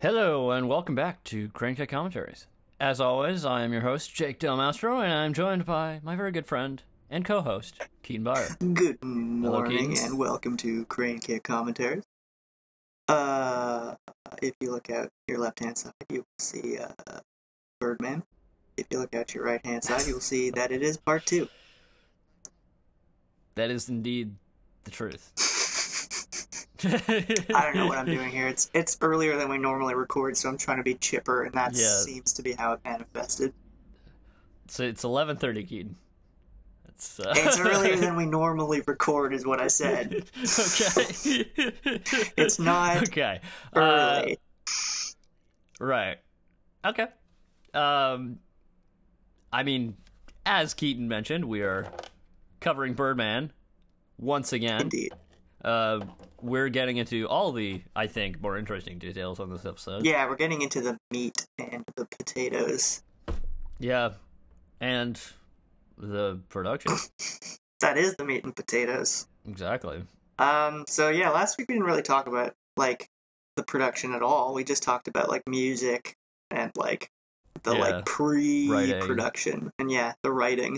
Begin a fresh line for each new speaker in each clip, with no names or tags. Hello and welcome back to Crankhead Commentaries. As always, I am your host, Jake Del Mastro, and I'm joined by my very good friend and co-host, Keaton Byer.
Good morning
Keaton.
and welcome to Crane Kick Commentaries. Uh, if you look out your left hand side, you will see uh, Birdman. If you look out your right hand side, you'll see that it is part two.
That is indeed the truth.
I don't know what I'm doing here. It's it's earlier than we normally record, so I'm trying to be chipper, and that
Yeah.
seems to be how it manifested.
So it's 11:30, Keaton. It's, uh...
It's earlier than we normally record, is what I said.
okay.
It's not
okay. Uh,
Early.
Right. Okay. Um I mean, as Keaton mentioned, we are covering Birdman once again.
Indeed.
Uh we're getting into all the I think more interesting details on this episode.
Yeah, we're getting into the meat and the potatoes.
Yeah. And the production.
That is the meat and potatoes.
exactly.
Um, so yeah, last week we didn't really talk about like the production at all. We just talked about like music and like the
Yeah.
like pre-production and yeah, the writing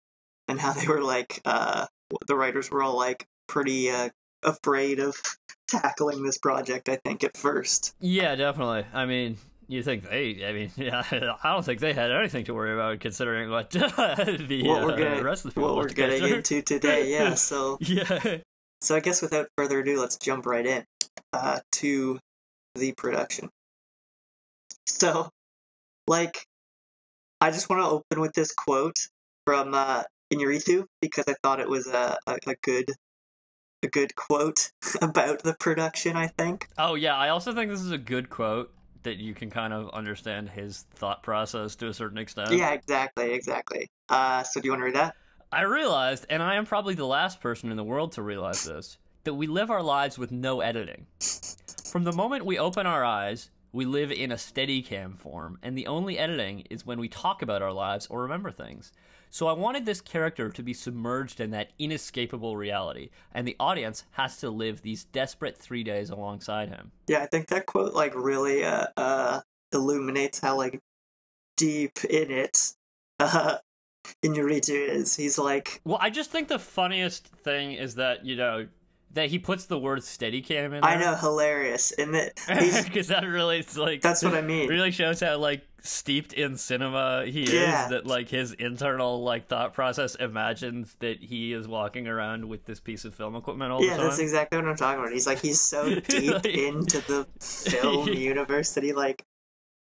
and how they were like uh the writers were all like pretty uh afraid of tackling this project, I think at first.
Yeah, definitely. I mean, you think they? I mean, yeah, I don't think they had anything to worry about considering what the
What we're
uh,
gonna-
rest of the people
What we're
looked at.
getting into today, yeah. So
Yeah.
so I guess without further ado, let's jump right in uh, to the production. So, like, I just want to open with this quote from uh, Inuritu because I thought it was a, a, a good a good quote about the production. I think
Oh yeah, I also think this is a good quote that you can kind of understand his thought process to a certain extent.
yeah, exactly, exactly. Uh, so, do you want to read that?
I realized, and I am probably the last person in the world to realize this, that we live our lives with no editing. From the moment we open our eyes, we live in a steady cam form, and the only editing is when we talk about our lives or remember things. So I wanted this character to be submerged in that inescapable reality, and the audience has to live these desperate three days alongside him.
Yeah, I think that quote like really uh, uh illuminates how like deep in it uh Inuritu is. He's like
Well, I just think the funniest thing is that, you know, that he puts the word steadicam in there.
I know, hilarious. And that he's,
Because that really, it's like.
that's what I mean.
really shows how like steeped in cinema he
Yeah.
is that like his internal like thought process imagines that he is walking around with this piece of film equipment all
Yeah,
the time
that's exactly what I'm talking about. He's like he's so deep
Like-
into the film universe that he like,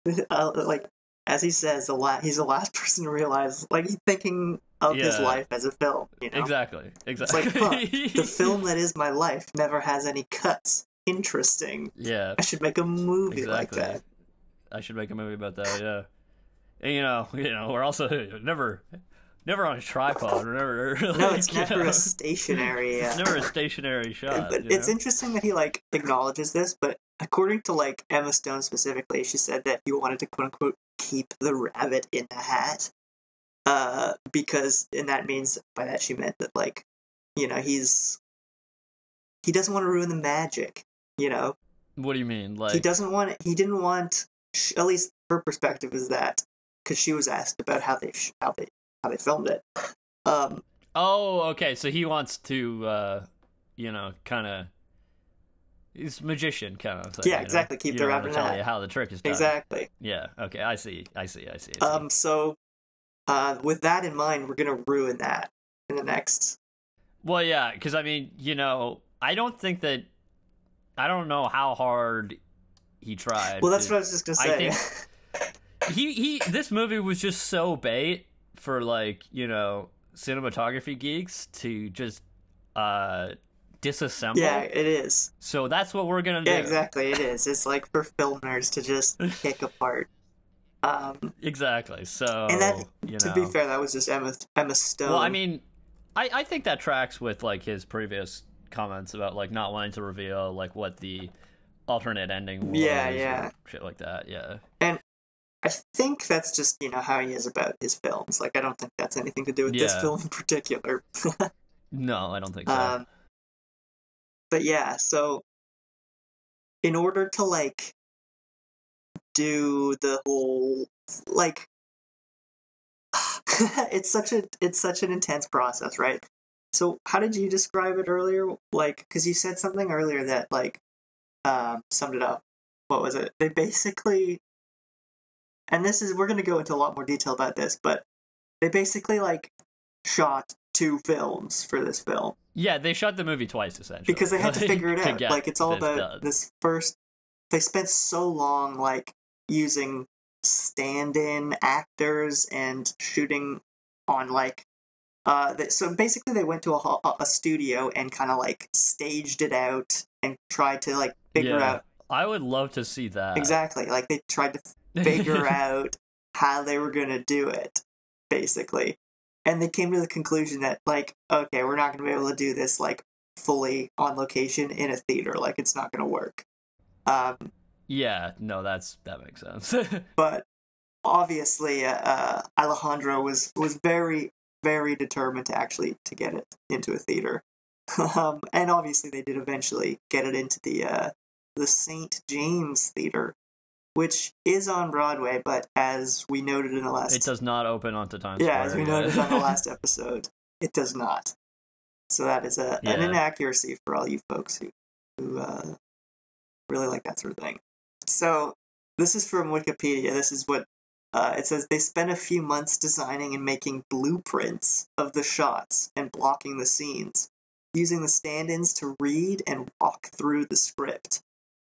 uh, like as he says, the la- he's the last person to realize like he's thinking of his
Yeah.
life as a film. You know,
exactly
it's
exactly
like huh, the film that is my life never has any cuts. Interesting.
yeah
I should make a movie like
exactly
that.
i should make a movie about that yeah and, you know you know we're also never never on a tripod or never
No,
like,
it's
you
never
know,
a stationary. Uh,
it's never a stationary shot
but
you
it's
know?
interesting that he like acknowledges this but according to like emma stone specifically she said that he wanted to quote unquote keep the rabbit in the hat uh because and that means by that she meant that like you know he's he doesn't want to ruin the magic you know
what do you mean like
he doesn't want he didn't want sh at least her perspective is that because she was asked about how they sh- how they how they filmed it um
Oh, okay. So he wants to, uh, you know, kind of. He's magician kind of thing.
Yeah,
you know?
exactly, keep
You
the
don't
rabbit
wanna
in the
tell
hat.
you how the trick is done.
exactly
Yeah. Okay. I see. I see. I see. I see.
Um, so, uh, with that in mind, we're gonna ruin that in the next.
well, yeah, because I mean, you know, I don't think that. I don't know how hard he tried.
Well, that's
to-
what I was just gonna
I
say.
he he. This movie was just so bait for like you know cinematography geeks to just uh disassemble.
yeah, it is.
So that's what we're gonna do.
Yeah, exactly, it is. It's like for film nerds to just pick apart. Um,
Exactly. So
And that-
you know.
to be fair, that was just Emma Emma Stone.
well, I mean, I I think that tracks with like his previous comments about like not wanting to reveal like what the alternate ending was.
Yeah,
or
yeah.
Shit like that. Yeah.
I think that's just you know how he is about his films. Like, I don't think that's anything to do with this
Yeah.
film in particular.
No, I don't think so.
Um, but yeah, so in order to like do the whole like it's such a it's such an intense process, right? So how did you describe it earlier? Like, because you said something earlier that like um, summed it up. What was it? They basically, and this is we're going to go into a lot more detail about this, but they basically like shot two films for this film
Yeah, they shot the movie twice essentially
because they had to
like,
figure it
to
out.
get
Like it's all
this
about
done.
this first. They spent so long like using stand-in actors and shooting on like. Uh, that, so basically, they went to a, ho- a- a studio and kind of like staged it out and tried to like figure
Yeah.
out
I would love to see that
exactly like they tried to figure out how they were going to do it, basically. And they came to the conclusion that, like, okay, we're not going to be able to do this, like, fully on location in a theater. Like, it's not going to work. Um,
yeah, no, that's that makes sense.
but obviously, uh, uh, Alejandro was, was very, very determined to actually to get it into a theater. um, and obviously, they did eventually get it into the uh, the St. James Theater, which is on Broadway, but as we noted in the last
it does not open onto Times
Yeah, as
Square
we
yet.
noted on the last episode, it does not. So that is a, an
Yeah.
inaccuracy for all you folks who who uh, really like that sort of thing. So this is from Wikipedia. This is what uh, it says. They spent a few months designing and making blueprints of the shots and blocking the scenes, using the stand-ins to read and walk through the script.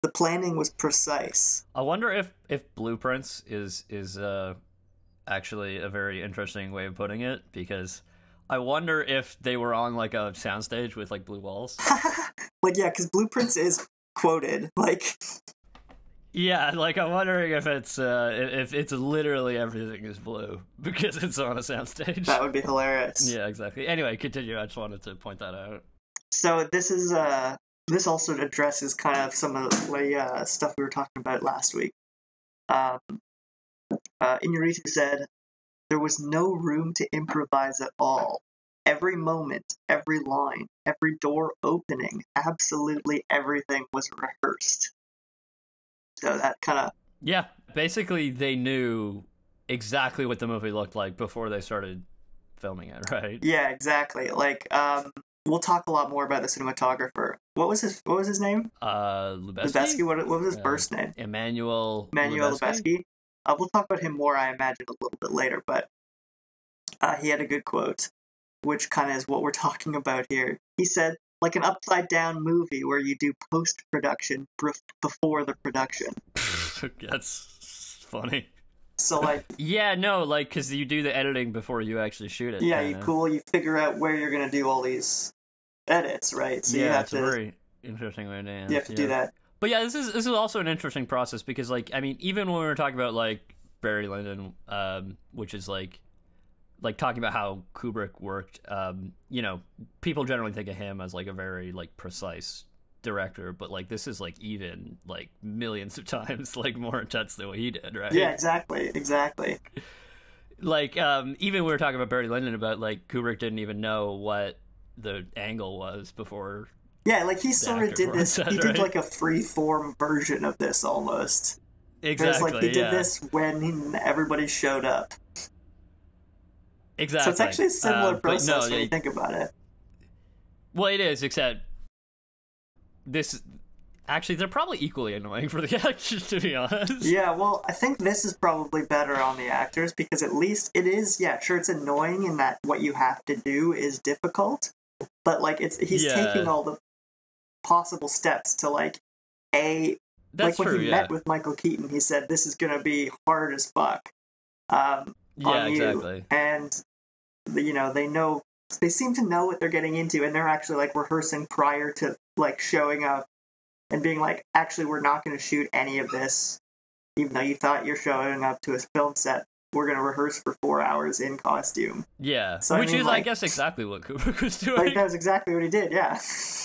The planning was precise.
I wonder if if blueprints is is uh actually a very interesting way of putting it because I wonder if they were on like a soundstage with like blue walls.
like yeah, because blueprints is quoted. Like
Yeah, like I'm wondering if it's uh if it's literally everything is blue because it's on a soundstage.
that would be hilarious.
Yeah, exactly. Anyway, continue. I just wanted to point that out.
so this is uh this also addresses kind of some of the uh, stuff we were talking about last week. Um, uh, Inarritu said there was no room to improvise at all. Every moment, every line, every door opening, absolutely everything was rehearsed. So that kind of
Yeah, basically they knew exactly what the movie looked like before they started filming it, right?
yeah, exactly. Like um, we'll talk a lot more about the cinematographer. What was his What was his name?
Uh, Lubezki,
Lubezki. What, what was his
Yeah.
first name?
Emmanuel,
Manuel Lubezki. Uh, we'll talk about him more, I imagine, a little bit later, but uh, he had a good quote, which kind of is what we're talking about here. He said, like an upside down movie where you do post production before the production.
That's funny.
So, like,
Yeah, no, like because you do the editing before you actually shoot it.
yeah, you
kinda.
cool, you figure out where you're going to do all these edits, right? So
yeah,
you have
it's
to.
a very interesting way to.
you have to do that.
But yeah, this is this is also an interesting process because like I mean, even when we were talking about like Barry Lyndon, um, which is like like talking about how Kubrick worked, um, you know, people generally think of him as like a very like precise director, but like this is like even like millions of times like more intense than what he did, right?
Yeah, exactly, exactly.
like um even we were talking about Barry Lyndon about like Kubrick didn't even know what the angle was before
Yeah, like he sort of
actor
did
for
this.
it,
He did
right?
like a free form version of this almost. There's
exactly
like he did
yeah.
this when everybody showed up.
exactly
So it's actually a similar
Um, but
process
no,
when
yeah,
you think about it.
well it is except this actually they're probably equally annoying for the actors to be honest
Yeah, well, I think this is probably better on the actors because at least it is. Yeah, sure, it's annoying in that what you have to do is difficult, but like it's he's
Yeah.
taking all the possible steps to like a
that's
like when
true
he
yeah
met with Michael Keaton, he said this is gonna be hard as fuck. Um,
yeah
on you.
exactly
and you know they know they seem to know what they're getting into and they're actually like rehearsing prior to like showing up and being like actually we're not going to shoot any of this even though you thought you're showing up to a film set we're going to rehearse for four hours in costume
yeah
So, I
which
mean,
is I
like-
guess exactly what Kubrick was
like uh,
doing
that's exactly what he did yeah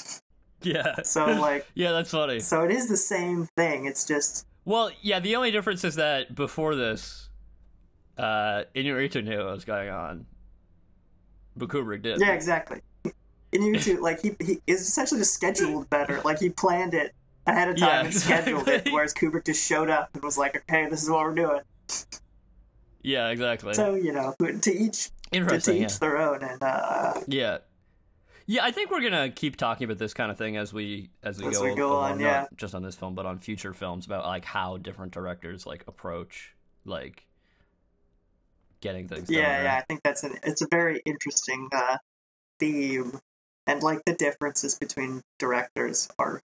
yeah
so like
yeah that's funny
so it is the same thing it's just
Well, yeah, the only difference is that before this, uh, Inuyasha knew what was going on, but Kubrick did.
yeah exactly in youtube like he, he is essentially just scheduled better like he planned it ahead of time
Yeah,
and scheduled it,
exactly.
whereas Kubrick just showed up and was like, "Okay, this is what we're doing."
Yeah, exactly.
So you know, to each to,
Interesting. Yeah.
each their own, and uh,
yeah. Yeah, I think we're gonna keep talking about this kind of thing as we as we
As
go,
we go
along,
on,
not
yeah.
just on this film, but on future films about like how different directors like approach like getting things. done,
yeah,
right?
yeah, I think that's an it's a very interesting uh, theme, and like the differences between directors are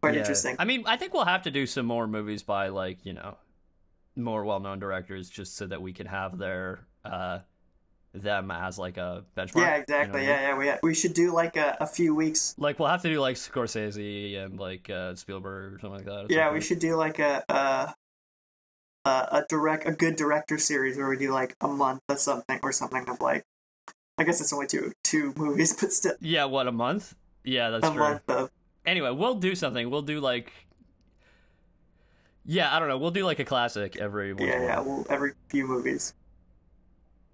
quite
Yeah.
interesting.
I mean, I think we'll have to do some more movies by like you know more well-known directors, just so that we can have their uh them as like a benchmark.
yeah, exactly.
You know what I mean?
yeah, yeah. We ha- we should do like a, a few weeks
Like we'll have to do like Scorsese and like uh, Spielberg or something like that. at some
Yeah, we
point.
should do like a a, a a direct a good director series where we do like a month of something or something of like I guess it's only two two movies, but still
Yeah, what a month. Yeah, that's
a
true.
month of
Anyway, we'll do something. We'll do like. Yeah, I don't know. We'll do like a classic every once in a
yeah
while.
yeah we'll, every few movies.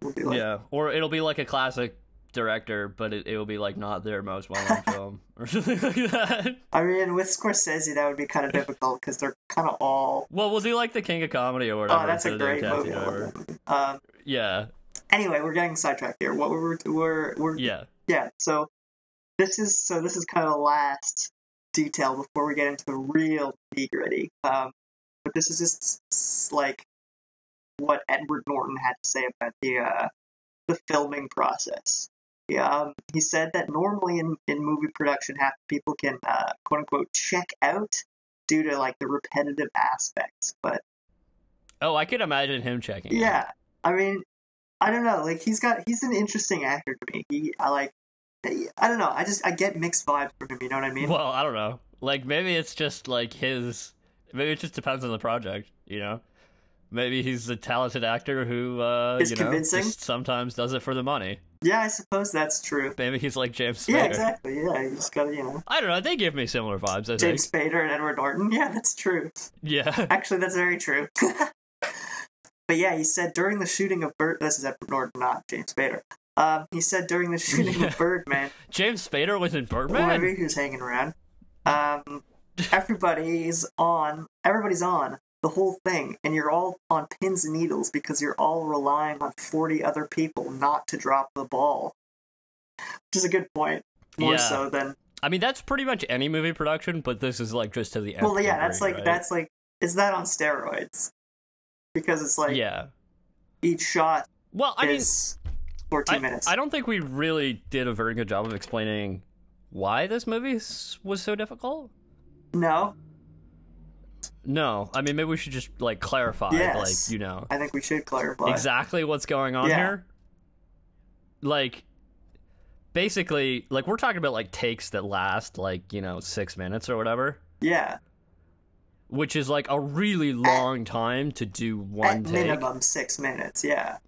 We'll do like
yeah, or it'll be like a classic director, but it, it'll be like not their most well-known film or something like that.
I mean with Scorsese that would be kind of difficult because they're kind of all
Well, we'll do like the King of Comedy or whatever.
oh that's
instead
a
of
great
the Taxi
movie. I love
Driver.
that movie. Um,
Yeah,
anyway, we're getting sidetracked here. What we're we're we're
yeah,
yeah so this is so this is kind of the last detail before we get into the real nitty gritty um, but this is just s- s- like what edward norton had to say about the uh, the filming process He, um, he said that normally in, in movie production half the people can uh, quote unquote check out due to like the repetitive aspects but
Oh, I could imagine him checking. it.
yeah, I mean, I don't know. Like he's got he's an interesting actor to me. He I like I don't know. I just I get mixed vibes from him. You know what I mean?
Well, I don't know. Like maybe it's just like his. Maybe it just depends on the project. You know. Maybe he's a talented actor who uh,
Is
you know
convincing.
just sometimes does it for the money.
Yeah, I suppose that's true.
Maybe he's like James Spader.
Yeah, exactly. Yeah, you just gotta you know
I don't know. They give me similar vibes. I
James
think.
Spader and Edward Norton. Yeah, that's true.
Yeah.
Actually, that's very true. but yeah, he said during the shooting of Bird. This is Edward Norton, not James Spader. Um, he said during the shooting
Yeah.
of Birdman,
James Spader was in Birdman.
Whoever who's hanging around. Um, everybody's on. Everybody's on the whole thing, and you're all on pins and needles because you're all relying on forty other people not to drop the ball. Which is a good point, more
Yeah.
so than
I mean, that's pretty much any movie production, but this is like just to the end.
well, yeah. That's like that's like is that on steroids? Because it's like
yeah.
each shot
Well, I mean,
is fourteen
I,
minutes.
I don't think we really did a very good job of explaining why this movie s- was so difficult.
no,
No, I mean maybe we should just like clarify,
Yes.
like you know,
I think we should clarify.
exactly what's going on
Yeah.
here. Like, basically, like we're talking about like takes that last like you know six minutes or whatever,
Yeah,
which is like a really long time to do one
at
take,
minimum six minutes. Yeah,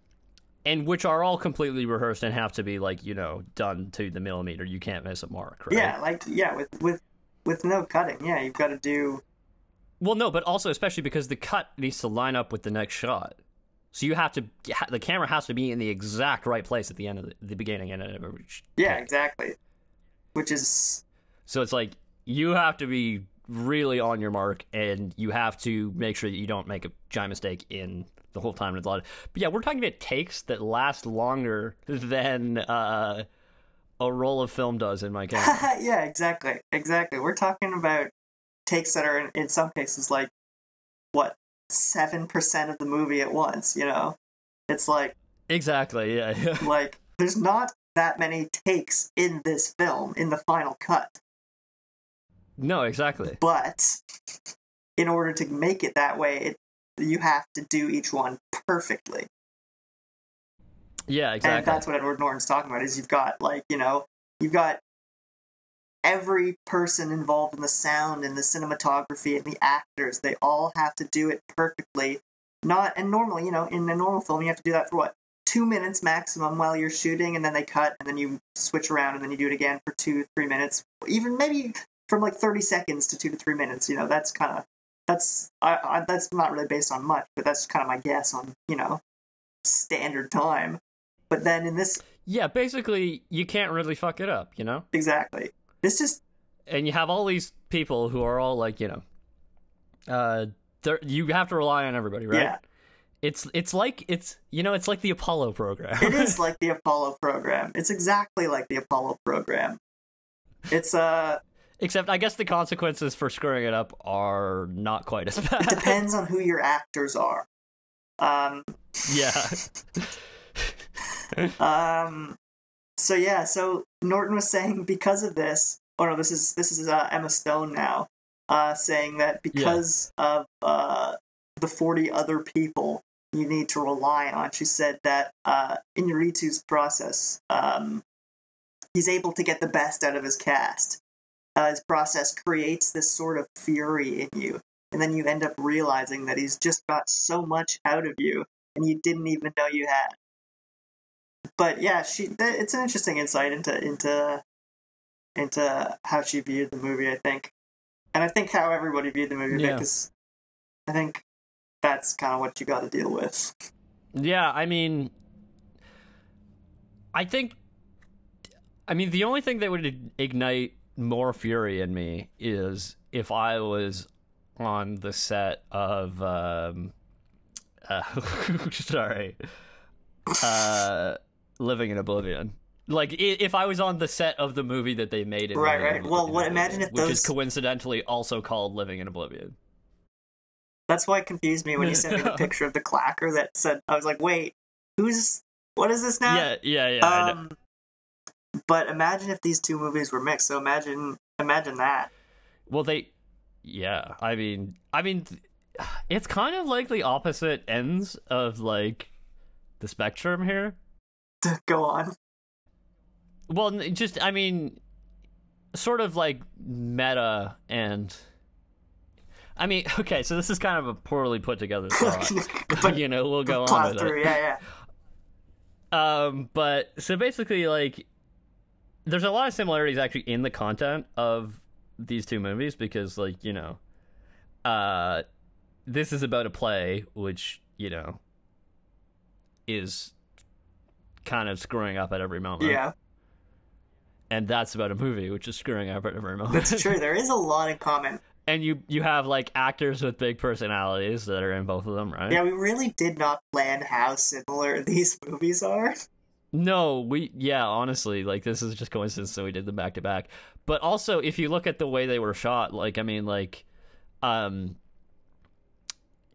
and which are all completely rehearsed and have to be like you know done to the millimeter. You can't miss a mark, right?
yeah, like yeah, with with with no cutting. Yeah, you've got to do
Well, no, but also especially because the cut needs to line up with the next shot. So you have to ha- the camera has to be in the exact right place at the end of the, the beginning and end of every. sh-
Yeah,
take.
exactly. Which is
So it's like you have to be really on your mark, and you have to make sure that you don't make a giant mistake in the whole time. It's a lot. But yeah, we're talking about takes that last longer than uh, a roll of film does in my case.
yeah, exactly, exactly. We're talking about takes that are in, in some cases like what seven percent of the movie at once. You know, it's like
exactly. Yeah.
like there's not that many takes in this film in the final cut,
no. Exactly.
but in order to make it that way, it, you have to do each one perfectly.
Yeah.
And
Exactly.
that's what Edward Norton's talking about is you've got like, you know, you've got every person involved in the sound and the cinematography and the actors, they all have to do it perfectly. Not and normally, you know, in a normal film you have to do that for what? Two minutes maximum while you're shooting and then they cut and then you switch around and then you do it again for two, three minutes. Even maybe from like thirty seconds to two to three minutes, you know, that's kinda that's I, I that's not really based on much, but that's kind of my guess on, you know, standard time. But then in this
yeah. Basically, you can't really fuck it up. You know.
exactly, this just
and you have all these people who are all like, you know, uh, they're- you have to rely on everybody, right?
Yeah.
It's it's like it's you know it's like the Apollo program.
It is like the Apollo program. It's exactly like the Apollo program. It's uh
Except I guess the consequences for screwing it up are not quite as bad.
depends on who your actors are. Um
yeah.
um so yeah, so Norton was saying because of this, oh no, this is this is uh, Emma Stone now, uh saying that because of uh the 40 other people you need to rely on, she said that uh Inuritu's process um he's able to get the best out of his cast. uh, his process creates this sort of fury in you. And then you end up realizing that he's just got so much out of you and you didn't even know you had. But yeah, she that, it's an interesting insight into into into how she viewed the movie, I think. And I think how everybody viewed the movie
Yeah.
because I think that's kind of what you got to deal with.
Yeah, I mean, I think, I mean, the only thing that would ignite more fury in me is if I was on the set of, um, uh, sorry, uh, Living in Oblivion. Like i- if I was on the set of the movie that they made, in
Right,
Living in
right. Well,
Oblivion,
what- imagine if
which is
those-
coincidentally also called Living in Oblivion.
That's why it confused me when you sent me the picture of the clacker that said I was like, "Wait, who's what is this now?"
Yeah, yeah, yeah. I know.
um, but imagine if these two movies were mixed. So imagine, imagine that.
Well, they, yeah. I mean, I mean, th- it's kind of like the opposite ends of like the spectrum here.
Go on.
Well, n- just I mean, sort of like meta and. I mean, okay, so this is kind of a poorly put together thought.
But-
you know, we'll go on
Plot
with it.
through, yeah, yeah.
Um, but so basically, like, there's a lot of similarities actually in the content of these two movies because, like, you know, uh, this is about a play which you know is kind of screwing up at every moment,
Yeah,
and that's about a movie which is screwing up at every moment.
that's true. There is a lot in common.
and you you have like actors with big personalities that are in both of them, right?
Yeah, we really did not plan how similar these movies are.
No, we yeah, honestly, like this is just coincidence that we did them back to back. But also, if you look at the way they were shot, like I mean, like, um,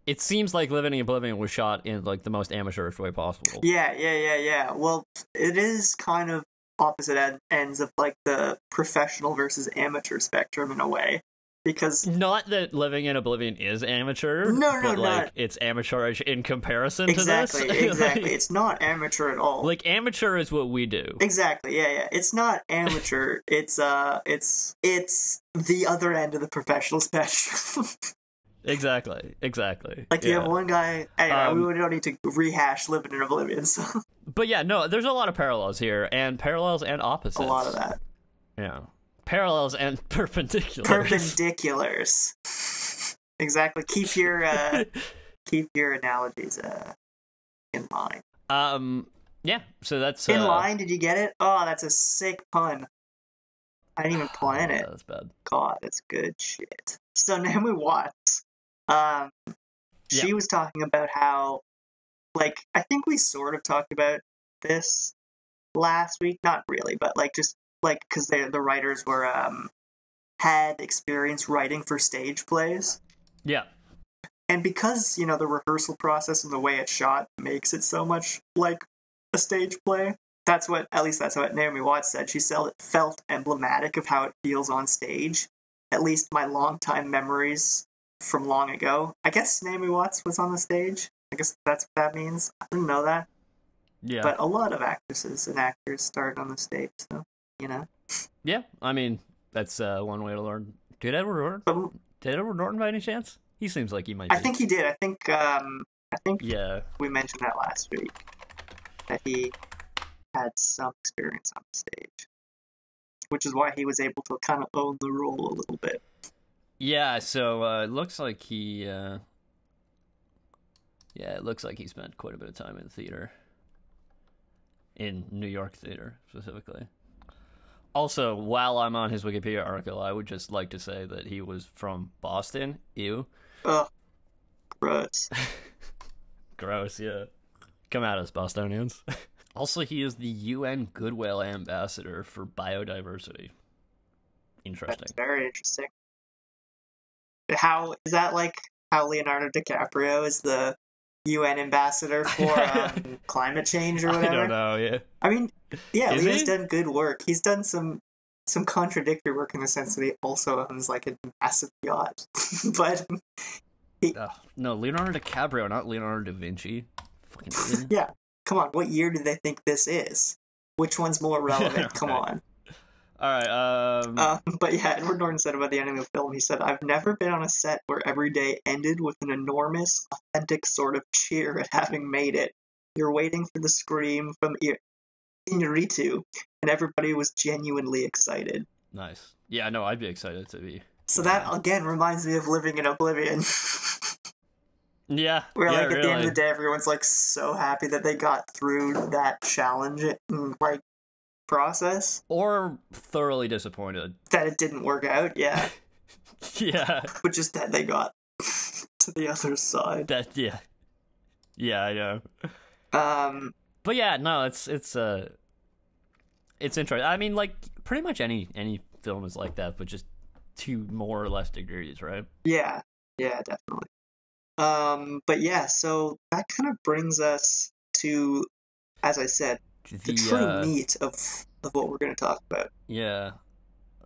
it seems like Living in Oblivion was shot in like the most amateurish way possible.
Yeah, yeah, yeah, yeah. Well, it is kind of opposite ed- ends of like the professional versus amateur spectrum in a way, because
Not that Living in Oblivion is amateur.
No, no,
but, like
not-
it's amateurish in comparison
exactly,
to this.
exactly,
like,
it's not amateur at all.
like, amateur is what we do.
Exactly. Yeah, yeah. It's not amateur. it's uh, it's it's the other end of the professional spectrum.
Exactly, exactly.
like you
yeah.
have one guy. Anyway,
Um,
we don't need to rehash living in oblivion. So
But yeah, no, there's a lot of parallels here, and parallels and opposites.
a lot of that
Yeah. Parallels and perpendiculars.
perpendiculars. exactly. Keep your uh, keep your analogies uh, in line.
um yeah, so that's
in
uh,
line. Did you get it? Oh, that's a sick pun. I didn't even plan it.
yeah, uh, that's bad.
God, that's good shit. So Naomi Watts, um, she was talking about how, like, I think we sort of talked about this last week, not really, but like just like because the the writers were um had experience writing for stage plays,
Yeah.
and because you know the rehearsal process and the way it's shot makes it so much like a stage play. That's what, at least that's what Naomi Watts said. She felt it felt emblematic of how it feels on stage. At least my longtime memories from long ago. I guess Naomi Watts was on the stage. I guess that's what that means. I didn't know that,
Yeah.
but a lot of actresses and actors started on the stage, so you know.
yeah, I mean, that's uh one way to learn. Did Edward Norton
But
did Edward Norton by any chance? He seems like he might
I
be.
think he did. I think um, I think
Yeah.
we mentioned that last week that he had some experience on the stage, which is why he was able to kind of own the role a little bit.
Yeah, so uh it looks like he uh Yeah, it looks like he spent quite a bit of time in theater. In New York theater specifically. Also, while I'm on his Wikipedia article, I would just like to say that he was from Boston. Ew.
Oh, gross.
Gross, yeah. Come at us, Bostonians. also, he is the UN Goodwill Ambassador for Biodiversity. Interesting.
That's very interesting. How is that like how Leonardo DiCaprio is the UN ambassador for um, climate change or
I
whatever?
don't know, yeah.
I mean, yeah,
Is
Leo's
he?
done good work. He's done some some contradictory work in the sense that he also owns like a massive yacht. but
Ugh, no, Leonardo DiCaprio, not Leonardo da Vinci. Fucking idiot.
yeah, come on, what year do they think this is? Which one's more relevant? Come
Right.
on.
All right, um,
Um, but yeah, Edward Norton said about the ending of the film, he said, I've never been on a set where every day ended with an enormous, authentic sort of cheer at having made it. You're waiting for the scream from I- Inuritu, and everybody was genuinely excited.
nice. Yeah, no, I'd be excited to be.
So that again reminds me of living in Oblivion.
Yeah,
Where
yeah,
like at
really.
the end of the day everyone's like so happy that they got through that challenge and like process
or thoroughly disappointed.
that it didn't work out, yeah.
yeah,
but just that they got to the other side.
that yeah, yeah, I know.
Um
But yeah, no, it's it's uh, it's interesting. I mean, like pretty much any any film is like that, but just two more or less degrees, right?
yeah, yeah, definitely. Um but yeah, so that kind of brings us to as I said, the true
uh,
meat of of what we're gonna talk about.
yeah,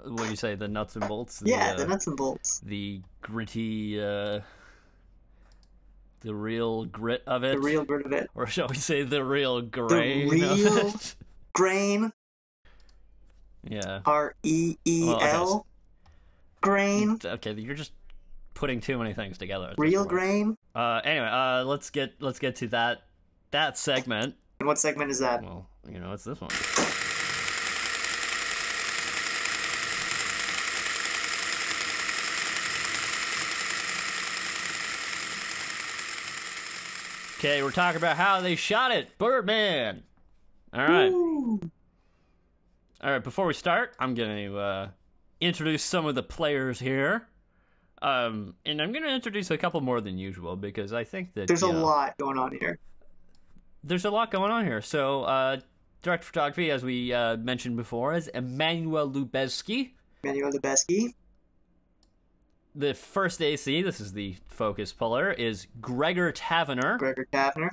what do you say? The nuts and bolts.
Yeah,
uh,
the nuts and bolts.
the gritty, uh, the real grit of it.
The real grit of it.
or shall we say, the real grain of
real-
it?
Grain
yeah.
R E E
Well,
L. Grain.
Okay, you're just putting too many things together. at this
Real
point.
grain.
Uh, anyway, uh, let's get let's get to that that segment.
And what segment is that?
Well, you know, it's this one. Okay, we're talking about how they shot it, Birdman. All right.
Ooh.
All right, before we start, I'm going to uh, introduce some of the players here. Um, and I'm going to introduce a couple more than usual because I think that
There's a
you know,
lot going on here.
there's a lot going on here. So, uh, direct photography, as we uh, mentioned before, is Emmanuel Lubezki.
Manuel Lubezki.
The first AC, this is the focus puller, is Gregor Taverner.
Gregor Kavner.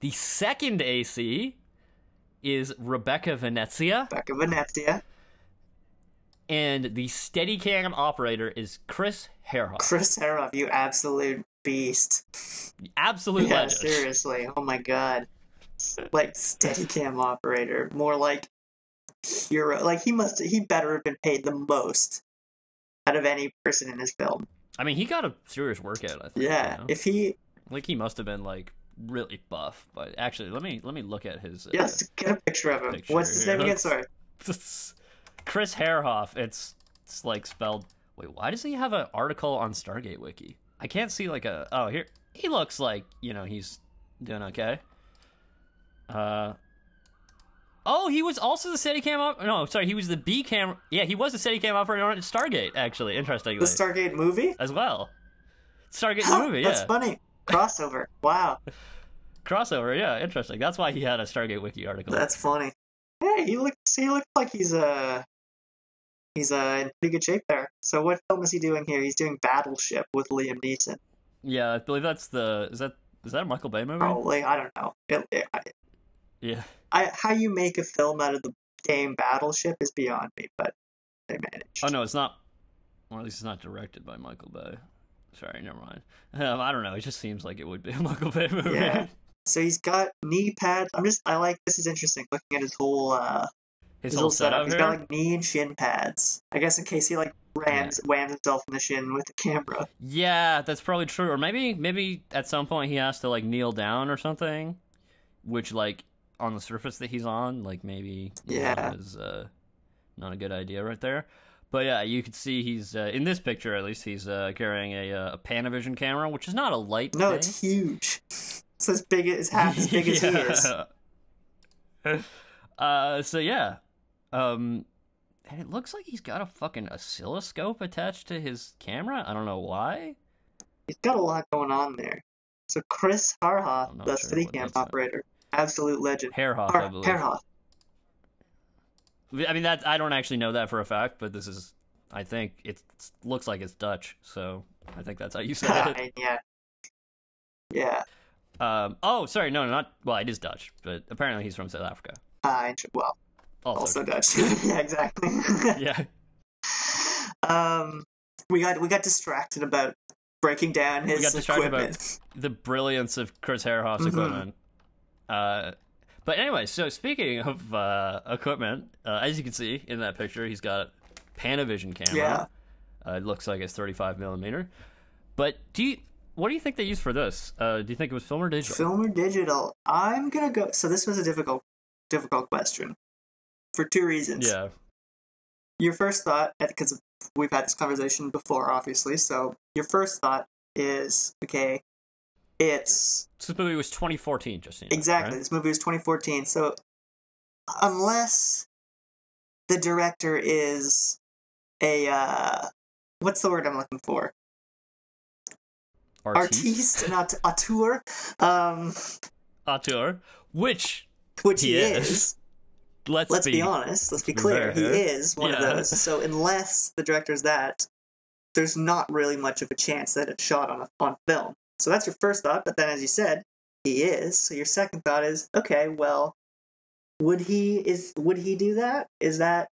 the second AC is Rebecca Venezia.
Becca Venezia.
And the Steadicam operator is Chris Herhoff.
Chris Heroff, you absolute beast.
Absolute
yeah,
legend.
seriously. Oh my god. Like Steadicam operator. More like hero. Like he must. He better have been paid the most out of any person in his film.
I mean, he got a serious workout. I think.
Yeah.
you know?
If he
like he must have been like really buff. But actually, let me let me look at his. Uh,
yes, get a picture of him.
Picture
What's his
here.
name again? Sorry.
Chris Herhoff. It's it's like spelled. Wait, why does he have an article on Stargate Wiki? I can't see like a. Oh, here he looks like you know he's doing okay. Uh. Oh, he was also the Steadicam op. No, sorry, he was the B cam. Yeah, he was the Steadicam operator on Stargate. Actually, interestingly,
The Stargate movie.
as well. Stargate the movie.
That's
yeah.
funny. Crossover. Wow,
crossover yeah interesting that's why he had a stargate wiki article
that's funny. Yeah, he looks. He looks like he's uh he's uh in pretty good shape there. So what film is he doing here? He's doing Battleship with Liam Neeson.
yeah i believe that's the is that is that a michael bay movie
Probably. I don't know. It, it, I,
yeah
I, how you make a film out of the game Battleship is beyond me, but they managed.
oh no it's not or at least it's not directed by michael bay sorry never mind um, i don't know it just seems like it would be a michael bay movie
Yeah. So he's got knee pads. I'm just. I like this is interesting. Looking at his whole uh
his,
his
whole
little setup.
setup,
He's
here
got like knee and shin pads. I guess in case he like rams whams himself in the shin with the camera.
yeah that's probably true or maybe maybe at some point he has to like kneel down or something which like on the surface that he's on like maybe you know,
Yeah.
is uh not a good idea right there. But yeah, you can see he's uh, in this picture at least he's uh, carrying a, uh, a Panavision camera, which is not a light.
No,
thing.
it's huge. It's as big as half as big as he is.
Yeah. Uh, so yeah, Um, and it looks like he's got a fucking oscilloscope attached to his camera. I don't know why.
He's got a lot going on there. So Chris Harhoff,
I'm not
the
sure
city
what
camp
that's at.
operator, absolute legend.
Hairhoff, I
Har-
believe.
Harhoff.
I mean, that I don't actually know that for a fact, but this is, I think it looks like it's Dutch, so I think that's how you said it.
yeah. Yeah.
Um, oh, sorry, no, no, not well, it is Dutch, but apparently he's from South Africa.
Uh, and- well,
Also,
also Dutch. yeah, exactly.
yeah,
um, we got we got distracted about breaking down his
got distracted about-
equipment.
the brilliance of Chris Herhoff's
Mhm.
equipment. Uh, but anyway, so speaking of uh, equipment, uh, as you can see in that picture, he's got a Panavision camera.
Yeah.
Uh, it looks like it's 35 millimeter. But do you, what do you think they used for this? Uh, do you think it was film or digital?
Film or digital? I'm gonna go. So this was a difficult, difficult question, for two reasons.
Yeah.
Your first thought, because we've had this conversation before, obviously. So your first thought is, okay, it's
So this movie was 2014, just so you know,
Exactly.
right?
This movie was 2014. So, unless the director is a uh, what's the word I'm looking for? Artiste, not auteur, um,
Auteur, which,
which he,
He
is.
is. let's,
Let's
be,
be honest. Let's be
be fair
clear. He
here.
is one
Yeah.
of those. So, unless the director's that, there's not really much of a chance that it's shot on on film. So that's your first thought. But then, as you said, he is. So your second thought is, okay, well, would he is would he do that? Is that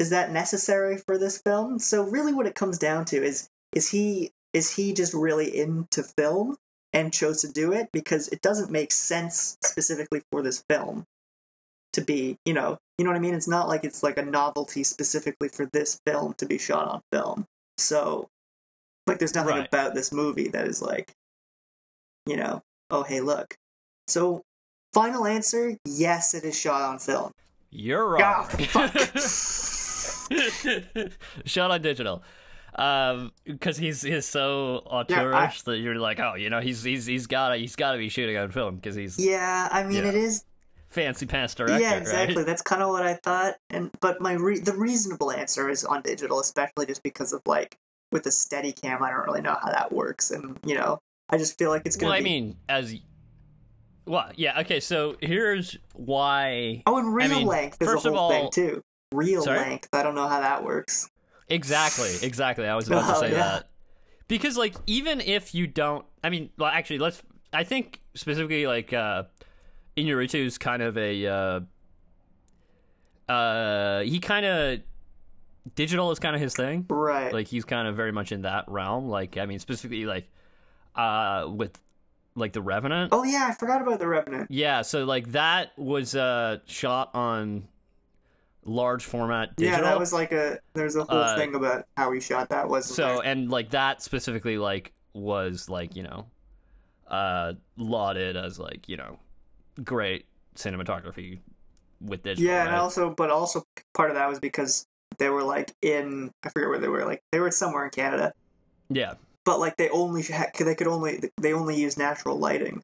is that necessary for this film? So really, what it comes down to is is he is he just really into film and chose to do it because it doesn't make sense specifically for this film to be you know you know what i mean it's not like it's like a novelty specifically for this film to be shot on film so like there's nothing
Right.
about this movie that is like you know oh hey look so final answer yes it is shot on film
You're wrong.
Ah,
Shot on digital. Um, because he's he's so auteurish that you're like, oh, you know, he's he's he's gotta he's gotta be shooting on film because he's
yeah i mean
Yeah.
it is
fancy pants director,
yeah exactly
right?
that's kind of what i thought and but my re- the reasonable answer is on digital especially just because of like with a steady cam i don't really know how that works and you know i just feel like it's gonna
Well, I
be
mean, as well, yeah. Okay, so here's why
oh and real
mean,
length is a
first of
whole thing
all-
too real
Sorry?
length i don't know how that works
Exactly, exactly. I was about
Oh,
to say
yeah.
that. Because like even if you don't I mean, well actually let's I think specifically like uh Inuritu is kind of a uh uh he kind of digital is kind of his thing.
right
Like he's kind of very much in that realm. Like I mean specifically like uh with like the Revenant.
oh yeah i forgot about the revenant
Yeah, so like that was uh shot on large format digital.
yeah that was like a there's a whole
Uh,
thing about how we shot that wasn't
so
there?
and like that specifically like was like you know uh lauded as like you know great cinematography with digital
yeah and
right?
also but also part of that was because they were like in i forget where they were like they were somewhere in canada
yeah
but like they only ha- they could only they only use natural lighting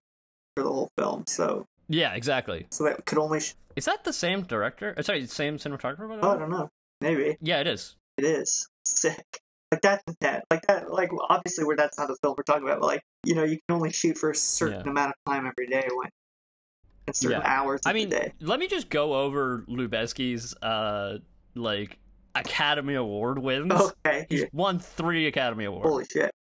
for the whole film so
yeah exactly
so that could only sh-
is that the same director or sorry same cinematographer by the
oh, i
way?
don't know maybe
yeah it is
it is sick like that's that like that like well, obviously where that's not the film we're talking about but like you know you can only shoot for a certain
Yeah.
amount of time every day when and certain
Yeah.
hours of
i mean
the day
let me just go over lubezki's uh like academy award wins
okay
he's
Oh, yeah.
won three academy awards
holy shit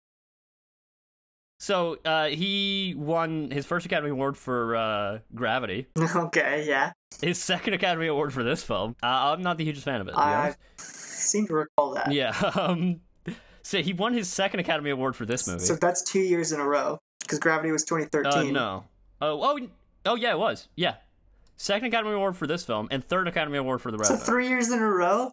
so uh he won his first academy award for uh gravity
okay yeah
his second Academy Award for this film. Uh, I'm not the hugest fan of it. to be
i
honest.
seem to recall that
yeah. Um, so he won his second Academy Award for this movie.
so that's two years in a row because gravity was
uh,
2013
no. Oh, oh, oh, yeah, it was. Yeah. Second Academy Award for this film, and third Academy Award for The
so
Revenant.
three years in a row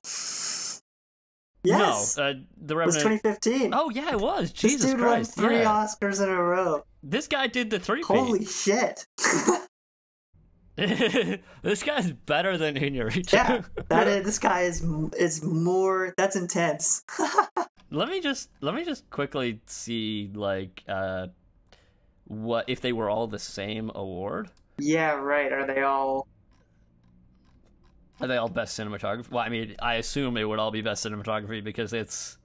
yes
No, uh, The
It was
Revenant.
2015.
Oh yeah, it was.
this
Jesus
dude
Christ!
won three
yeah.
Oscars in a row.
This guy did the three.
Holy shit!
this guy's better than Inuyasha.
yeah, that is, this guy is is more. That's intense.
let me just let me just quickly see like uh, what if they were all the same award.
yeah, right. Are they all?
Are they all best cinematography? Well, I mean, I assume it would all be best cinematography because it's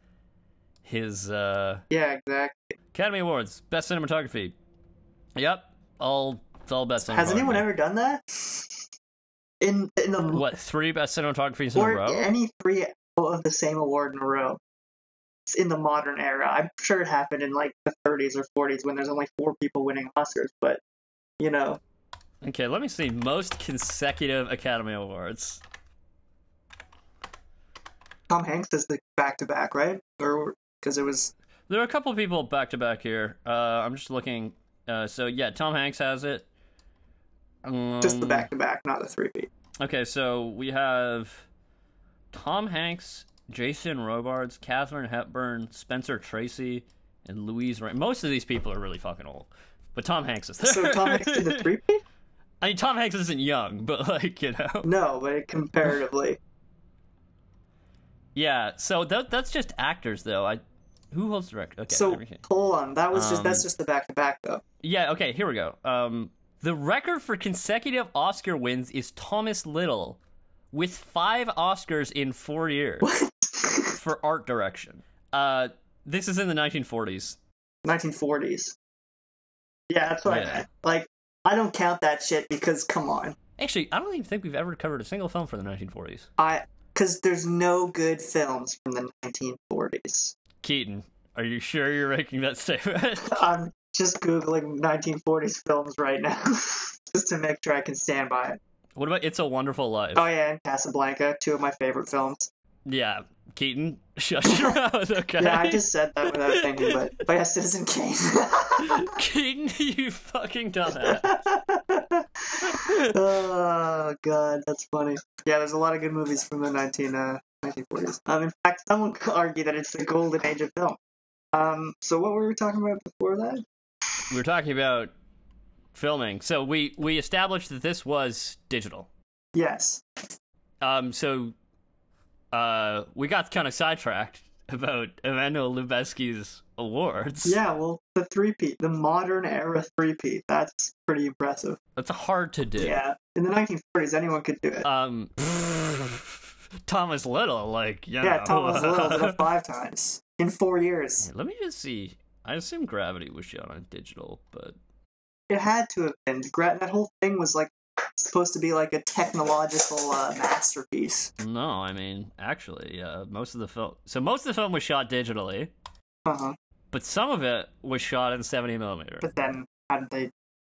his uh,
Yeah, exactly.
Academy Awards best cinematography. Yep, all it's all best.
Has anyone
cinematography.
ever done that? In in the
what three best cinematographies in a
or
row?
any three of the same award in a row. It's in the modern era. I'm sure it happened in like the 30s or 40s when there's only four people winning Oscars, but you know,
Okay, let me see most consecutive Academy Awards.
Tom Hanks is the back to back, right? Or because it was
There are a couple people back to back here. Uh, I'm just looking. Uh, so yeah, Tom Hanks has it. Um,
just the back to back, not the three beat.
Okay, so we have Tom Hanks, Jason Robards, Katharine Hepburn, Spencer Tracy, and Louise. Ray- Most of these people are really fucking old, but Tom Hanks is there.
So Tom Hanks did the three beat?
I mean, Tom Hanks isn't young, but like you know.
No, but comparatively,
Yeah, so that, that's just actors, though. I who holds director? Okay,
so
there we go.
hold on. That was just
Um,
that's just the back to back though.
yeah. Okay, here we go. Um, the record for consecutive Oscar wins is Thomas Little, with five Oscars in four years for art direction. Uh, this is in the 1940s.
1940s. Yeah, that's what
Yeah.
I meant. Like, I don't count that shit because come on.
Actually, I don't even think we've ever covered a single film from the 1940s.
I because there's no good films from the 1940s.
Keaton, are you sure you're making that statement?
I'm just googling 1940s films right now just to make sure I can stand by it.
what about It's a Wonderful Life?
Oh yeah, and Casablanca, two of my favorite films.
yeah, Keaton, shut your mouth. Okay.
Yeah, I just said that without thinking, but but yeah, Citizen Kane.
Keaton, you fucking dumbass.
oh god, that's funny. Yeah, there's a lot of good movies from the 19 uh, 1940s. Um, in fact, someone could argue that it's the golden age of film. Um, so what were we talking about before that?
we were talking about filming. So we we established that this was digital.
Yes.
Um, so uh, we got kind of sidetracked about Emmanuel Lubezki's awards.
Yeah, well, the three-peat, the modern era three-peat, that's pretty impressive.
that's hard to do.
Yeah. In the 1940s, anyone could do it.
Um, Thomas Little, like you
yeah,
know.
Thomas Little did it five times in four years.
Let me just see. I assume Gravity was shot on digital, but
It had to have been. Gra- That whole thing was like supposed to be like a technological uh, masterpiece.
no. I mean, actually, uh, most of the film. So most of the film was shot digitally,
Uh-huh.
but some of it was shot in seventy millimeter.
But then, how did they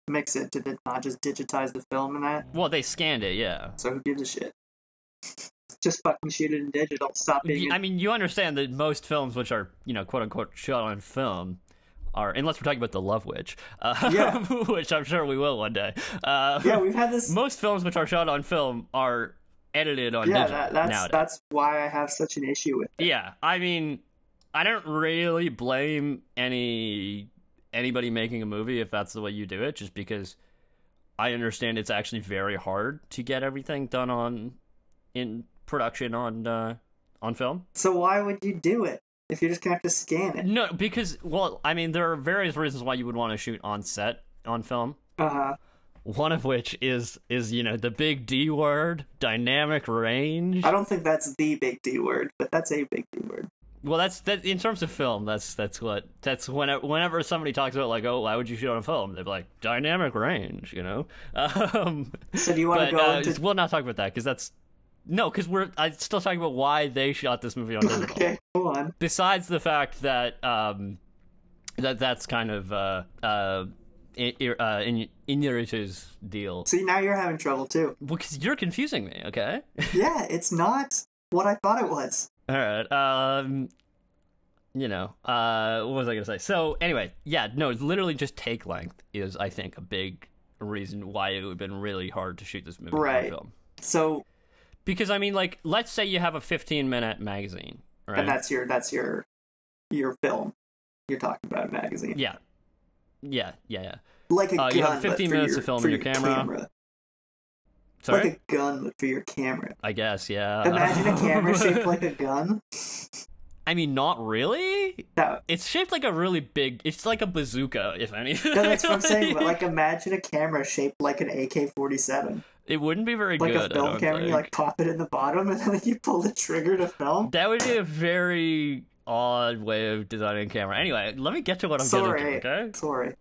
mix it? Did it not just digitize the film and that?
Well, they scanned it, yeah.
So who gives a shit? Just fucking shoot it in digital. Stop being.
I mean, you understand that most films, which are you know quote unquote shot on film, are unless we're talking about The Love Witch, uh,
Yeah.
which I'm sure we will one day. Uh,
yeah, we've had this.
most films which are shot on film are edited on
yeah,
digital
that, that's
nowadays.
that's why I have such an issue with.
Yeah, I mean, I don't really blame any anybody making a movie if that's the way you do it, just because I understand it's actually very hard to get everything done on in production on uh, on film.
So why would you do it if you're just gonna have to scan it?
No, because well, I mean, there are various reasons why you would want to shoot on set on film.
Uh huh.
One of which is is you know the big D word, dynamic range.
I don't think that's the big D word, but that's a big D word.
Well, that's that in terms of film. That's that's what that's whenever whenever somebody talks about like, oh, why would you shoot on a film? They're like dynamic range, you know. Um,
So do you want to
but
go
uh,
into?
we'll not talk about that because that's no, because we're I'm still talking about why they shot this movie on digital.
Okay, go on.
besides the fact that um, that that's kind of uh, uh, in, uh, in Inarritu's deal.
See, now you're having trouble too.
Well, because you're confusing me. Okay.
Yeah, it's not what I thought it was.
All right. Um, you know, uh, what was I gonna say? So anyway, yeah, no, it's literally just take length is I think a big reason why it would have been really hard to shoot this movie on
Right.
film.
So,
Because I mean, like, let's say you have a 15 minute magazine, right?
and that's your that's your your film. You're talking about a magazine,
yeah, yeah, yeah, yeah.
like a
Uh,
gun.
you have
but
15
for
minutes
your,
to film
for
in your camera. Sorry. Uh-huh.
Like a gun, but for your camera.
I guess, yeah.
Imagine a camera shaped like a gun.
I mean, not really.
That,
It's shaped like a really big. It's like a bazooka, if anything.
no, that's what I'm saying. But like, imagine a camera shaped like an AK-47.
It wouldn't be very
like
good. I
a film
don't
camera, you
think.
like pop it in the bottom, and then you pull the trigger to film.
That would be a very odd way of designing a camera. Anyway, let me get to what I'm
Sorry.
getting to, okay?
Sorry.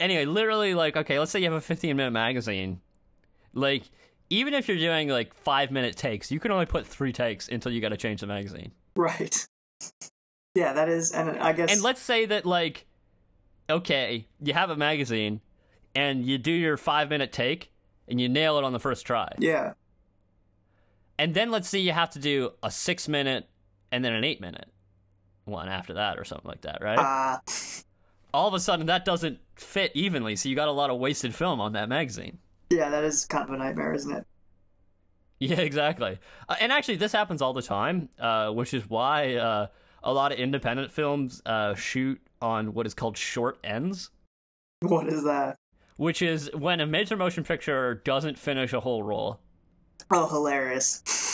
Anyway, literally, like, okay, let's say you have a 15 minute magazine. Like, even if you're doing like five minute takes, you can only put three takes until you got to change the magazine.
Right. Yeah, that is, and I guess
And let's say that, like, okay, you have a magazine and you do your five minute take and you nail it on the first try.
yeah,
And then let's say you have to do a six minute and then an eight minute one after that or something like that, right?
uh,
all of a sudden that doesn't fit evenly, so you got a lot of wasted film on that magazine.
yeah, that is kind of a nightmare, isn't it?
Yeah, exactly. Uh, and actually, this happens all the time, uh, which is why uh, a lot of independent films uh, shoot on what is called short ends,
What is that?
which is when a major motion picture doesn't finish a whole roll.
Oh, hilarious!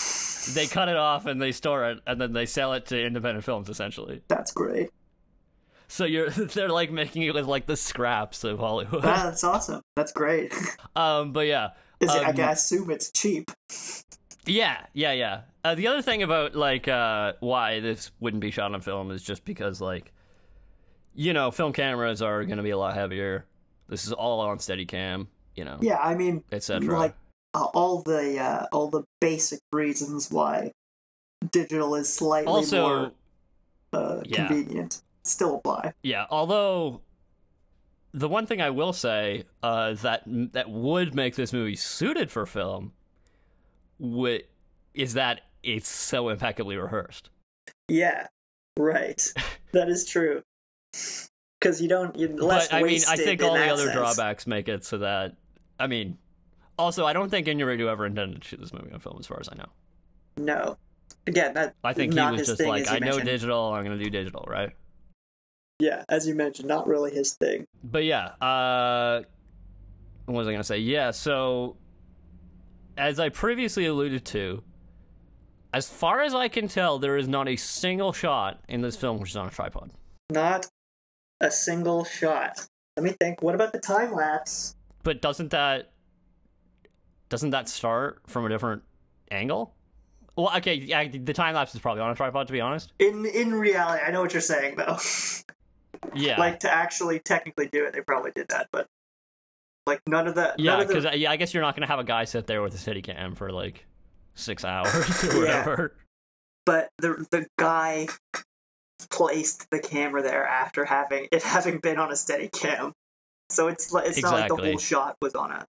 They cut it off and they store it, and then they sell it to independent films, essentially.
That's great.
So you're they're like making it with like the scraps of Hollywood.
Wow, that's awesome. That's great.
um, but yeah,
Is it, I
Um,
can assume it's cheap.
Yeah, yeah, yeah. Uh, the other thing about like uh, why this wouldn't be shot on film is just because like, you know, film cameras are going to be a lot heavier. This is all on Steadicam, you know,
Yeah, I mean,
etc.
Like- uh, all the uh, all the basic reasons why digital is slightly
Also,
more uh,
yeah.
convenient still apply.
yeah. Although, the one thing I will say uh, that that would make this movie suited for film, wi- is that it's so impeccably rehearsed.
Yeah, right. that is true. Because you don't you less
but I mean, I
wasted
think
in
all the
that
other
sense.
drawbacks make it so that I mean, also I don't think Inarritu ever intended to shoot this movie on film, as far as I know.
No, again, that
I think
not
he was
his
just
thing,
like,
as you
I know
mentioned.
digital, I'm going to do digital, right?
yeah, as you mentioned, not really his thing.
But yeah, uh, what was I going to say? Yeah, so as I previously alluded to, as far as I can tell, there is not a single shot in this film which is on a tripod.
Not a single shot. Let me think. What about the time lapse?
But doesn't that doesn't that start from a different angle? Well, okay, yeah, the time lapse is probably on a tripod to be honest.
In in reality, I know what you're saying though.
Yeah,
like to actually technically do it, they probably did that, but like none of the
yeah,
none of the-
because yeah, I guess you're not gonna have a guy sit there with a city cam for like six hours
Yeah.
or whatever.
but the the guy placed the camera there after having it having been on a steady cam. So it's like it's not like the
Exactly.
whole shot was on a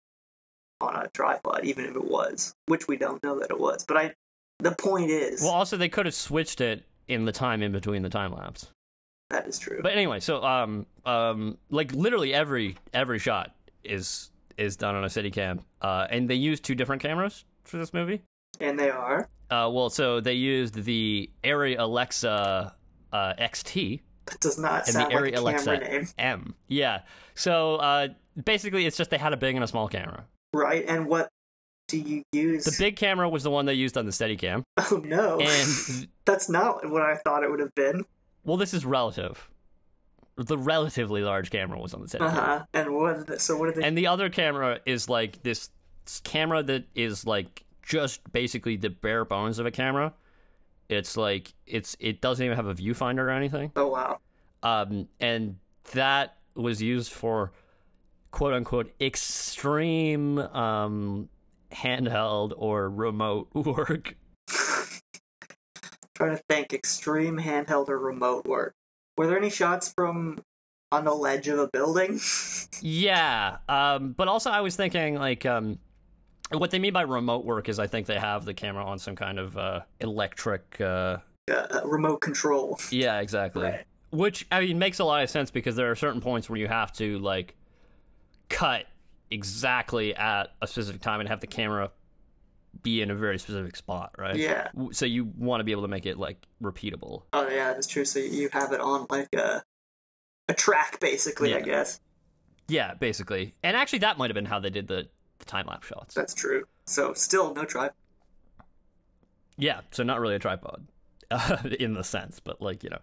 on a tripod, even if it was, which we don't know that it was. But I the point is
Well, also they could have switched it in the time in between the time lapse.
that is true.
But anyway, so um um like literally every every shot is is done on a city cam, uh, and they use two different cameras for this movie.
and they are.
Uh, well, so they used the Arri Alexa uh, XT
That does not
and
sound
the Arri
like a
Alexa
camera name.
M. Yeah. So uh, basically, it's just they had a big and a small camera.
Right? And what do you use?
The big camera was the one they used on the Steadicam,
oh no.
and
That's not what I thought it would have been.
well, this is relative. The relatively large camera was on the Steadicam,
Uh huh. And what? did they- So what did they?
and the other camera is like this s- camera that is like just basically the bare bones of a camera. It's like it's it doesn't even have a viewfinder or anything,
oh wow.
um, and that was used for quote unquote extreme um, handheld or remote work.
trying to think. Extreme handheld or remote work. Were there any shots from on the ledge of a building?
Yeah, um, but also I was thinking like um, what they mean by remote work is I think they have the camera on some kind of uh, electric. Uh,
Uh, uh, remote control.
yeah, exactly.
Right.
Which I mean makes a lot of sense because there are certain points where you have to like cut exactly at a specific time and have the camera be in a very specific spot, right?
Yeah.
W- So you want to be able to make it like repeatable.
Oh yeah, that's true. So you have it on like a a track, basically. I
Yeah.
guess
Yeah, basically. And actually, that might have been how they did the, the time lapse shots.
that's true. So still no tribe.
Yeah, so not really a tripod uh, in the sense, but like, you know.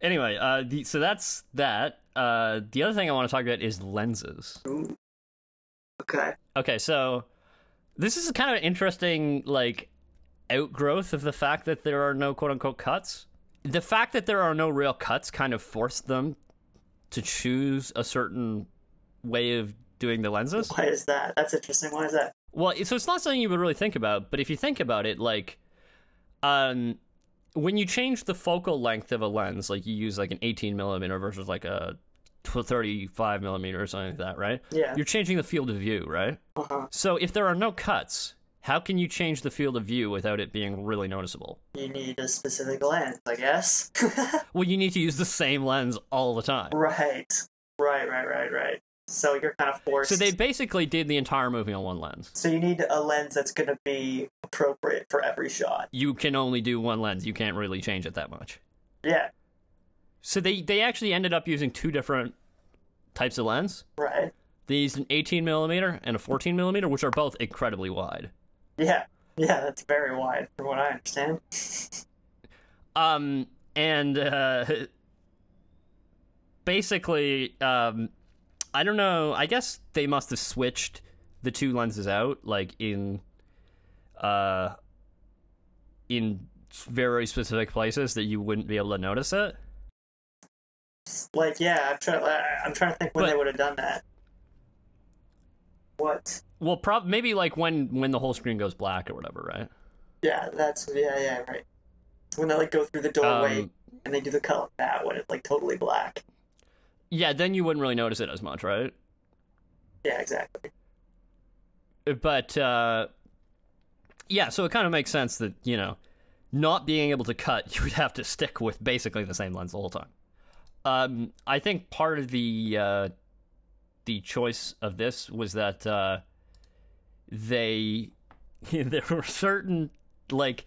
Anyway, uh, the, so that's that. Uh, the other thing I want to talk about is lenses.
Ooh. Okay.
Okay, so This is kind of an interesting like outgrowth of the fact that there are no quote unquote cuts. The fact that there are no real cuts kind of forced them to choose a certain way of doing the lenses.
Why is that? That's interesting. Why is that?
Well, so it's not something you would really think about, but if you think about it, like, um, when you change the focal length of a lens, like you use like an 18 millimeter versus like a tw- 35 millimeter or something like that, right?
Yeah.
You're changing the field of view, right?
Uh-huh.
So if there are no cuts, how can you change the field of view without it being really noticeable?
You need a specific lens, I guess.
Well, you need to use the same lens all the time.
right. Right, right, right, right. So you're kind of forced.
So they basically did the entire movie on one lens.
So you need a lens that's going to be appropriate for every shot.
You can only do one lens. You can't really change it that much.
Yeah.
So they they actually ended up using two different types of lens.
Right.
They used an 18 millimeter and a 14 millimeter, which are both incredibly wide.
Yeah. Yeah, that's very wide from what I understand.
Um, and uh, basically, um, I don't know. I guess they must have switched the two lenses out, like in, uh, in very specific places that you wouldn't be able to notice it.
Like, yeah, I'm trying. I'm trying to think when
But-
they would have done that. What?
Well, prob maybe like when when the whole screen goes black or whatever, right?
Yeah, that's yeah, yeah, right. When they like go through the doorway
Um,
and they do the color that when it's like totally black.
yeah, then you wouldn't really notice it as much, right?
Yeah, exactly.
but uh, yeah, so it kind of makes sense that you know, not being able to cut, you would have to stick with basically the same lens the whole time. Um, I think part of the uh, the choice of this was that uh, they there were certain like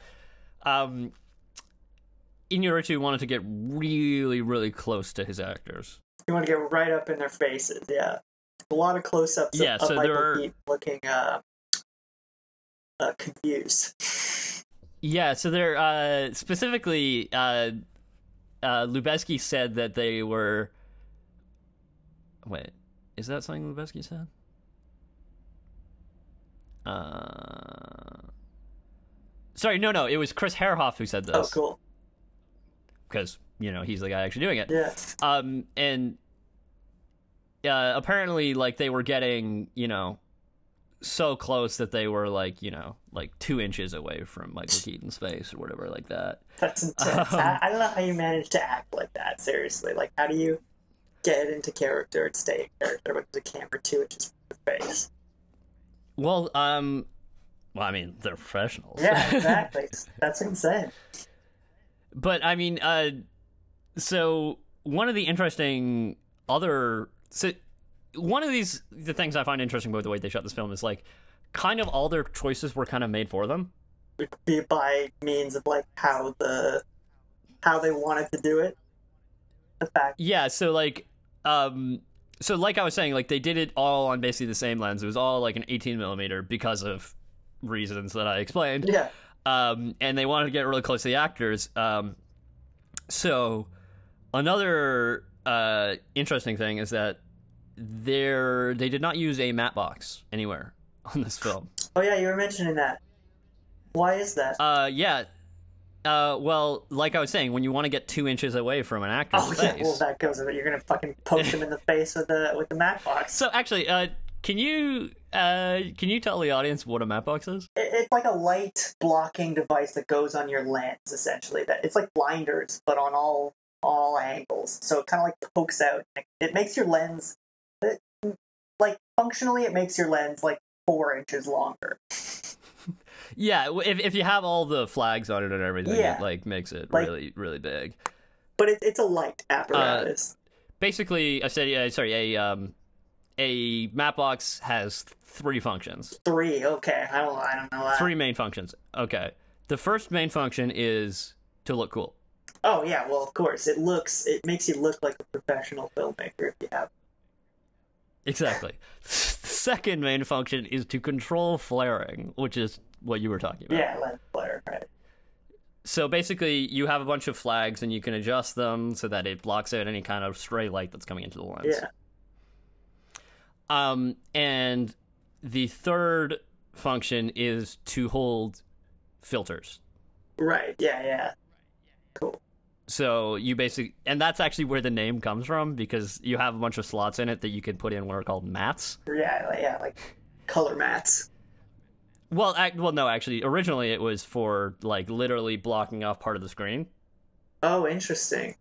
um, Inuitu wanted to get really really close to his actors.
You want to get right up in their faces. Yeah, a lot of close-ups.
Yeah,
of,
so
of
there
Michael
are-
Keaton looking uh, uh, confused.
Yeah, so they're uh, specifically uh, uh, Lubeski said that they were. Wait, is that something Lubeski said? Uh, sorry, no, no, it was Chris Herhoff who said this
Oh, cool.
because you know he's the guy actually doing it.
Yeah.
Um, and uh, apparently, like they were getting you know so close that they were like you know like two inches away from Michael Keaton's face or whatever like that.
That's intense. I, I don't know how you manage to act like that. Seriously, like how do you get into character and stay in character with the camera two inches from your face?
Well, um, well, I mean, they're professionals.
Yeah, exactly. That's insane.
but I mean, uh, so one of the interesting other so one of these the things I find interesting about the way they shot this film is like kind of all their choices were kind of made for them.
Be by means of like how the how they wanted to do it. The fact,
Yeah, so like um so like I was saying, like they did it all on basically the same lens. It was all like an eighteen millimeter because of reasons that I explained.
yeah,
um, and they wanted to get really close to the actors. Um, so another uh, interesting thing is that there they did not use a matte box anywhere on this film.
Oh yeah, you were mentioning that. Why is that?
Uh, yeah. Uh, well, like I was saying, when you want to get two inches away from an actor's
oh yeah,
face.
well that goes with it. You're gonna fucking poke them in the face with the with the mat box.
so actually, uh, can you uh, can you tell the audience what a matte box is?
It- it's like a light blocking device that goes on your lens essentially that it's like blinders but on all all angles so it kind of like pokes out it makes your lens it, like functionally it makes your lens like four inches longer
Yeah, w- if if you have all the flags on it and everything,
Yeah.
it like makes it
Like-
really really big.
but it, it's a light
Uh,
apparatus
basically I said uh, sorry a um a map box has three functions
three okay i don't i don't know that.
three main functions okay the first main function is to look cool
Oh yeah well of course it looks it makes you look like a professional filmmaker if you have
exactly the second main function is to control flaring which is what you were talking about
yeah lens flare right
so basically you have a bunch of flags and you can adjust them so that it blocks out any kind of stray light that's coming into the lens
yeah
Um, and the third function is to hold filters.
Right. Yeah. Yeah.
So you basically, and that's actually where the name comes from because you have a bunch of slots in it that you can put in what are called mats.
Yeah. Like, yeah. Like color mats.
Well, act, well, no, actually, originally it was for like literally blocking off part of the screen.
Oh, interesting.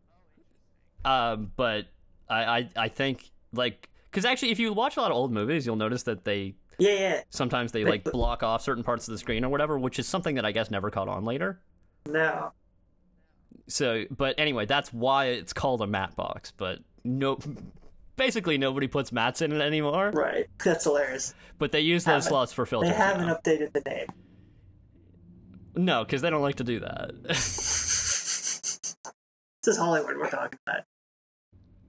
Um, but I, I, I think like because actually, if you watch a lot of old movies, you'll notice that they
Yeah. Yeah.
sometimes they like block off certain parts of the screen or whatever, which is something that I guess never caught on later.
No.
So, but anyway, that's why it's called a mat box. But no, basically nobody puts mats in it anymore.
Right. That's hilarious.
But they use those
Haven't-
slots for
They
filters.
haven't
now.
updated the name.
No, because they don't like to do that.
This is Hollywood we're talking about.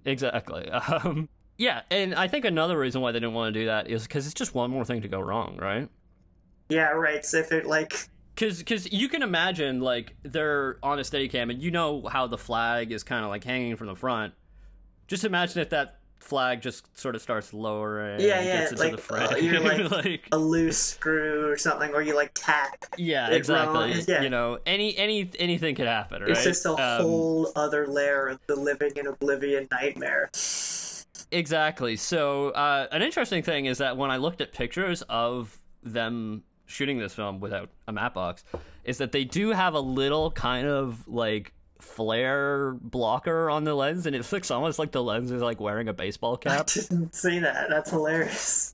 exactly. Um, yeah, and I think another reason why they didn't want to do that is because it's just one more thing to go wrong, right?
Yeah. Right. So if it like.
Cause, cause you can imagine like they're on a steady cam and you know how the flag is kind of like hanging from the front. Just imagine if that flag just sort of starts lower and
Yeah, yeah,
gets into
like,
the front.
uh, you're like-
Like-
a loose screw or something, or you like tap.
yeah,
It's
exactly.
wrong, yeah.
You know, any any anything could happen, right?
It's just a
Um,
whole other layer of the living in oblivion nightmare.
Exactly. So, uh, an interesting thing is that when I looked at pictures of them shooting this film without a map box, is that they do have a little kind of like flare blocker on the lens, and it looks almost like the lens is like wearing a baseball
I
cap.
didn't see that. That's hilarious.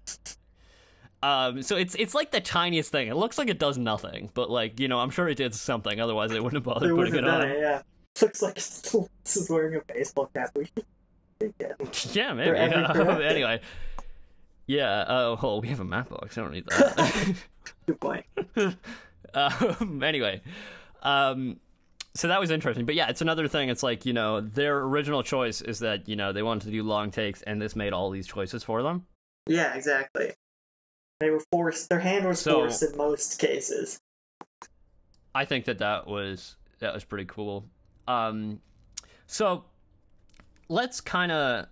um, so it's it's like the tiniest thing. It looks like it does nothing, but like you know, I'm sure it did something. Otherwise, they wouldn't have
They
bothered
wouldn't
putting
have
it
done
on.
it. Yeah, looks like it's- this is wearing a baseball cap. We should take it.
Yeah, maybe.
every
Yeah.
direction.
anyway. Yeah. Oh, oh, we have a map box. I don't need that.
Good point.
um, anyway, um, so that was interesting. But yeah, it's another thing. It's like you know their original choice is that you know they wanted to do long takes, and this made all these choices for them.
Yeah, exactly. They were forced. Their hand was
So-
forced in most cases.
I think that that was that was pretty cool. Um, so let's kind of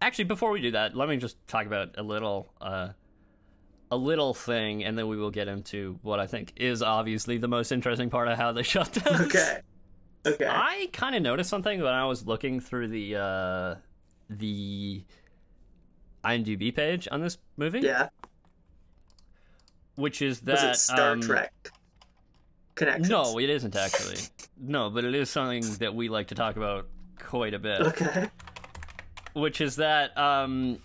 actually before we do that, let me just talk about a little uh, a little thing, and then we will get into what I think is obviously the most interesting part of how they shut down.
Okay. Okay.
I kind of noticed something when I was looking through the uh, the IMDb page on this movie,
yeah. which
which is
was
that
it Star
um,
Trek connection?
No, it isn't actually. No, but it is something that we like to talk about quite a bit,
Okay.
which is that um,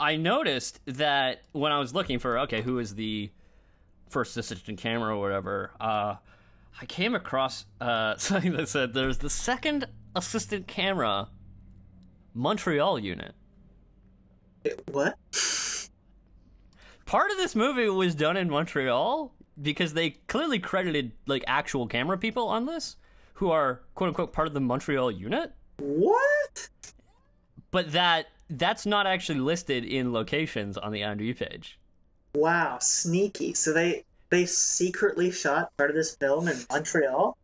I noticed that when I was looking for okay, who is the first assistant camera or whatever, uh, I came across uh, something that said there's the second assistant camera Montreal unit.
It- what?
part of this movie was done in Montreal because they clearly credited like actual camera people on this who are quote unquote part of the Montreal unit,
What?
but that that's not actually listed in locations on the IMDb page.
Wow, sneaky. So they they secretly shot part of this film in Montreal.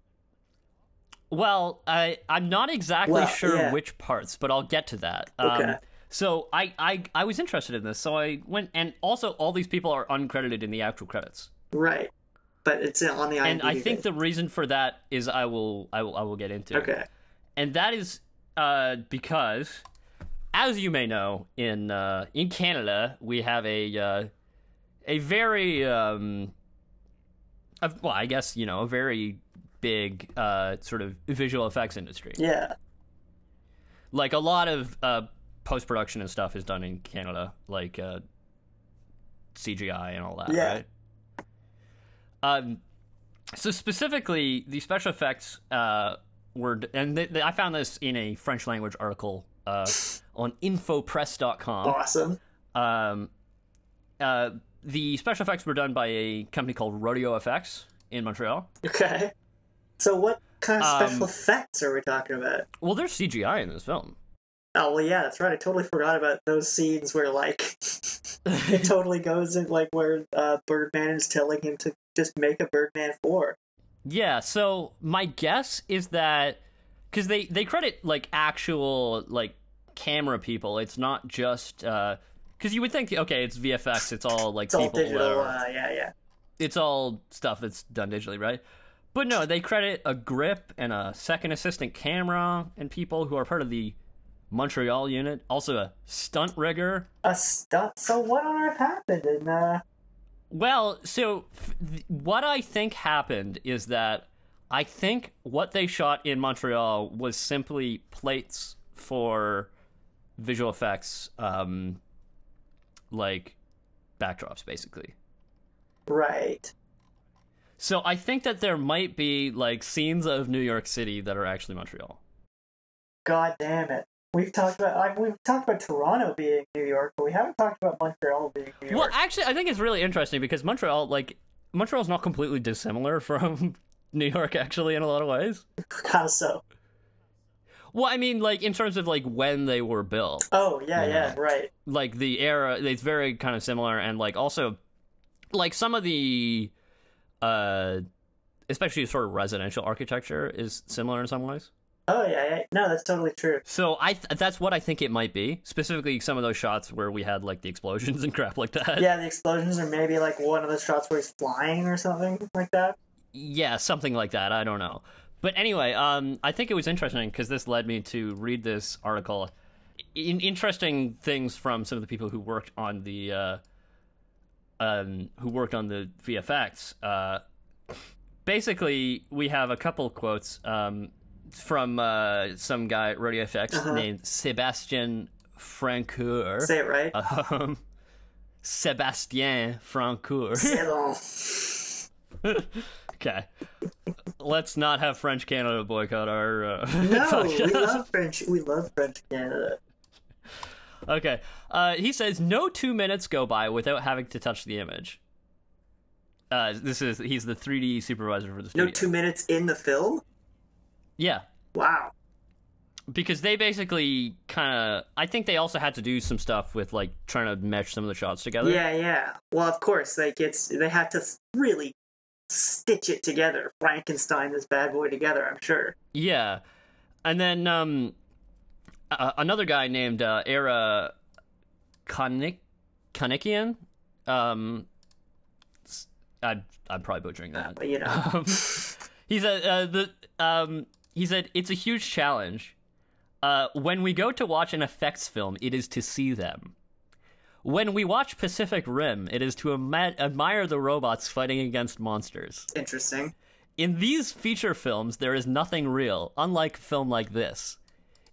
Well, I I'm not exactly
Well,
sure
yeah.
which parts, but I'll get to that. Um,
Okay.
so I, I I was interested in this, so I went and also all these people are uncredited in the actual credits.
Right. But it's on the IMDb.
And I think the reason for that is I will I will I will get into.
Okay.
and that is uh, because, as you may know, in uh, in Canada we have a uh, a very um, a, well, I guess you know a very big uh, sort of visual effects industry.
Yeah.
Like a lot of uh, post production and stuff is done in Canada, like uh, CGI and all that.
Yeah.
Right? Um, so specifically, the special effects uh, were, and th- th- I found this in a French language article uh, on infopress.com.
Awesome.
Um, uh, the special effects were done by a company called Rodeo Effects in Montreal.
Okay. So what kind of special
Um,
effects are we talking about?
Well, there's CGI in this film.
Oh well, yeah, that's right. I totally forgot about those scenes where like it totally goes in like where uh, Birdman is telling him to just make a Birdman four.
Yeah, so my guess is that because they they credit like actual like camera people. It's not just because you would think okay, it's VFX. It's all like
It's all
people. that
digital.
are-
Uh, yeah, yeah.
it's all stuff that's done digitally, right? But no, they credit a grip and a second assistant camera and people who are part of the Montreal unit. Also, a stunt rigger.
A stunt. So what on earth happened? And uh,
Well, so f- th- what I think happened is that I think what they shot in Montreal was simply plates for visual effects, um, like backdrops, basically.
right.
So I think that there might be like scenes of New York City that are actually Montreal.
God damn it. We've talked about like we've talked about Toronto being New York, but we haven't talked about Montreal being New
Well,
York.
actually, I think it's really interesting because Montreal, like Montreal's not completely dissimilar from New York, actually, in a lot of ways.
How so?
Well, I mean, like in terms of like when they were built,
Oh yeah,
Yeah.
yeah, right.
like the era, it's very kind of similar, and like also, like some of the, uh, especially sort of residential architecture is similar in some ways.
Oh yeah, yeah. No, that's totally true.
So I th- that's what I think it might be. Specifically, some of those shots where we had like the explosions and crap like that.
Yeah, the explosions are maybe like one of the shots where he's flying or something like that.
yeah something like that i don't know but anyway um i think it was interesting because this led me to read this article in- interesting things from some of the people who worked on the uh um who worked on the vfx uh basically we have a couple quotes um from uh some guy at rodeo fx
Uh-huh.
named sebastian francoeur
Say it right.
um sebastien francoeur
Say it all.
Okay. Let's not have French Canada boycott our uh,
No, we
podcast.
love French. We love French Canada.
Okay. Uh, he says, no two minutes go by without having to touch the image. Uh, this is he's the 3D supervisor for the
No
studio.
two minutes in the film.
yeah,
Wow.
because they basically kind of. I think they also had to do some stuff with like trying to mesh some of the shots together.
Yeah, yeah. Well, of course, like it's they had to really stitch it together, Frankenstein this bad boy together. I'm sure.
Yeah, and then um, uh, another guy named uh, Era Konik Konikian. Um, s- I'm I'm probably butchering that.
But you know,
Um, he said uh, the um, he said it's a huge challenge. Uh, when we go to watch an effects film, it is to see them. When we watch Pacific Rim, it is to ama- admire the robots fighting against monsters.
interesting.
In these feature films, there is nothing real, unlike a film like this.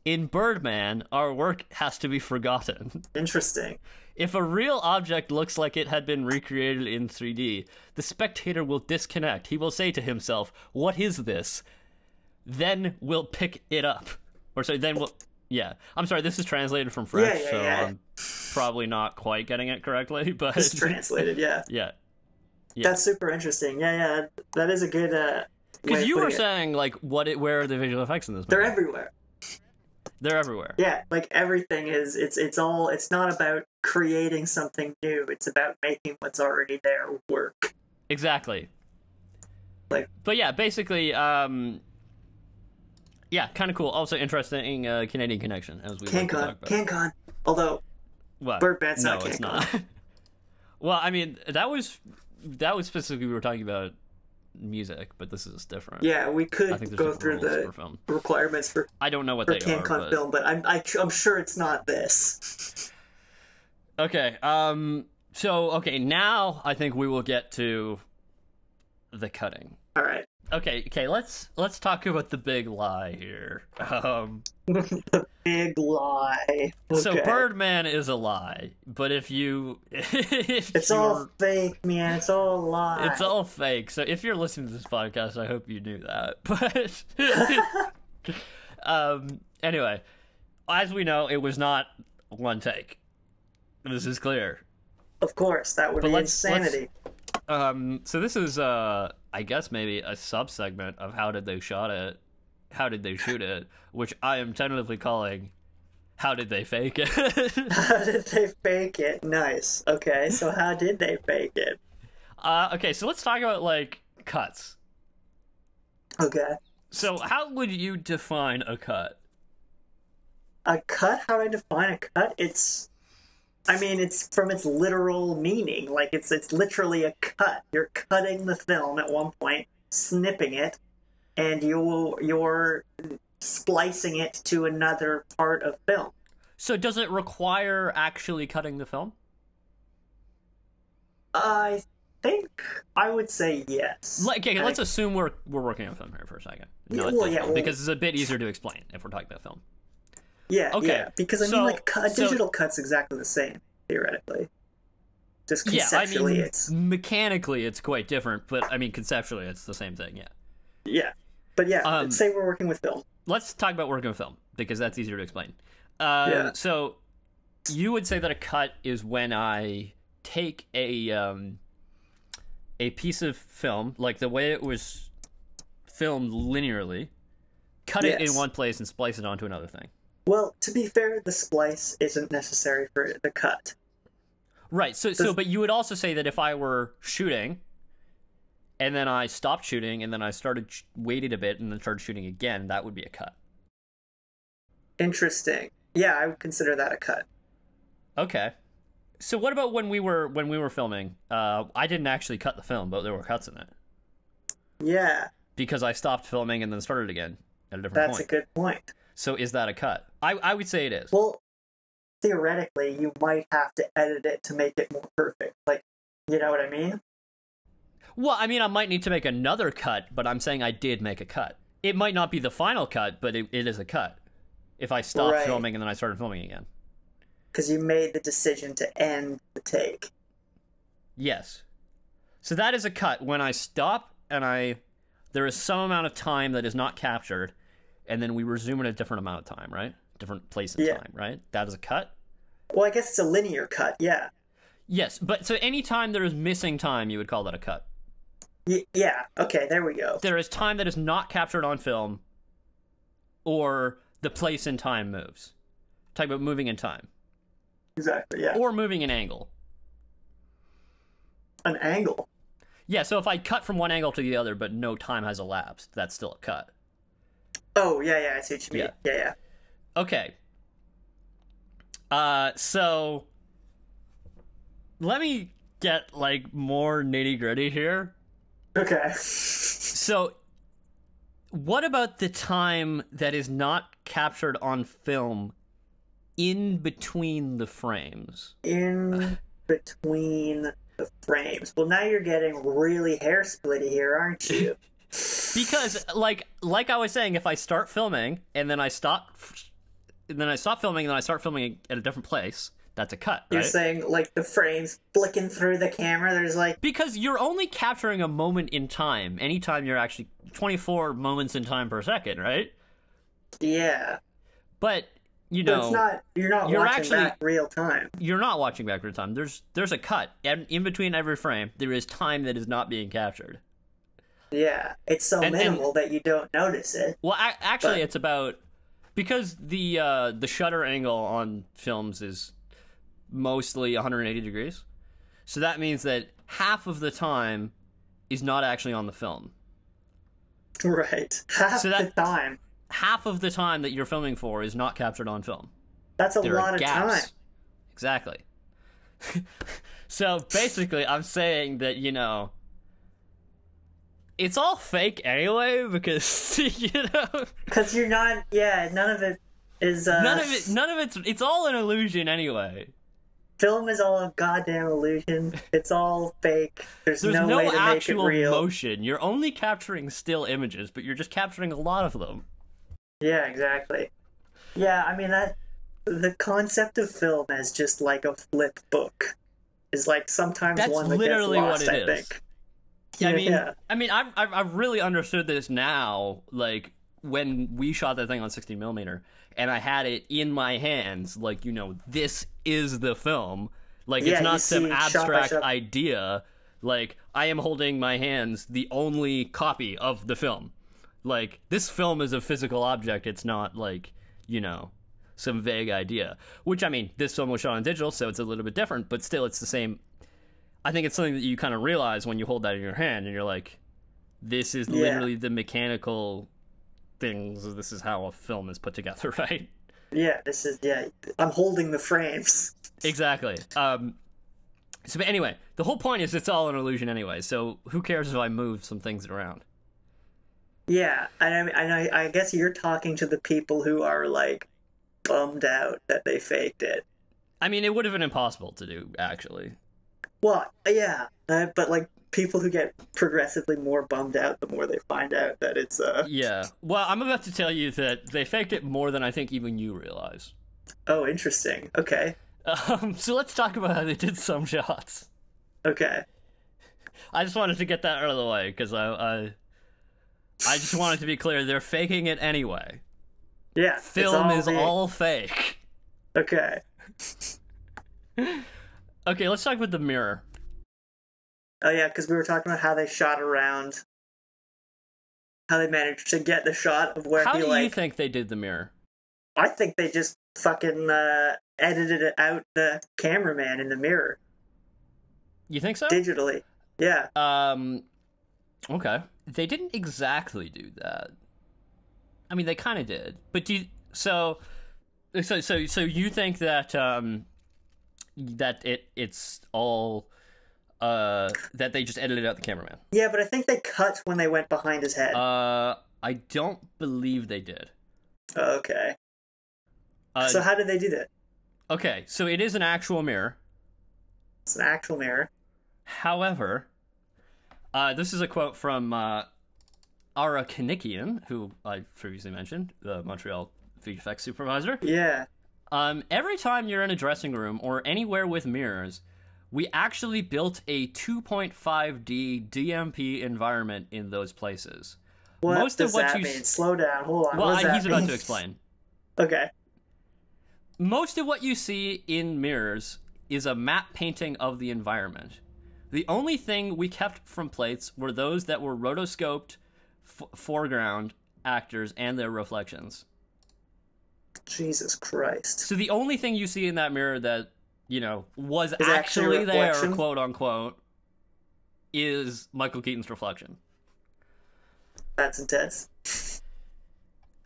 In Birdman, our work has to be forgotten.
Interesting.
If a real object looks like it had been recreated in 3D, the spectator will disconnect. He will say to himself, What is this? Then we'll pick it up. Or sorry, then we'll. Yeah. I'm sorry, this is translated from French,
yeah,
so
yeah.
I'm probably not quite getting it correctly, but.
It's translated. Yeah.
yeah.
That's super interesting. Yeah, yeah. That is a good. uh way
Because
of
you were
putting it.
saying, like, what it, where are the visual effects in this movie?
they're everywhere.
They're everywhere.
Yeah, like everything is. It's it's all. It's not about creating something new. It's about making what's already there work.
Exactly.
Like-
but yeah, basically, um, yeah, kind of cool. Also interesting uh, Canadian connection as we like to
CanCon,
talk about.
CanCon. Although
What?
Birdman's
no,
not
it's
CanCon.
not. well, I mean, that was that was specifically we were talking about music, but this is different.
Yeah, we
I think
could
there's
go
different
through
rules
the
for film.
requirements for,
I don't know what
for
they are.
CanCon
but-
film, but I'm I, I'm sure it's not this.
Okay. Um. So okay, now I think we will get to the cutting.
All right,
Okay. Okay. Let's let's talk about the big lie here. Um.
the big lie.
So
Okay.
Birdman is a lie, but if you, if
It's
you're-
all fake, man. It's all a lie.
it's all fake. So if you're listening to this podcast, I hope you knew that. But um, anyway, as we know, it was not one take. This is clear.
Of course, that would
But
be
let's- let's-
insanity.
Um, so this is uh, I guess maybe a sub segment of how did they shot it, how did they shoot it, which I am tentatively calling, how did they fake it.
How did they fake it? Nice. Okay, so how did they fake it?
Uh, okay, so let's talk about like cuts.
Okay.
So how would you define a cut?
A cut? How do I define a cut? It's I mean, it's from its literal meaning. Like it's it's literally a cut. You're cutting the film at one point, snipping it, and you you're splicing it to another part of film.
So does it require actually cutting the film?
I think I would say yes.
Like, okay,
I-
let's assume we're we're working on film here for a second.
Uh, Yeah,
it's
well,
not,
yeah, well-
because it's a bit easier to explain if we're talking about film.
yeah,
okay,
yeah. Because I
so-
mean, like, cu- a
so-
digital cut's exactly the same theoretically. Just
Yeah, I
conceptually,
mean,
it's
mechanically it's quite different, but I mean conceptually it's the same thing. Yeah.
yeah. But yeah,
Um,
say we're working with film.
Let's talk about working with film because that's easier to explain. Uh,
Yeah.
So you would say that a cut is when I take a um, a piece of film, like the way it was filmed linearly, cut it in
Yes.
one place and splice it onto another thing.
Well, to be fair, the splice isn't necessary for the cut.
Right. So, so,
Does-
but you would also say that if I were shooting, and then I stopped shooting, and then I started sh- waited a bit, and then started shooting again, that would be a cut.
Interesting. Yeah, I would consider that a cut.
Okay. So, what about when we were when we were filming? Uh, I didn't actually cut the film, but there were cuts in it
Yeah,
because I stopped filming and then started again at a different
that's
point.
a good point.
so, is that a cut? I I would say it is.
Well, theoretically, you might have to edit it to make it more perfect. Like, you know what I mean?
Well, I mean, I might need to make another cut, but I'm saying I did make a cut. It might not be the final cut, but it, it is a cut. If I stopped
Right.
filming and then I started filming again,
Because you made the decision to end the take.
Yes. So that is a cut when I stop and I there is some amount of time that is not captured and then we resume in a different amount of time, right? Different place in
Yeah.
time, right? That is a cut.
Well, I guess it's a linear cut. Yeah,
Yes, but so any time there is missing time, you would call that a cut.
y- yeah. Okay, there we go.
There is time that is not captured on film or the place in time moves. Talking about moving in time
Exactly. Yeah.
or moving in angle.
An angle.
Yeah, so if I cut from one angle to the other but no time has elapsed, that's still a cut.
Oh yeah, yeah. I see what you mean.
Yeah.
yeah. yeah.
Okay. Uh, so let me get like more nitty gritty here.
Okay.
So, what about the time that is not captured on film in between the frames?
in between the frames. Well, now you're getting really hair splitty here, aren't you?
Because, like, like I was saying, if I start filming and then I stop, and then I stop filming and then I start filming at a different place, that's a cut,
You're
right?
saying like the frames flicking through the camera. There's like
Because you're only capturing a moment in time anytime you're actually 24 moments in time per second, right?
yeah,
But you
but
know,
it's not. You're not
You're
watching
actually-
that real time.
you're not watching backward in time. There's there's a cut, and in between every frame, there is time that is not being captured.
Yeah, it's so
And- and-
minimal that you don't notice it.
Well, a- actually,
But-
it's about because the uh, the shutter angle on films is mostly 180 degrees, so that means that half of the time is not actually on the film.
Right, half
So that-
the time.
Half of the time that you're filming for is not captured on film.
That's a
there
lot
are
of
gaps.
time.
Exactly. so basically, I'm saying that you know, it's all fake anyway because you know
Because you're not. Yeah, none of it is. Uh,
none of it, none of it's, it's all an illusion anyway.
Film is all a goddamn illusion. It's all fake. There's,
There's
no,
no,
way to make it
actual
real.
motion. You're only capturing still images, but you're just capturing a lot of them.
Yeah, exactly. Yeah, I mean that the concept of film as just like a flip book is like sometimes
That's
one that
literally
gets
what
lost,
it
I
is.
think.
I
Yeah,
mean,
yeah.
I mean, I've, I've I've really understood this now. Like when we shot that thing on 16 millimeter, and I had it in my hands, like you know, this is the film. Like
Yeah,
it's
you
not
see
some
it shot by
abstract
shot.
idea. Like I am holding in my hands the only copy of the film. Like this film is a physical object. It's not like you know some vague idea. Which I mean, this film was shot on digital, so it's a little bit different, but still, it's the same I think it's something that you kind of realize when you hold that in your hand and you're like, this is
Yeah.
literally the mechanical things. This is how a film is put together, right?
Yeah, this is yeah. I'm holding the frames.
Exactly. Um, so, but anyway, the whole point is it's all an illusion anyway. So who cares if I move some things around?
Yeah, and I, mean, and I, I guess you're talking to the people who are like bummed out that they faked it.
I mean, it would have been impossible to do actually.
Well, yeah, uh, but like people who get progressively more bummed out the more they find out that it's uh
Yeah. Well, I'm about to tell you that they faked it more than I think even you realize.
oh interesting. Okay,
Um, so let's talk about how they did some shots.
okay,
I just wanted to get that out of the way because I, I, I just wanted to be clear. They're faking it anyway.
yeah. it's
Film is
the-
all fake.
okay.
Okay, let's talk about the mirror.
Oh yeah, because we were talking about how they shot around, how they managed to get the shot of where
How
he
do
like.
you think they did the mirror?
I think they just fucking uh, edited it out the cameraman in the mirror
You think so?
digitally. Yeah,
Um, okay. They didn't exactly do that. I mean, they kind of did, but do you, so. So, so, so you think that um, that it it's all uh that they just edited out the cameraman?
yeah, but I think they cut when they went behind his head.
Uh, I don't believe they did.
Oh, okay,
Uh,
so how did they do that?
okay, so it is an actual mirror.
It's an actual mirror.
However, uh, this is a quote from uh, Ara Kanikian, who I previously mentioned, the Montreal VFX supervisor.
Yeah.
Um, every time you're in a dressing room or anywhere with mirrors, we actually built a 2.5D DMP environment in those places.
What
Most of
does
what
that
you s-
mean? Slow down. Hold on.
Well,
what does
I,
that
he's about
mean?
to explain.
Okay.
Most of what you see in mirrors is a map painting of the environment. The only thing we kept from plates were those that were rotoscoped f- foreground actors and their reflections.
Jesus Christ.
So the only thing you see in that mirror that, you know, was
Is actually a
actually there,
reflection?
quote unquote, is Michael Keaton's reflection.
That's intense.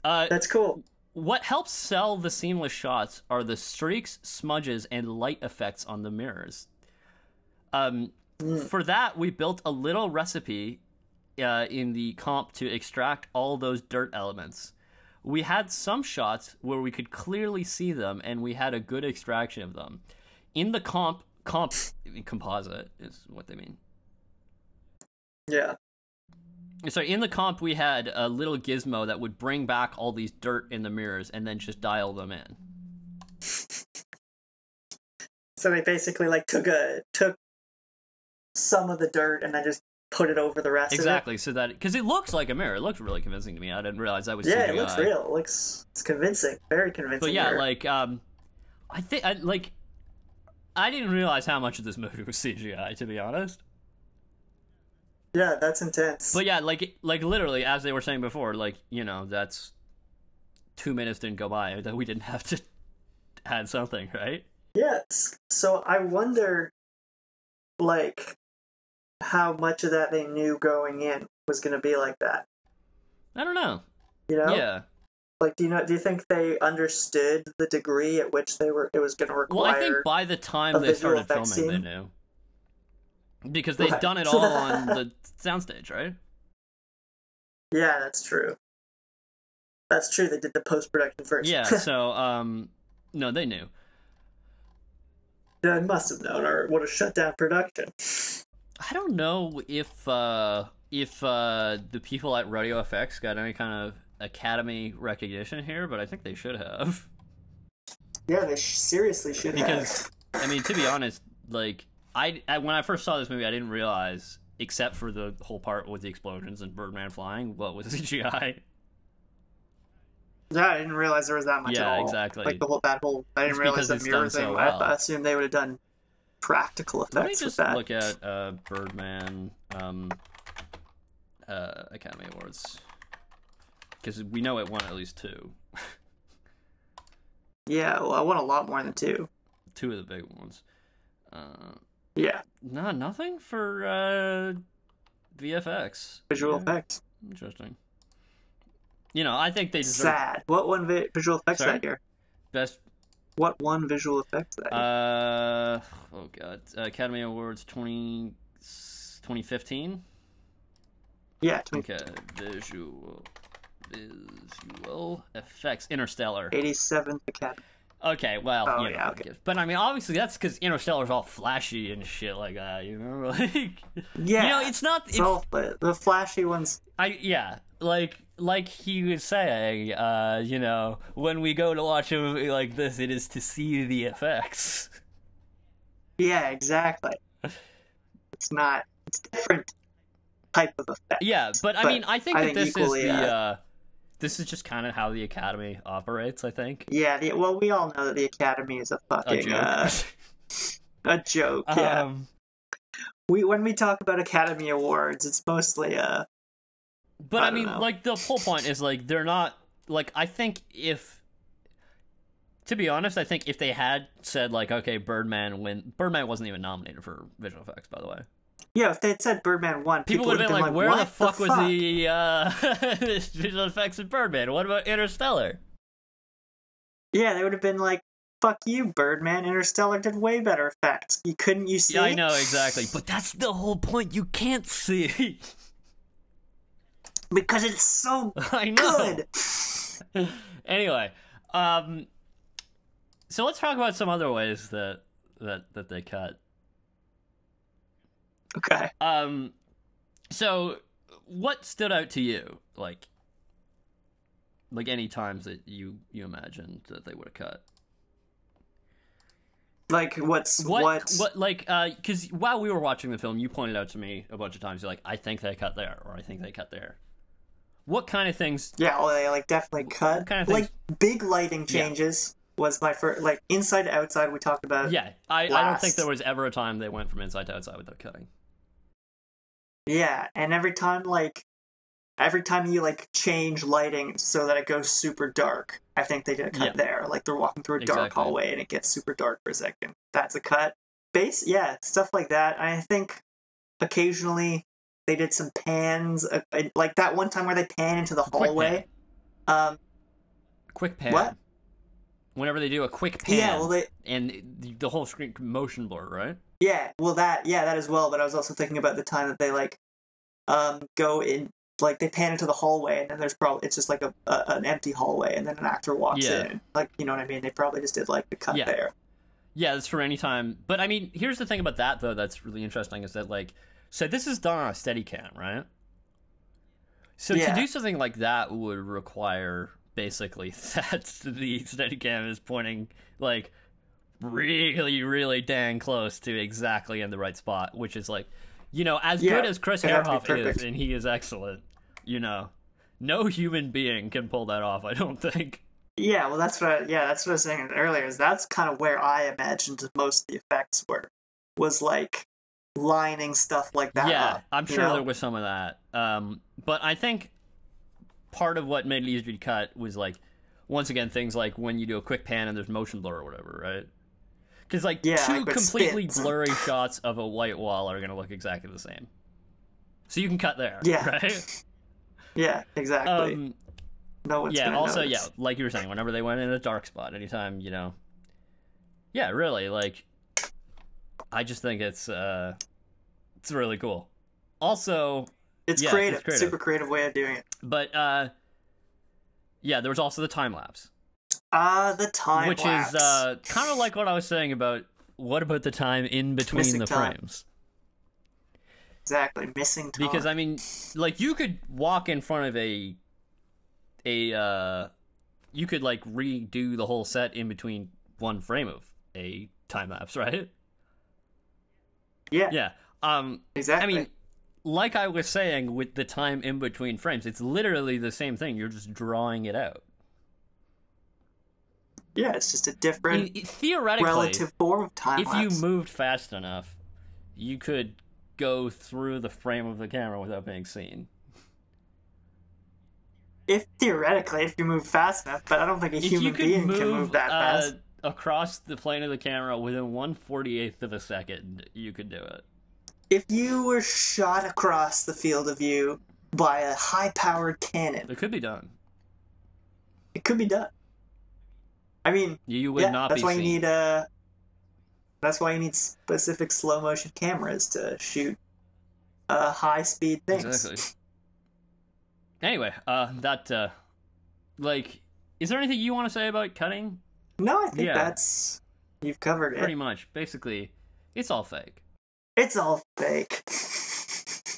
Uh,
That's cool.
What helps sell the seamless shots are the streaks, smudges, and light effects on the mirrors. Um, For that, we built a little recipe uh, in the comp to extract all those dirt elements. We had some shots where we could clearly see them, and we had a good extraction of them. In the comp, comp composite is what they mean.
Yeah.
So in the comp, we had a little gizmo that would bring back all these dirt in the mirrors and then just dial them in.
So they basically like took a took some of the dirt and then just put it over the rest
Exactly, so that because it looks like a mirror, it looked really convincing to me. I didn't realize I was.
of it. Yeah, it
CGI.
looks real. It looks it's convincing. Very convincing.
But yeah,
mirror.
like um, I think I, like I didn't realize how much of this movie was CGI to be honest.
Yeah, that's intense.
But yeah, like like literally as they were saying before, like you know that's two minutes didn't go by that we didn't have to add something, right?
Yes. So I wonder, like, how much of that they knew going in was going to be like that.
I don't know.
You know,
Yeah.
like, do you know? Do you think they understood the degree at which they were it was going to require?
Well, I think by the time
a
they
visual
started filming,
effects
they
scene.
knew because they'd
Right.
done it all on the soundstage, right?
yeah, that's true. That's true. They did the post production first.
Yeah. So um, no, they knew.
they must have known, or it would have shut down production.
I don't know if uh, if uh, the people at Radio FX got any kind of Academy recognition here, but I think they should have
Yeah, they sh- seriously should have.
because I mean, to be honest, like I, I when I first saw this movie, I didn't realize except for the whole part with the explosions and Birdman flying, what was CGI.
Yeah, I didn't realize there was that much.
Yeah,
at all.
exactly.
Like the whole that whole. I didn't
It's because
realize the
it's
mirror
done so
thing.
well.
I, I assumed they would have done practical
Let me
effects with
just
that.
look at uh, Birdman um, uh, Academy Awards because we know it won at least two,
Yeah, well, I want a lot more than two.
two of the big ones. Uh,
Yeah,
No, nothing for uh, VFX.
visual
Yeah,
effects.
Interesting. You know, I think they deserve
Sad. What one vi- visual effects
Sorry?
that year?
best
What one visual effect? Did I do?
Uh, oh god, Academy Awards 20, 2015?
yeah, 20,
Okay, visual, visual effects, Interstellar.
87th Academy.
Okay, well,
Oh,
you know,
yeah, okay.
but I mean, obviously that's because Interstellar's all flashy and shit like that, you know, like you
Yeah,
know, it's not, it's,
it's all the, the flashy ones.
I yeah, like like he was saying, uh, you know, when we go to watch a movie like this, it is to see the effects.
Yeah, exactly. It's not. It's different type of effect.
Yeah, but I
But
mean, I think
I
that
think
this
equally,
is the
uh,
uh, this is just kind of how the Academy operates. I think
Yeah. The, well, we all know that the Academy is a
a
fucking
joke.
uh, a joke. Yeah.
um,
we when we talk about Academy Awards, it's mostly uh
but
I
I,
don't
mean,
know.
like the whole point is like they're not like I think if to be honest, I think if they had said like okay, Birdman win, Birdman wasn't even nominated for visual effects, by the way.
yeah. If they would said Birdman won,
People would have been like, "Where
what
the fuck was the uh, visual effects in Birdman? What about Interstellar?"
Yeah, they would have been like, "Fuck you, Birdman. Interstellar did way better effects. You couldn't you see?
Yeah, I know exactly, but that's the whole point. You can't see.
because it's so
I know.
good.
anyway, um, so let's talk about some other ways that that that they cut.
okay,
Um, so what stood out to you, like, like any times that you you imagined that they would have cut?
like what's
What
what?
what, like uh, because while we were watching the film, you pointed out to me a bunch of times. You're like, I think they cut there, or I think they cut there. What kind of things?
Yeah, well, they like definitely cut
kind of
like big lighting changes was my first like inside to outside. We talked about
Yeah, I, I don't think
Uh, Last.
there was ever a time they went from inside to outside without cutting.
Yeah, and every time like every time you like change lighting so that it goes super dark, I think they did a cut
Yeah.
there. Like they're walking through a dark
Exactly.
hallway and it gets super dark for a second. That's a cut. Base, yeah, stuff like that. And I think occasionally they did some pans, uh, uh, like that one time where they pan into the
pan.
hallway. Um,
Quick pan.
What?
Whenever they do a quick pan,
yeah, well they
and the- the whole screen motion blur, right?
Yeah, well that yeah, that as well, but I was also thinking about the time that they like um go in like they pan into the hallway and then there's probably it's just like a, a an empty hallway and then an actor walks
Yeah.
in. Like, you know what I mean? They probably just did like the cut
Yeah.
there.
Yeah, that's for any time. But I mean, here's the thing about that though. That's really interesting is that like, so this is done on a Steadicam, right? So
Yeah.
to do something like that would require basically that the Steadicam is pointing like really, really dang close to exactly in the right spot, which is like, you know, as
Yeah,
good as Chris
it'd have to be
Herhoff is,
perfect.
and he is excellent. You know, no human being can pull that off. I don't think.
Yeah, well that's what I, yeah, that's what I was saying earlier, is that's kind of where I imagined most of the effects were. Was like lining stuff like that
yeah,
up.
I'm
you
sure
know?
there was some of that. Um, but I think part of what made it easier to cut was like, once again, things like when you do a quick pan and there's motion blur or whatever, right? Because like
Yeah,
two
like with
completely
spins and-
blurry shots of a white wall are gonna look exactly the same, so you can cut there.
Yeah.
Right.
Yeah, exactly.
Um,
no one's
yeah.
gonna
Also,
notice.
yeah, like you were saying, whenever they went in a dark spot, anytime you know. Yeah, really. Like, I just think it's uh, it's really cool. Also,
It's,
yeah, it's
creative,
creative.
super creative way of doing it.
But uh yeah, there was also the time lapse,
Ah, the time
which is
lapse.
uh kind of like what I was saying about what about the time in between
Missing
the
time.
frames?
exactly missing time.
Because I mean, like you could walk in front of a a uh you could like redo the whole set in between one frame of a time lapse, right?
yeah,
Yeah. Um I
exactly.
mean, like I was saying with the time in between frames, it's literally the same thing. You're just drawing it out.
yeah, it's just a
I
different
mean, theoretically,
relative form of time
if
lapse.
you moved fast enough, you could go through the frame of the camera without being seen.
if theoretically, if you move fast enough, but I don't think a
If you
human
could
being
move,
can move that
uh,
fast.
across the plane of the camera within one forty eighth of a second, you could do it.
If you were shot across the field of view by a high-powered cannon,
It could be done.
it could be done. I mean,
You, you would
yeah,
not
that's
be
why
seen.
you need uh, that's why you need specific slow motion cameras to shoot uh, high speed things.
Exactly. Anyway, uh, that uh, like, is there anything you want to say about cutting?
No, I think
Yeah.
that's you've covered
Pretty
it.
much, basically, it's all fake.
It's all fake.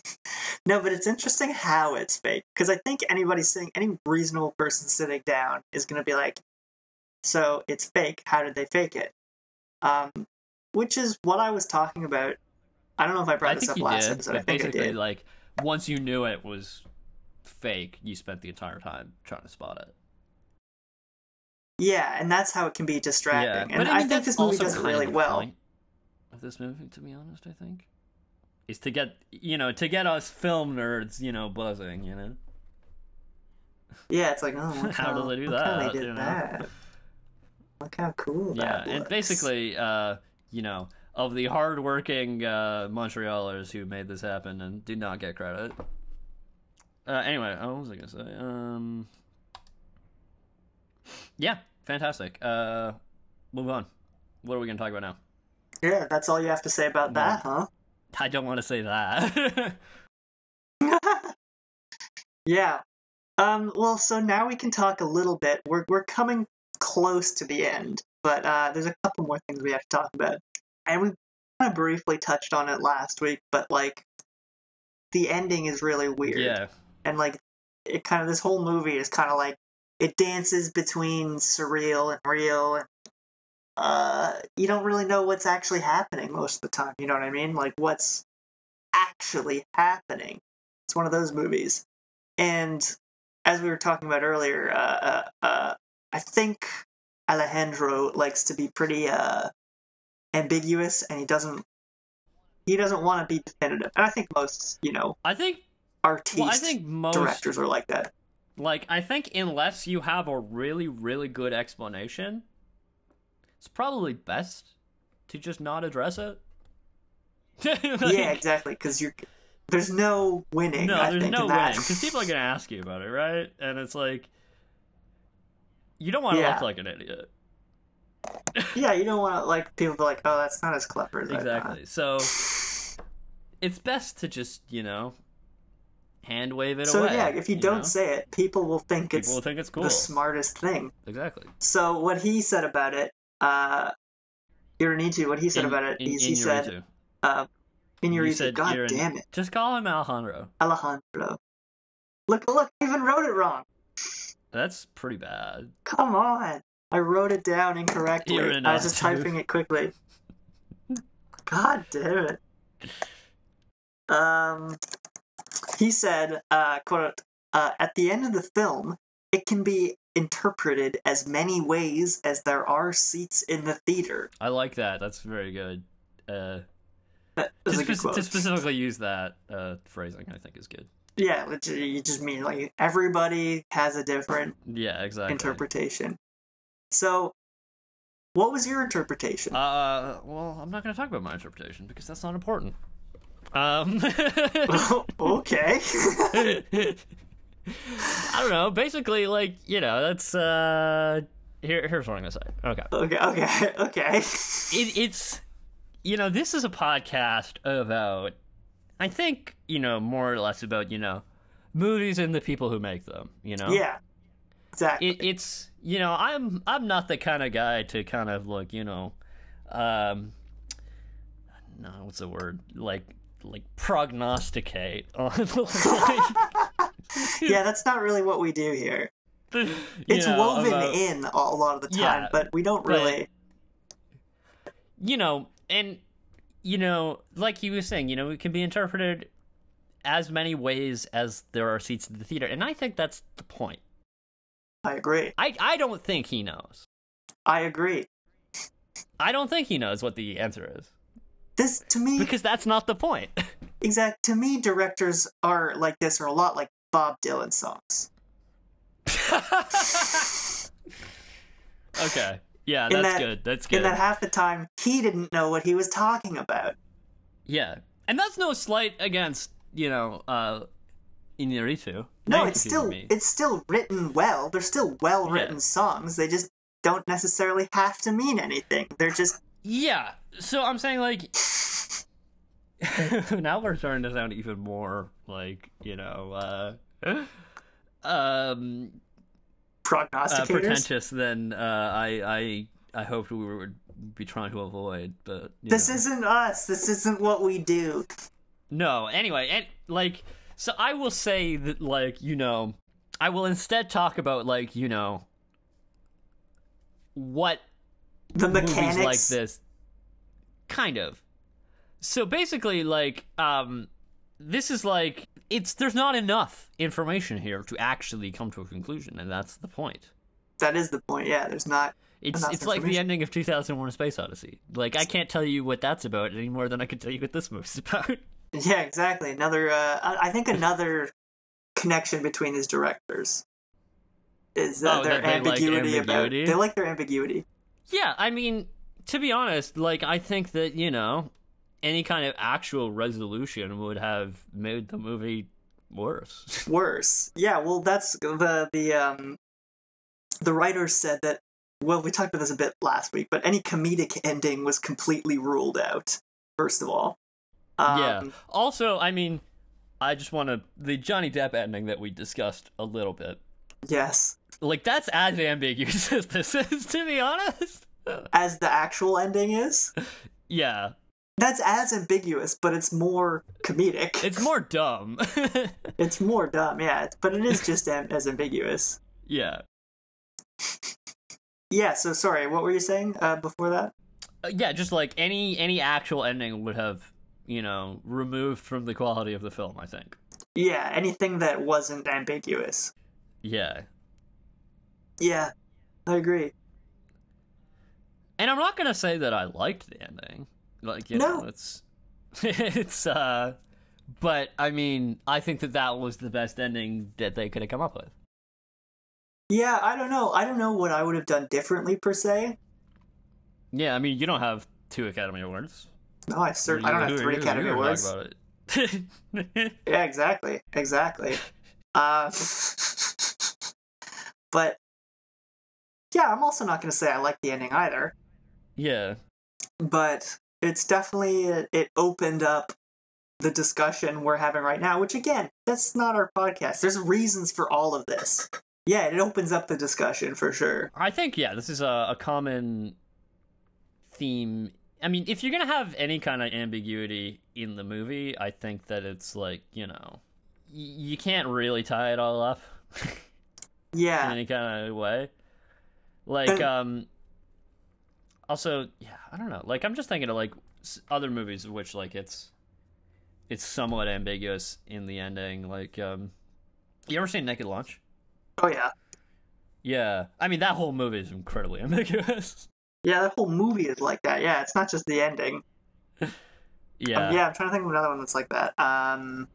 no, but it's interesting how it's fake because I think anybody sitting, any reasonable person sitting down is going to be like, "So it's fake. How did they fake it?" Um, which is what I was talking about. I don't know if I brought
I
this
think
up
you
last
did,
episode.
but
I think I
basically,
did.
like, once you knew it was fake, you spent the entire time trying to spot it.
Yeah, and that's how it can be distracting. and I, think
that's
this movie
also
does it
kind
really
of the
well.
point Of this movie, to be honest, I think is to get you know to get us film nerds you know buzzing you know.
Yeah, it's like, oh, look
How do they do
look How
that,
they did
you know?
that. Look how cool
yeah
that
and
looks.
basically uh you know of the hardworking uh montrealers who made this happen and do not get credit uh anyway oh, what was i gonna say um yeah fantastic uh move on what are we gonna talk about now
Yeah, that's all you have to say about that, huh?
i don't want to say that
yeah. Um, well, so now we can talk a little bit. We're we're coming close to the end, but uh, there's a couple more things we have to talk about, and we kind of briefly touched on it last week. But like, the ending is really weird,
yeah
and like, it kind of this whole movie is kind of like it dances between surreal and real, and uh, you don't really know what's actually happening most of the time. You know what I mean? Like, what's actually happening? It's one of those movies. And as we were talking about earlier, uh, uh, uh, I think Alejandro likes to be pretty uh, ambiguous, and he doesn't he doesn't want to be definitive. And I think most you know
i think
artists,
well i think most
directors are like that.
Like, I think unless you have a really, really good explanation, it's probably best to just not address it.
yeah, exactly. Because you're there's no winning.
No,
I
there's
think,
no
in
way.
that.
Because people are going to ask you about it, right? And it's like, you don't want to
Yeah.
look like an idiot.
yeah, you don't want to like people be like, oh, that's not as clever as I thought."
Exactly. So, it's best to just, you know, hand wave it
So
away.
yeah, if you, don't
know?
say it, people will think
people
it's
will think it's cool.
the smartest thing.
exactly.
So what he said about it, uh, Irinitu, what he said
In-
about it
in-
is
in your
he said,
two.
uh,
You
Inuritu,
said
God
you're in-
damn it,
Just call him Alejandro.
Alejandro. Look, look, I even wrote it wrong.
That's pretty bad.
Come on. I wrote it down incorrectly. I was just
Irinitu.
typing it quickly. God damn it. Um, he said, uh, quote, uh, at the end of the film, it can be interpreted as many ways as there are seats in the theater.
I like that. That's very good. Uh,
That
to,
was a good
spec-
quote.
to specifically use that uh, phrasing, I think is good.
Yeah, which you just mean like everybody has a different
Yeah, exactly.
interpretation. So, what was your interpretation?
Uh, well, I'm not going to talk about my interpretation because that's not important. Um,
okay.
I don't know. Basically, like you know, that's uh, here. Here's what I'm going to say. Okay.
okay, okay, okay.
it, it's you know this is a podcast about i think you know more or less about you know movies and the people who make them you know
Yeah, exactly.
it, it's you know i'm i'm not the kind of guy to kind of like you know um no what's the word like like prognosticate on like,
yeah, that's not really what we do here.
you
It's
know,
woven
about-
in a a lot of the time,
Yeah,
but we don't
but-
really.
you know, and you know, like you were saying, you know, it can be interpreted as many ways as there are seats in the theater, and I think that's the point.
I agree.
I I don't think he knows.
I agree.
I don't think he knows what the answer is
This to me,
because that's not the point.
exact to me, directors are like this are a lot like Bob Dylan songs.
okay. Yeah,
In
that's
that-
good. That's
In
good.
that half the time, he didn't know what he was talking about.
yeah. And that's no slight against, you know, uh Inarritu. Now
No,
you're
it's
confusing
still
me.
it's still written well. They're still well written
Yeah.
songs. They just don't necessarily have to mean anything. They're
Uh,
just
Yeah. So I'm saying like now we're starting to sound even more like, you know, uh um uh,
prognosticators.
pretentious than uh, I I I hoped we would be trying to avoid, but you
This
know.
isn't us. This isn't what we do.
no. Anyway, and like so, I will say that like you know, I will instead talk about like you know what
The mechanics.
movies like this kind of so basically like um this is like it's there's not enough information here to actually come to a conclusion and that's the point
That is the point. Yeah, there's not.
It's
Enough
it's like the
information.
ending of 2001: A Space Odyssey. Like I can't tell you what that's about any more than I can tell you what this movie's about.
Yeah, exactly. Another. Uh, I I think another connection between these directors is uh,
Oh,
their
that they like
ambiguity,
ambiguity?
about. They like their ambiguity.
yeah, I mean, to be honest, like I think that you know, any kind of actual resolution would have made the movie worse.
Worse. Yeah. Well, that's the the um the writer said that. Well, we talked about this a bit last week, but any comedic ending was completely ruled out. First of all. Um,
yeah. Also, I mean, I just want to the Johnny Depp ending that we discussed a little bit.
Yes.
Like that's as ambiguous as this is, to be honest.
As the actual ending is.
Yeah,
That's as ambiguous, but it's more comedic.
it's more dumb.
It's more dumb, yeah, but it is just am- as ambiguous.
yeah.
Yeah, so sorry, what were you saying uh, before that?
Uh, yeah, just like any any actual ending would have, you know, removed from the quality of the film, I think.
Yeah, anything that wasn't ambiguous.
Yeah.
Yeah, I agree.
And I'm not going to say that I liked the ending. Like, you
No.
know, it's it's uh but I mean, I think that that was the best ending that they could have come up with.
Yeah, I don't know. I don't know what I would have done differently per se.
Yeah, I mean, you don't have two Academy Awards.
No, I certainly I
You-
don't have
who-
three
who-
Academy
who are
Awards.
talking about it?
Yeah, exactly, exactly. Uh, but yeah, I'm also not going to say I like the ending either.
yeah.
but it's definitely it opened up the discussion we're having right now which again that's not our podcast there's reasons for all of this yeah it opens up the discussion for sure
I think yeah, this is a, a common theme. I mean, if you're gonna have any kind of ambiguity in the movie, I think that it's like you know, y- you can't really tie it all up in
yeah
any kind of way. Like,
And-
um, also, yeah, I don't know. Like, I'm just thinking of like s- other movies in which like it's it's somewhat ambiguous in the ending. Like, um, you ever seen Naked Lunch?
oh yeah
Yeah, I mean that whole movie is incredibly ambiguous.
yeah that whole movie is like that yeah it's not just the ending Um,
Yeah.
i'm trying to think of another one that's like that um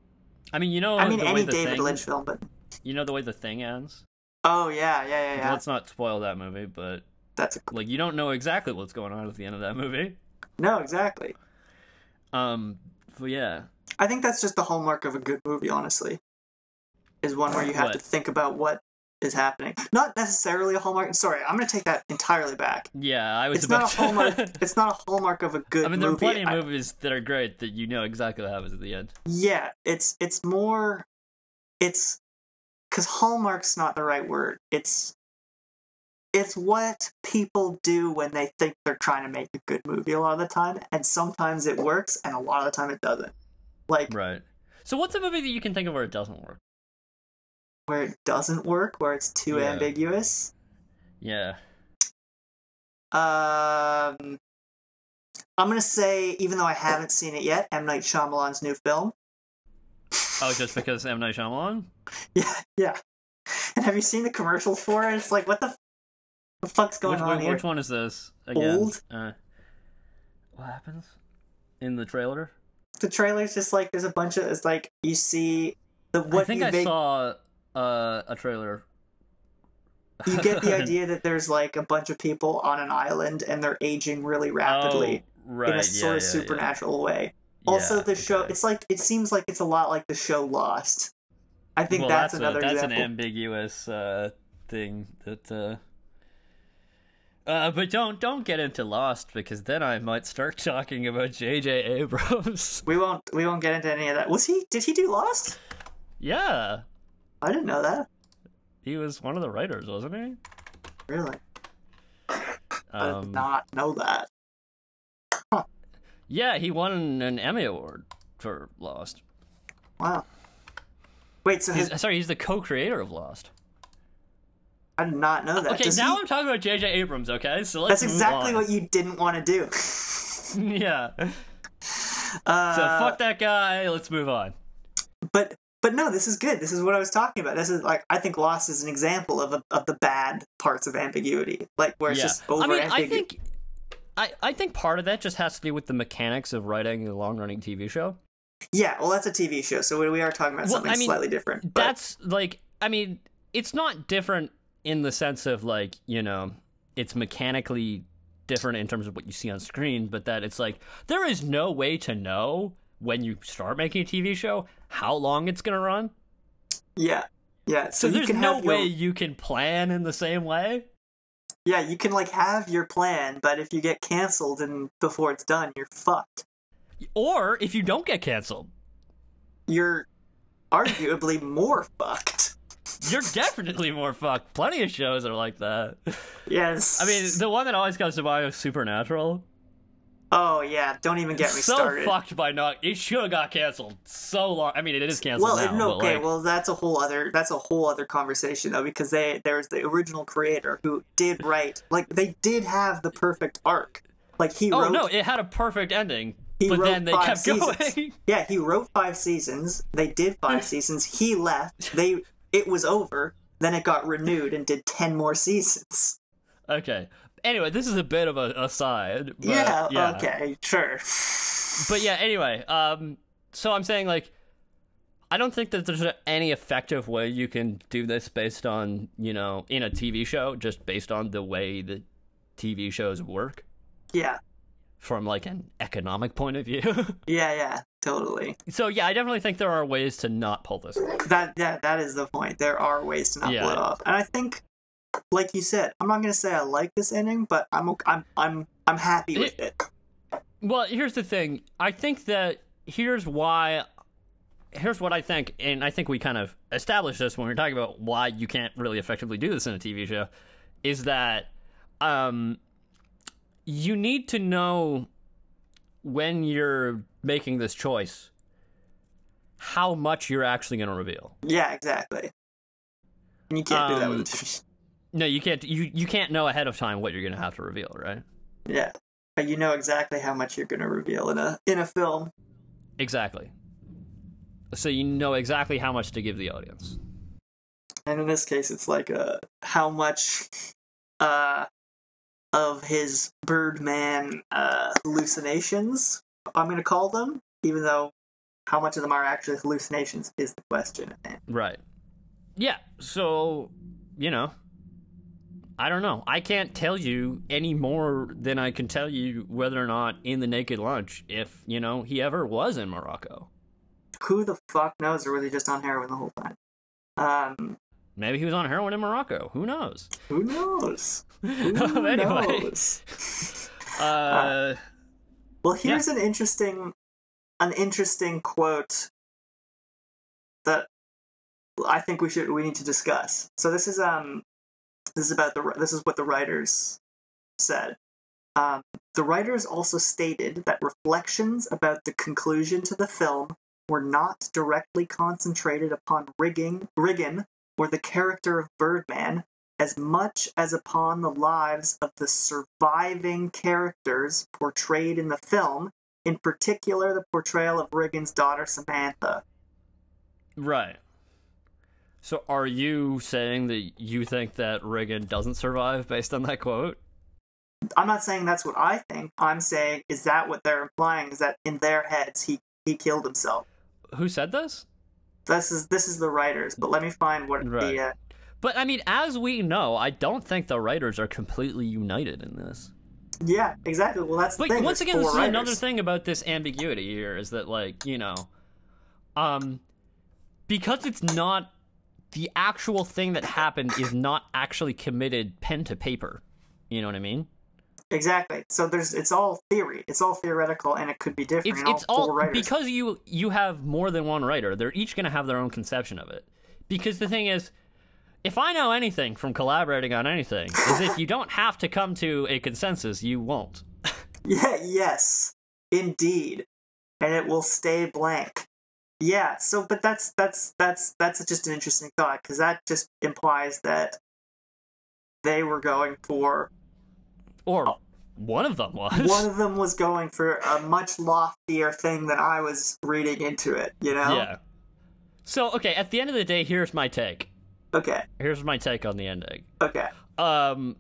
I mean, you know,
i mean
Oh, the way
any
the
david
thing,
lynch film but
You know the way the thing ends.
oh yeah yeah yeah yeah
Let's not spoil that movie, but
that's a,
like you don't know exactly what's going on at the end of that movie.
no exactly
Um, but yeah,
i think that's just the hallmark of a good movie honestly is one where you have to
What?
think about what is happening not necessarily a hallmark sorry i'm going to take that entirely back
yeah, I was
it's
Oh, about
not a
to.
hallmark. it's not a hallmark of a good.
I mean, there are
movie.
plenty of
I-
movies that are great that you know exactly what happens at the end.
yeah, it's it's more, it's because hallmark's not the right word. It's it's what people do when they think they're trying to make a good movie. A lot of the time, and sometimes it works, and a lot of the time it doesn't. Like
Right. So, what's a movie that you can think of where it doesn't work?
where it doesn't work, where it's too
Yeah.
ambiguous.
Yeah.
Um. I'm gonna say, even though I haven't seen it yet, M Night Shyamalan's new film.
Oh, just because M Night Shyamalan?
Yeah, yeah. And have you seen the commercials for it? It's like, what the, f- the fuck's going
which,
on
which,
here?
which one is this again?
Old?
Uh, what happens in the trailer?
The trailer's just like there's a bunch of it's like you see the what
I think
you
I
make.
saw uh, a trailer.
You get the idea that there's like a bunch of people on an island and they're aging really rapidly
oh, right.
in a sort
yeah,
of
yeah,
supernatural way.
yeah.
also,
Yeah,
the show
okay.
it's like it seems like it's a lot like the show Lost. I think
well,
that's,
that's, uh, a-
another
that's an
example.
ambiguous uh, thing that uh, Uh, but don't don't get into Lost because then I might start talking about J.J. Abrams.
We won't we won't get into any of that. Was he did he do Lost?
yeah,
I didn't know that.
he was one of the writers, wasn't he?
Really? I did
Um,
Uh, not know that.
yeah, he won an Emmy award for Lost.
Wow. Wait, so his,
He's, sorry, he's the co-creator of Lost.
I did not know that.
Okay,
Does
now
he-
I'm talking about J.J. Abrams. Okay, so let's
that's exactly what you didn't want to do.
you. yeah.
Uh,
So fuck that guy. Let's move on.
but but no, this is good. This is what I was talking about. This is like I think Lost is an example of of the bad parts of ambiguity, like where it's
yeah.
just over
I mean, I
ambiguous.
think, I I think part of that just has to do with the mechanics of writing a long-running TV show.
Yeah, well, that's a TV show, so we- we are talking about
Well,
something
I mean,
slightly different. But
that's like i mean it's not different in the sense of like you know it's mechanically different in terms of what you see on screen but that it's like there is no way to know when you start making a tv show how long it's going to run
yeah, yeah.
so,
So, you
there's
can
no
have
way
Your,
you can plan in the same way
yeah, you can like have your plan, but if you get canceled and before it's done, you're fucked.
or if you don't get canceled
You're arguably more fucked.
you're definitely more fucked plenty of shows are like that
Yes.
i mean the one that always comes to mind is supernatural
oh yeah, don't even get me
so
started.
fucked by not. It should have got canceled so long. I mean, it is canceled
well,
now.
no,
but
okay,
like,
well that's a whole other that's a whole other conversation though because they there's the original creator who did write like they did have the perfect arc. Like he
oh
wrote
no, it had a perfect ending,
He
but
wrote
then they
five
kept
seasons.
going.
Yeah, he wrote five seasons. They did five seasons. He left. They it was over. Then it got renewed and did ten more seasons.
okay. Anyway, this is a bit of a aside. But,
yeah,
yeah.
Okay. Sure.
But yeah. Anyway, um, so I'm saying like, I don't think that there's any effective way you can do this based on you know in a TV show, just based on the way that TV shows work
Yeah.
from like an economic point of view.
Yeah. Yeah. Totally.
so yeah, I definitely think there are ways to not pull this. off.
That. Yeah. That is the point. There are ways to not
Yeah.
pull it off, and I think, like you said, I'm not gonna say I like this ending, but I'm ok- I'm I'm I'm happy with
Eh.
it.
Well, here's the thing. I think that here's why. Here's what I think, and I think we kind of established this when we were talking about why you can't really effectively do this in a TV show, is that um, you need to know when you're making this choice how much you're actually going to reveal.
Yeah. Exactly. And you can't do that with.
Um,
a TV.
No, you can't. You you can't know ahead of time what you're going to have to reveal, right?
Yeah. But you know exactly how much you're gonna reveal in a in a film.
Exactly. So you know exactly how much to give the audience.
and in this case it's like uh how much uh of his birdman uh hallucinations i'm gonna call them even though how much of them are actually hallucinations is the question
Right. Yeah. So, you know, I don't know. I can't tell you any more than I can tell you whether or not in the Naked Lunch if, you know, he ever was in Morocco.
who the fuck knows or were they just on heroin the whole time um
Maybe he was on heroin in Morocco. Who knows?
who knows who
anyway,
knows
uh,
Well, here's an interesting, an interesting quote that I think we should we need to discuss. So this is um, this is about the this is what the writers said. Um, the writers also stated that reflections about the conclusion to the film were not directly concentrated upon rigging Riggin or the character of Birdman as much as upon the lives of the surviving characters portrayed in the film, in particular the portrayal of Riggins' daughter Samantha.
right. So are you saying that you think that Reagan doesn't survive based on that quote?
I'm not saying that's what I think. I'm saying is that what they're implying is that in their heads he he killed himself.
Who said this?
This is this is the writers, but let me find what
Right.
the uh,
But I mean, as we know, I don't think the writers are completely united in this.
yeah exactly. Well, that's the
But
thing.
once
There's
again, this
four
is another
writers.
thing about this ambiguity here is that, like, you know, um, because it's not the actual thing that happened is not actually committed pen to paper. You know what I mean?
Exactly. So there's it's all theory. It's all theoretical, and it could be different.
It's
in
it's
all,
all
four writers.
because you you have more than one writer. They're each going to have their own conception of it. Because the thing is, if I know anything from collaborating on anything, is if you don't have to come to a consensus, you won't.
Yeah, yes, indeed, and it will stay blank. Yeah. So, but that's that's that's that's just an interesting thought because that just implies that they were going for
Or one of them was.
Oh. one of them was going for a much loftier thing than I was reading into it. You know?
Yeah. So okay, at the end of the day, here's my take.
Okay.
Here's my take on the ending.
Okay.
Um,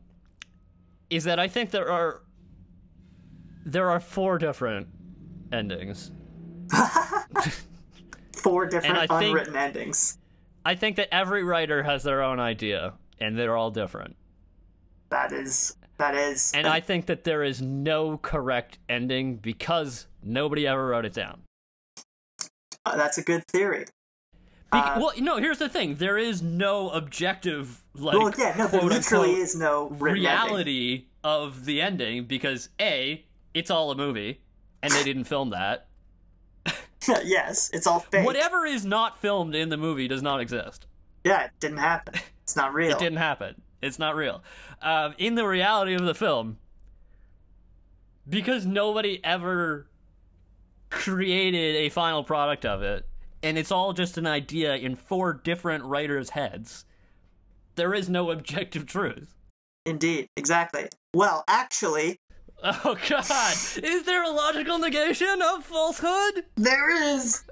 is that I think there are there are four different endings.
Four different
I think-
unwritten endings.
I think that every writer has their own idea, and they're all different.
That is that is.
And I think that there is no correct ending because nobody ever wrote it down.
uh, that's a good theory.
Be-
Uh,
well, no. Here's the thing: there is no objective, like,
well, yeah, no, there
quote
literally
unquote,
is no written ending.
reality of the ending because a, it's all a movie, and they didn't film that.
yes, it's all fake.
Whatever is not filmed in the movie does not exist.
Yeah, it didn't happen. It's not real.
It didn't happen. It's not real. Um, in the reality of the film, because nobody ever created a final product of it, and it's all just an idea in four different writers' heads, there is no objective truth.
Indeed, exactly. Well, actually,
Oh, God. is there a logical negation of falsehood?
there is.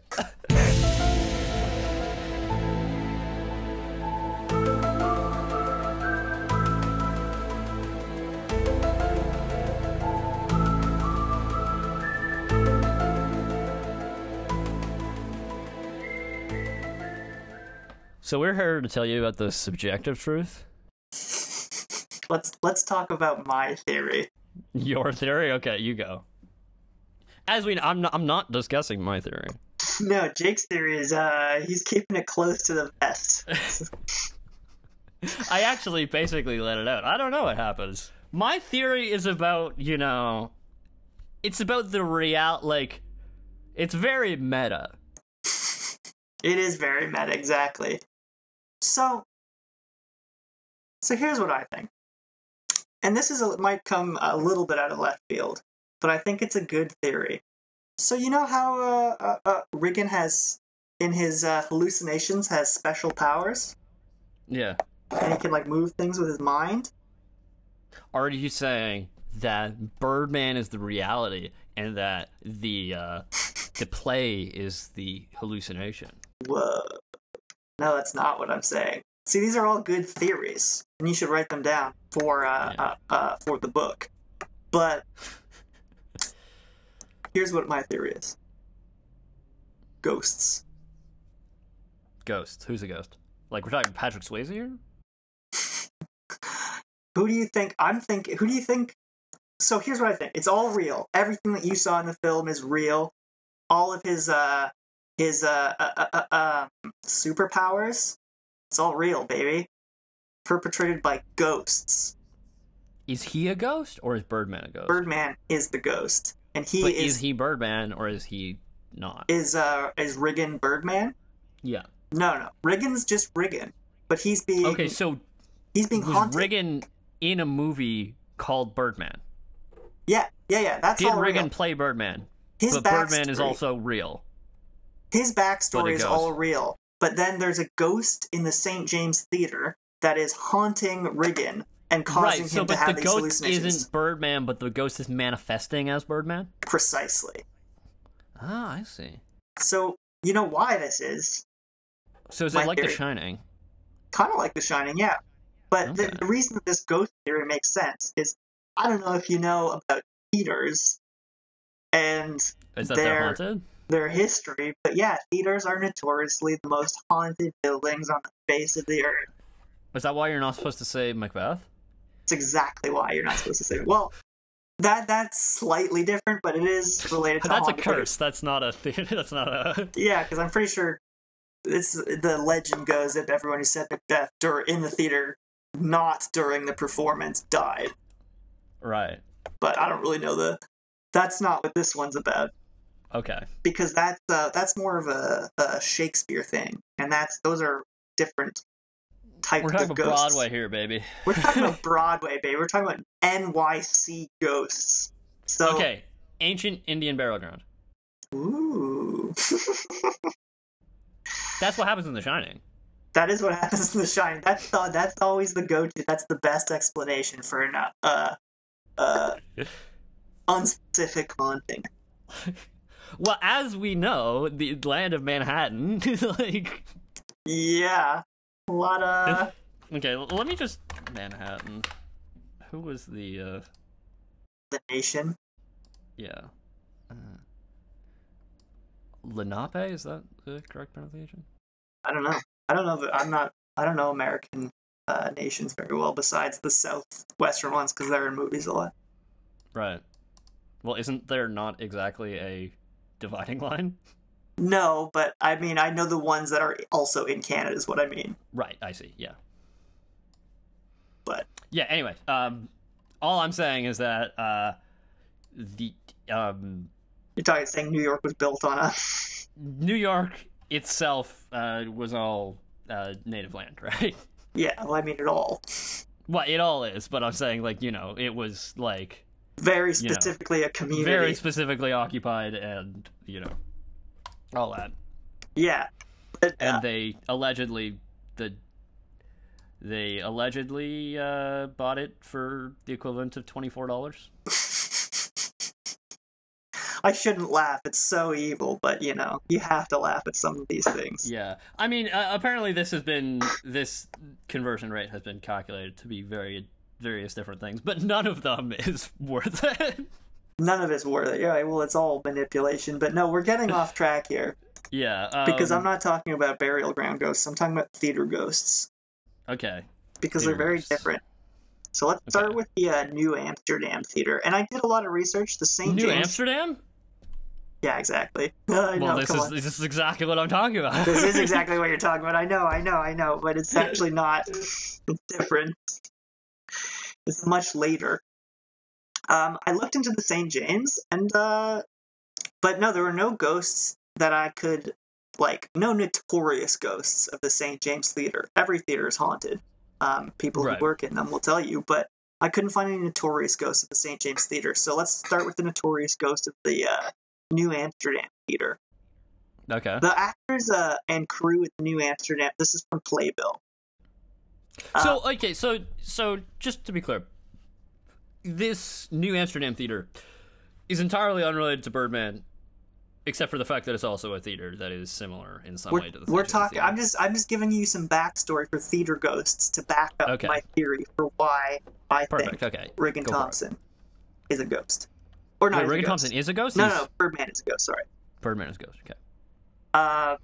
So, we're here to tell you about the subjective truth.
Let's let's talk about my theory.
Your theory? Okay, you go. As we, I'm not, I'm not discussing my theory.
No, Jake's theory is uh he's keeping it close to the vest.
I actually basically let it out. I don't know what happens. My theory is about, you know, it's about the real like it's very meta.
It is very meta, exactly. So, so here's what I think, and this is a, might come a little bit out of left field, but I think it's a good theory. So you know how uh, uh, uh, Riggin has in his uh, hallucinations has special powers,
Yeah.
and he can like move things with his mind.
Are you saying that Birdman is the reality and that the uh the play is the hallucination?
Whoa! No, that's not what I'm saying. See, these are all good theories, and you should write them down for uh,
Yeah.
uh, uh, for the book. But here's what my theory is: ghosts.
Ghosts. Who's a ghost? Like we're talking Patrick Swayze here?
Who do you think? I'm thinking. Who do you think? So here's what I think: it's all real. Everything that you saw in the film is real. All of his uh his uh, uh, uh, uh, uh superpowers, it's all real, baby. Perpetrated by ghosts.
Is he a ghost or is Birdman a ghost?
Birdman is the ghost, and he
but
is
is he Birdman or is he not?
is uh is Riggin Birdman?
Yeah.
No, no, Riggin's just Riggin, but he's being
Okay, so
he's being
was
haunted.
Riggin in a movie called Birdman?
yeah, yeah, yeah. That's
Did
all
Riggin
real.
play Birdman?
His
but Birdman is
backstory-
also real.
his
But a
backstory is
ghost.
all real. But then there's a ghost in the St. James Theater that is haunting Riggin and causing
right, so
him to
but the
have these
ghost
hallucinations.
isn't Birdman, but the ghost is manifesting as Birdman?
Precisely.
Ah, I see.
So you know why this is
So is
My
it like The
theory.
Shining?
kind of like The Shining, yeah. But
Okay.
the, the reason that this ghost theory makes sense is I don't know if you know about theaters and
Is that they're
They're-
haunted?
their history, but yeah, theaters are notoriously the most haunted buildings on the face of the earth.
Is that why you're not supposed to say Macbeth?
It's exactly why you're not supposed to say. Well, that that's slightly different, but it is related to.
That's a
haunted
curse. That's not a. That's not a.
theaters. Yeah, because I'm pretty sure it's the legend goes that everyone who said Macbeth dur- in the theater, not during the performance, died.
Right.
but I don't really know the. That's not what this one's about
Okay.
because that's uh, that's more of a, a Shakespeare thing, and that's those are different types
We're talking
of
about
ghosts.
Broadway here, baby.
We're talking about Broadway, baby. We're talking about NYC ghosts. So
Okay. Ancient Indian burial ground.
ooh,
That's what happens in The Shining.
that is what happens in The Shining. That's the, that's always the go-to. That's the best explanation for an uh, uh, uh unspecific haunting.
Well, as we know, the land of Manhattan, like
Yeah, a lot of
okay, l- let me just Manhattan. Who was the uh
the nation.
yeah. Uh, Lenape, is that the correct pronunciation?
I don't know. I don't know. But I'm not. I don't know American uh, nations very well, besides the southwestern ones, because they're in movies a lot.
Right. Well, isn't there not exactly a dividing line?
No, but I mean, I know the ones that are also in Canada is what I mean.
Right, I see. Yeah.
But
Yeah, anyway, um all I'm saying is that uh the um
you're talking saying New York was built on a.
New York itself uh was all uh native land, right?
Yeah, well, I mean it all.
Well, it all is, but I'm saying like, you know, it was like
Very
You know,
specifically a community.
very specifically occupied and, you know, all that.
yeah. But,
And
uh,
they allegedly the they allegedly uh, bought it for the equivalent of twenty four dollars.
I shouldn't laugh. It's so evil, but you know you have to laugh at some of these things.
Yeah, I mean, uh, apparently this has been this conversion rate has been calculated to be very various different things, but none of them is worth it.
None of it's worth it. Yeah, well, it's all manipulation. But no, we're getting off track here.
yeah, um,
because I'm not talking about burial ground ghosts. I'm talking about theater ghosts
okay.
because
Theater
they're very
ghosts.
different. So let's start
Okay.
with the uh, New Amsterdam Theater, and I did a lot of research. The St.
New
James,
Amsterdam.
yeah, exactly. I
Well,
know,
this
come
is
on.
this is exactly what I'm talking about.
this is exactly what you're talking about. I know, I know, I know, but it's actually not. It's different. It's much later. Um, I looked into the St. James, and uh, but no, there were no ghosts that I could like. No notorious ghosts of the St. James Theater. Every theater is haunted. Um, people
Right.
who work in them will tell you, but I couldn't find any notorious ghosts of the St. James Theater. So let's start with the notorious ghost of the uh, New Amsterdam Theater.
okay.
The actors uh, and crew at New Amsterdam. This is from Playbill. Uh,
So okay, so so just to be clear, this New Amsterdam theater is entirely unrelated to Birdman, except for the fact that it's also a theater that is similar in some
we're,
way to the.
we're
St. James
talking.
Theater.
I'm just I'm just giving you some backstory for theater ghosts to back up
Okay.
my theory for why I
perfect.
think
Okay,
Regan
Go for it.
Thompson is a ghost, or not.
Wait,
is a
Regan
ghost.
Thompson is a ghost.
No, no,
He's-
no, Birdman is a ghost. Sorry.
Birdman is a ghost. Okay,
Uh,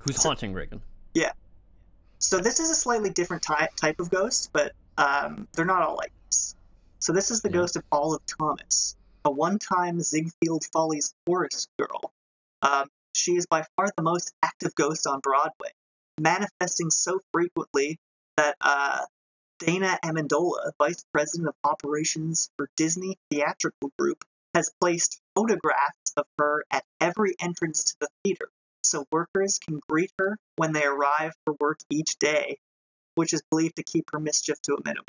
who's haunting Regan?
So this is a slightly different ty- type of ghost, but um, they're not all like this. So this is the
Yeah.
ghost of Olive Thomas, a one-time Ziegfeld Follies chorus girl. Um, she is by far the most active ghost on Broadway, manifesting so frequently that uh, Dana Amendola, vice president of operations for Disney Theatrical Group, has placed photographs of her at every entrance to the theater so workers can greet her when they arrive for work each day, which is believed to keep her mischief to a minimum.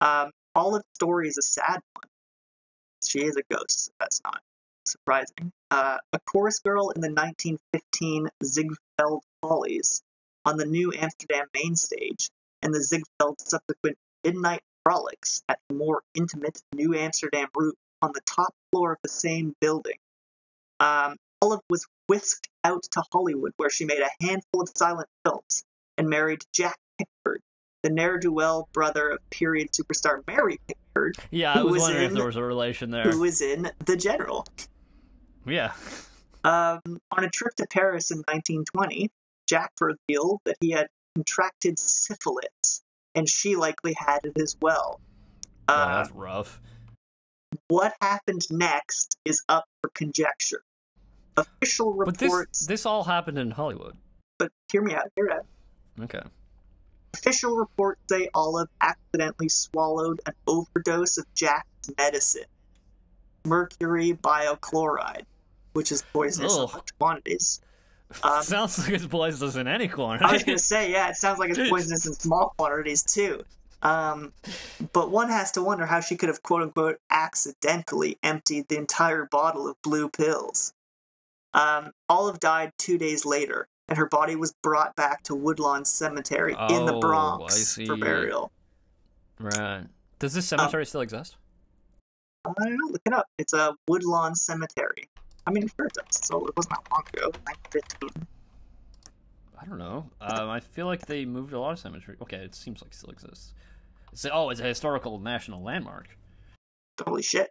Um, Olive's story is a sad one. She is a ghost, so that's not surprising. Uh, a chorus girl in the 1915 Ziegfeld Follies on the New Amsterdam main stage and the Ziegfeld subsequent Midnight Frolics at the more intimate New Amsterdam route on the top floor of the same building. Um, Olive was whisked out to Hollywood, where she made a handful of silent films and married Jack Pickford, the ne'er do well brother of period superstar Mary Pickford,
Yeah,
Who
I was,
was
wondering if
in-
there was a relation there.
who was in The General.
yeah.
Um, on a trip to Paris in 1920, Jack revealed that he had contracted syphilis, and she likely had it as well.
Oh,
Uh,
that's rough.
what happened next is up for conjecture. Official
But this
reports,
this all happened in Hollywood.
but hear me out, hear me out.
Okay.
Official reports say Olive accidentally swallowed an overdose of Jack's medicine, mercury biochloride, which is poisonous in
Ugh.
large quantities. Um,
Sounds like it's poisonous in any
I was
quantity.
gonna say, yeah, it sounds like it's poisonous in small quantities too. Um, but one has to wonder how she could have quote unquote accidentally emptied the entire bottle of blue pills. Um, Olive died two days later, and her body was brought back to Woodlawn Cemetery in the
Oh, I
Bronx
see.
for burial.
right. Does this cemetery
Um,
still exist?
I don't know, look it up. It's a Woodlawn Cemetery. I mean, sure it does. So it wasn't that long ago, 1915.
I don't know. Um, I feel like they moved a lot of cemetery. Okay, it seems like it still exists. It's, oh, it's a historical national landmark.
Holy shit.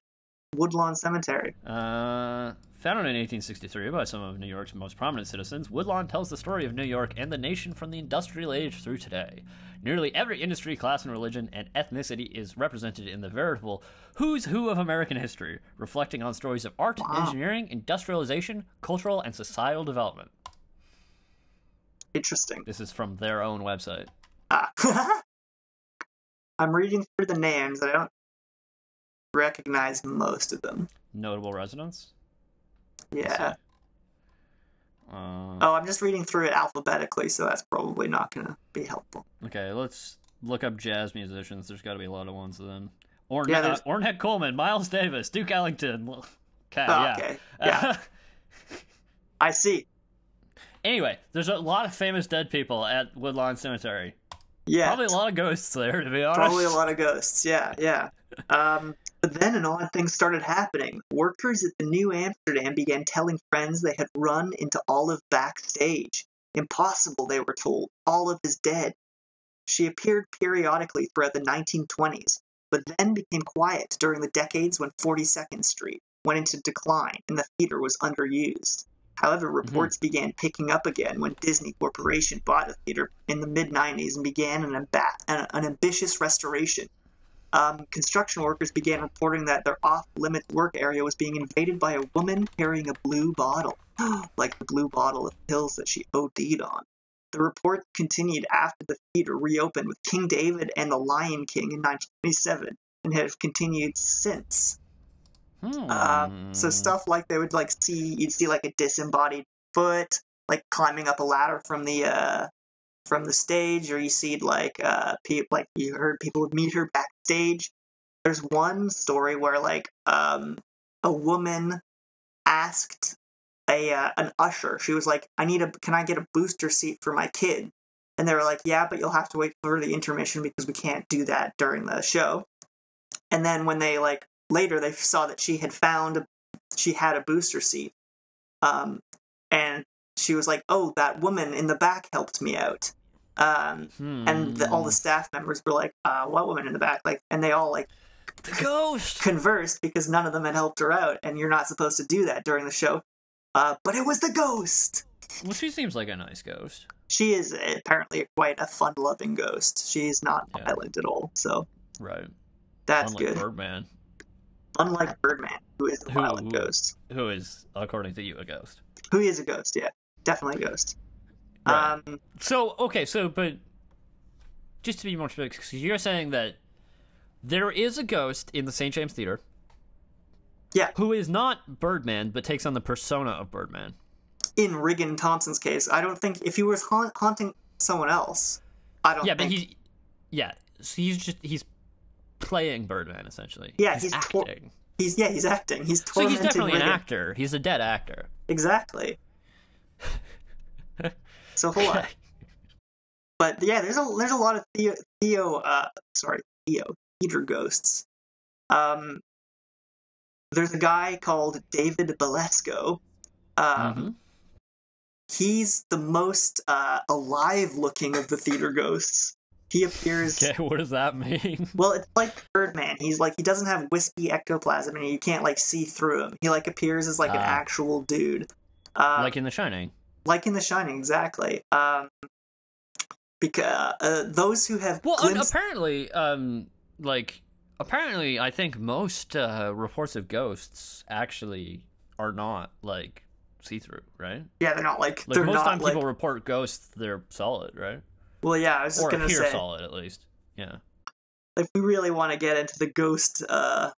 Woodlawn Cemetery.
Uh, founded in 1863 by some of New York's most prominent citizens, Woodlawn tells the story of New York and the nation from the industrial age through today. Nearly every industry, class, and religion and ethnicity is represented in the veritable who's who of American history, reflecting on stories of art,
Wow.
engineering, industrialization, cultural, and societal development.
Interesting.
This is from their own website.
Ah. I'm reading through the names. I don't recognize most of them.
Notable residents. Let's
Yeah.
see. Uh,
Oh, I'm just reading through it alphabetically, so that's probably not going to be helpful.
Okay, let's look up jazz musicians. There's got to be a lot of ones then. Ornette,
Yeah, there's-
Ornette Coleman, Miles Davis, Duke Ellington. Okay,
Oh,
Uh, yeah.
Okay. Yeah. I see.
anyway, there's a lot of famous dead people at Woodlawn Cemetery.
Yeah.
Probably a lot of ghosts there, to be honest.
Probably a lot of ghosts. Yeah, yeah. Um, but then an odd thing started happening. Workers at the New Amsterdam began telling friends they had run into Olive backstage. Impossible, they were told. Olive is dead. She appeared periodically throughout the 1920s, but then became quiet during the decades when 42nd Street went into decline and the theater was underused. However, reports began picking up again when Disney Corporation bought the theater in the mid 90s and began an, amba- an, an ambitious restoration. Um, construction workers began reporting that their off limit work area was being invaded by a woman carrying a blue bottle, like the blue bottle of pills that she OD'd on. The reports continued after the theater reopened with King David and the Lion King in 1927 and have continued since.
Hmm.
Um, so stuff like they would like see you'd see like a disembodied foot like climbing up a ladder from the uh from the stage, or you see like uh pe- like you heard people would meet her backstage. There's one story where like um a woman asked a uh, an usher. She was like, "I need a can I get a booster seat for my kid?" And they were like, "Yeah, but you'll have to wait for the intermission because we can't do that during the show." And then when they like later they saw that she had found she had a booster seat. Um and she was like, "Oh, that woman in the back helped me out." Um
Hmm.
and the, all the staff members were like, uh, "What woman in the back?" Like, and they all like
The ghost!
conversed because none of them had helped her out, and you're not supposed to do that during the show. Uh, but it was the ghost.
Well, she seems like a nice ghost.
She is apparently quite a fun-loving ghost. She's not
Yeah.
violent at all, so
Right.
that's
Unlike
good.
Birdman,
Unlike Birdman, who is a
Who-
violent
who-
ghost,
who is, according to you, a ghost.
who is a ghost, yeah, definitely a ghost.
Right.
Um,
So okay, so but just to be more specific, 'cause you're saying that there is a ghost in the St. James Theater.
Yeah.
Who is not Birdman, but takes on the persona of Birdman.
in Riggin Thompson's case, I don't think if he was haunt- haunting someone else, I don't.
Yeah, but
think-
he's yeah, so he's just he's playing Birdman essentially.
Yeah,
he's,
he's tor-
acting.
he's yeah he's acting. He's
so
tormenting
he's definitely an
Riggin.
actor. He's a dead actor.
Exactly. so hold on. But yeah, there's a there's a lot of Theo, Theo uh sorry, Theo theater ghosts. Um there's a guy called David Belesco. Um
Mhm.
he's the most uh alive looking of the theater ghosts. He appears
Okay, what does that mean?
well, it's like Birdman. He's like he doesn't have wispy ectoplasm and you can't like see through him. He like appears as like an
Ah.
actual dude. Um,
like in The Shining.
like in The Shining, exactly. Um, because uh, those who have
Well,
glimpsed,
apparently, um, like apparently, I think most uh, reports of ghosts actually are not like see through, right?
yeah, they're not like,
Like
they're
most
not
time
like
people report ghosts, they're solid, right?
Well, yeah, I was just
or
gonna
appear
say,
solid at least. Yeah.
if we really want to get into the ghost, uh,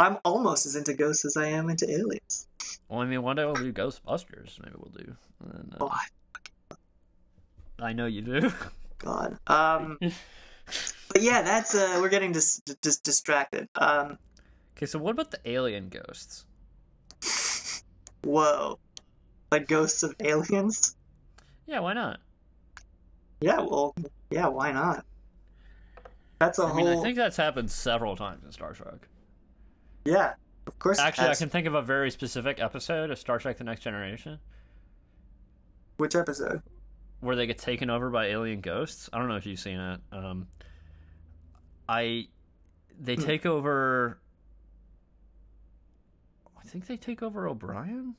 I'm almost as into ghosts as I am into aliens.
Well, I mean, one day we'll do Ghostbusters. Maybe we'll do. And then, uh,
Oh
I know you do.
God. Um, but yeah, that's uh, we're getting dis- dis- distracted. Um,
okay, so what about the alien ghosts?
whoa, the ghosts of aliens.
Yeah, why not?
Yeah, well, yeah, why not? That's a
I mean,
whole.
I think that's happened several times in Star Trek.
Yeah, of course. it
Actually, I
has.
can think of a very specific episode of Star Trek: The Next Generation
Which episode?
where they get taken over by alien ghosts. I don't know if you've seen it. Um, I they
Hmm.
take over. I think they take over O'Brien,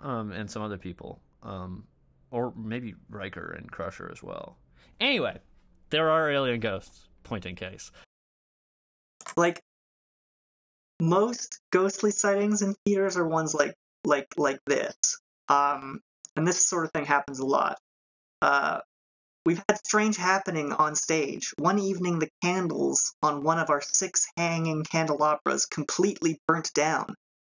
um, and some other people, um, or maybe Riker and Crusher as well. Anyway, there are alien ghosts. Point in case.
like most ghostly sightings in theaters are ones like like like this um and this sort of thing happens a lot uh we've had strange happening on stage one evening the candles on one of our six hanging candelabras completely burnt down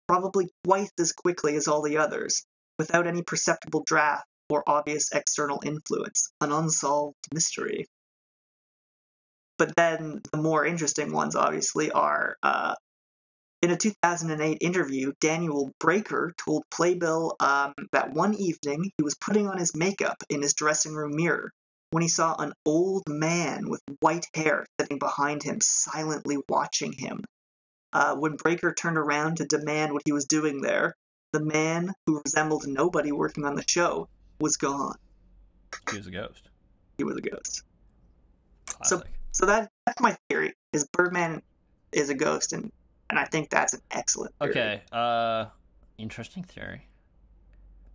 probably twice as quickly as all the others without any perceptible draft or obvious external influence an unsolved mystery but then the more interesting ones, obviously, are uh, in a 2008 interview, Daniel Breaker told Playbill um, that one evening he was putting on his makeup in his dressing room mirror when he saw an old man with white hair sitting behind him, silently watching him. Uh, when Breaker turned around to demand what he was doing there, the man, who resembled nobody working on the show, was gone.
He was a ghost.
He was a ghost. So-
Classic.
So that that's my theory. Is Birdman is a ghost, and and I think that's an excellent. Theory.
Okay. Uh, interesting theory.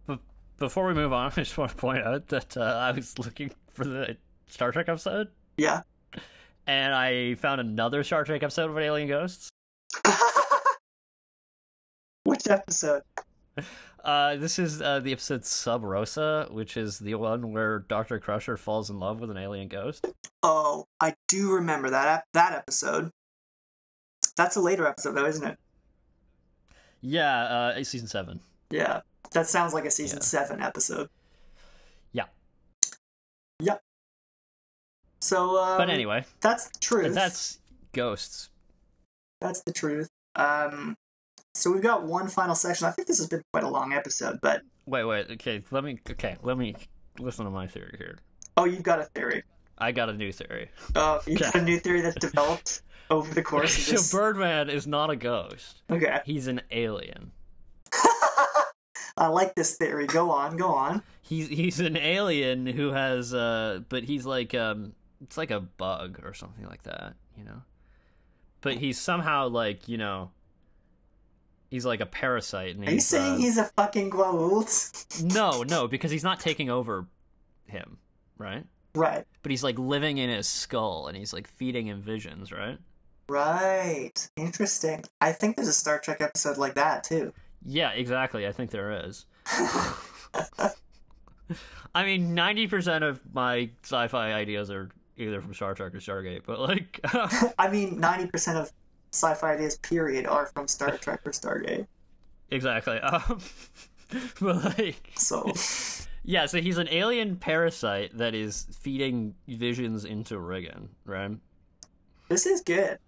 But before we move on, I just want to point out that uh, I was looking for the Star Trek episode,
Yeah.
and I found another Star Trek episode about alien ghosts.
Which episode?
Uh, this is uh, the episode Sub Rosa, which is the one where Doctor Crusher falls in love with an alien ghost.
Oh, I do remember that ep- that episode. That's a later episode, though, isn't it?
Yeah, uh, it's season seven.
Yeah. That sounds like a season
Yeah.
seven episode.
Yeah.
Yep. So. Um,
But anyway,
that's the truth.
that's ghosts.
That's the truth. Um, so we've got one final section. I think this has been quite a long episode, but
Wait, wait. Okay, let me. Okay, let me listen to my theory here.
oh, you've got a theory.
I got a new theory.
Oh, you got a new theory that's developed over the course of this.
So Birdman is not a ghost.
Okay,
He's an alien.
I like this theory. Go on, go on.
He's he's an alien who has uh but he's like um it's like a bug or something like that, you know. But he's somehow like, you know, he's like a parasite and
Are you
he's, uh,
saying he's a fucking Guault?
No, no, because he's not taking over him, right?
Right,
But he's like living in his skull and he's like feeding him visions, right?
right. Interesting. I think there's a Star Trek episode like that too.
Yeah, exactly. I think there is. I mean, ninety percent of my sci-fi ideas are either from Star Trek or Stargate, but like,
I mean, ninety percent of sci-fi ideas, period, are from Star Trek or Stargate.
exactly. Um, but like,
So,
yeah. So he's an alien parasite that is feeding visions into Reagan, right?
this is good.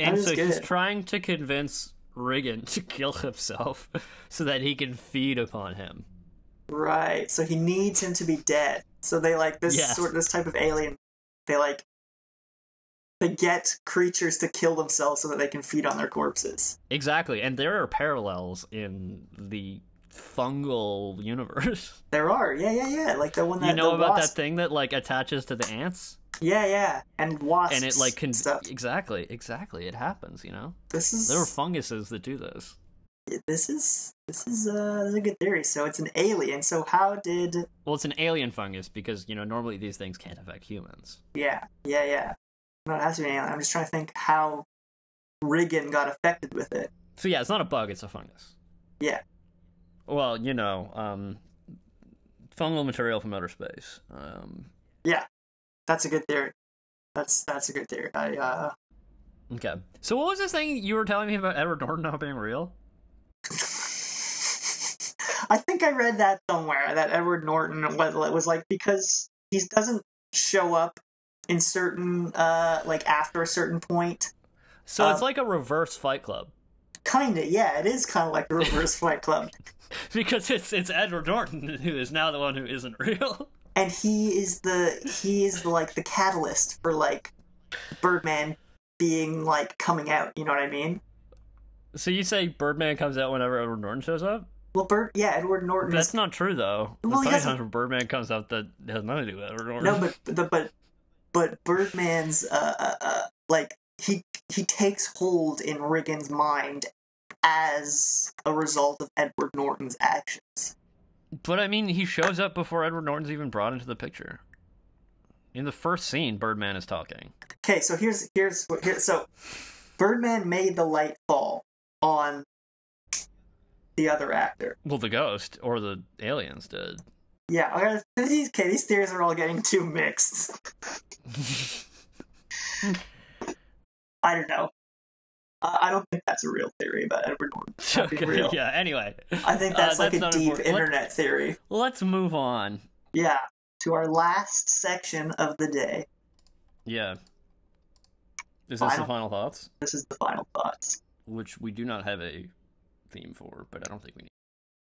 And
is
so he's
good.
trying to convince Reagan to kill himself so that he can feed upon him.
Right. So he needs him to be dead. So they like this
Yes.
sort this type of alien. They like they get creatures to kill themselves so that they can feed on their corpses.
Exactly, and there are parallels in the fungal universe.
There are, yeah, yeah, yeah. Like the one that
you know
the
about that
wasp.
thing that like attaches to the ants,
Yeah, yeah, and wasps
and it like can
stuff.
exactly, exactly. It happens, you know.
This is
There are funguses that do this.
this is this is uh this is a good theory. So it's an alien. So how did
Well, it's an alien fungus because you know normally these things can't affect humans.
yeah yeah yeah? No, it has to be an alien. I'm just trying to think how Riggin got affected with it.
So yeah, it's not a bug; it's a fungus.
Yeah.
Well, you know, um, fungal material from outer space. Um,
That's a good theory. That's that's a good theory. I uh
okay. So what was this thing you were telling me about Edward Norton not being real?
I think I read that somewhere that Edward Norton was, was like because he doesn't show up in certain uh like after a certain point.
So it's
Um,
like a reverse Fight Club
Kinda, yeah, it is kind of like the Reverse Fight Club,
because it's it's Edward Norton who is now the one who isn't real.
and he is the he is like the catalyst for like Birdman being like coming out. You know what I mean?
So you say Birdman comes out whenever Edward Norton shows up?
Well, Bird, yeah, Edward Norton is
That's not true though. There's
Well, he
plenty of
doesn't-
times when Birdman comes out that has nothing to do with Edward Norton.
No, but the but but Birdman's uh, uh, uh like he he takes hold in Riggins' mind as a result of Edward Norton's actions.
But I mean, he shows up before Edward Norton's even brought into the picture. In the first scene, Birdman is talking.
Okay, so here's here's what here so Birdman made the light fall on the other actor.
Well, the ghost or the aliens did.
Yeah, I gotta- these okay, these theories are all getting too mixed. I don't know. I, I don't think that's a real theory about Edward Norton. That'd be
okay,
real.
yeah. Anyway,
I think that's
Uh,
like
that's not
a deep
important. Let-
internet theory.
let's move on.
Yeah, to our last section of the day.
Yeah. Is this the
Final-
final thoughts?
This is the final thoughts.
Which we do not have a theme for, but I don't think we need.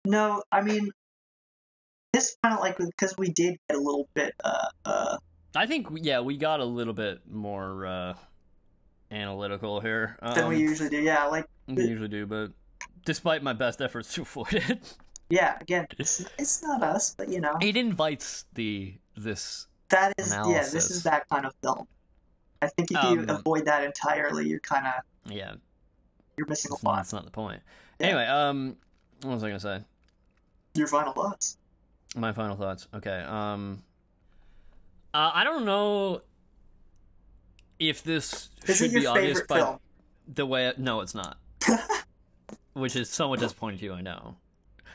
No, I mean, this final, like, because we did get a little bit, uh, uh,
I think yeah, we got a little bit more uh, analytical here um,
than we usually do. Yeah, like,
than we usually do, but despite my best efforts to avoid it,
yeah, again, it's, it's not us, but you know,
it invites the this
that is, yeah, this
Analysis.
is that kind of film. I think if you
Um,
avoid that entirely, you're kind of,
yeah
you're missing
That's
a
not,
lot.
that's not the point.
Yeah.
Anyway, um, what was I gonna say? Hmm.
Your final thoughts.
My final thoughts. Okay. Um, uh, I don't know if this
Is
should
it your
be obvious
favorite
by
film?
the way. no, it's not. Which is somewhat disappointing to you, I know.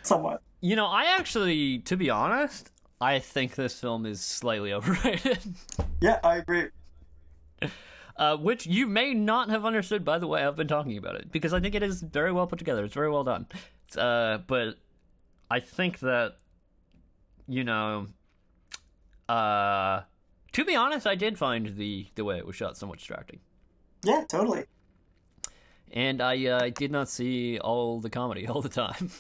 Somewhat.
You know, I actually, to be honest, I think this film is slightly overrated.
Yeah, I agree.
Uh, which you may not have understood by the way I've been talking about it, because I think it is very well put together. It's very well done. It's, uh, but I think that, you know, uh, to be honest, I did find the, the way it was shot somewhat distracting.
Yeah, totally.
And I uh, I did not see all the comedy all the time.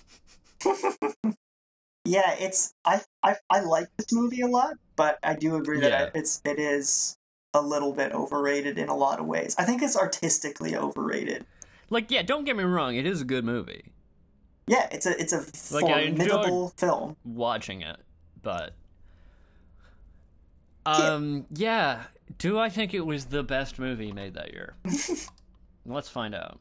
yeah it's I, I i like this movie a lot but i do agree that I,
Yeah.
it's it is a little bit overrated in a lot of ways i think it's artistically overrated
like, yeah, don't get me wrong, it is a good movie
yeah it's a it's a
Like, I enjoyed-
formidable film
watching it, but. Um, yeah. Do I think it was the best movie made that year? Let's find out.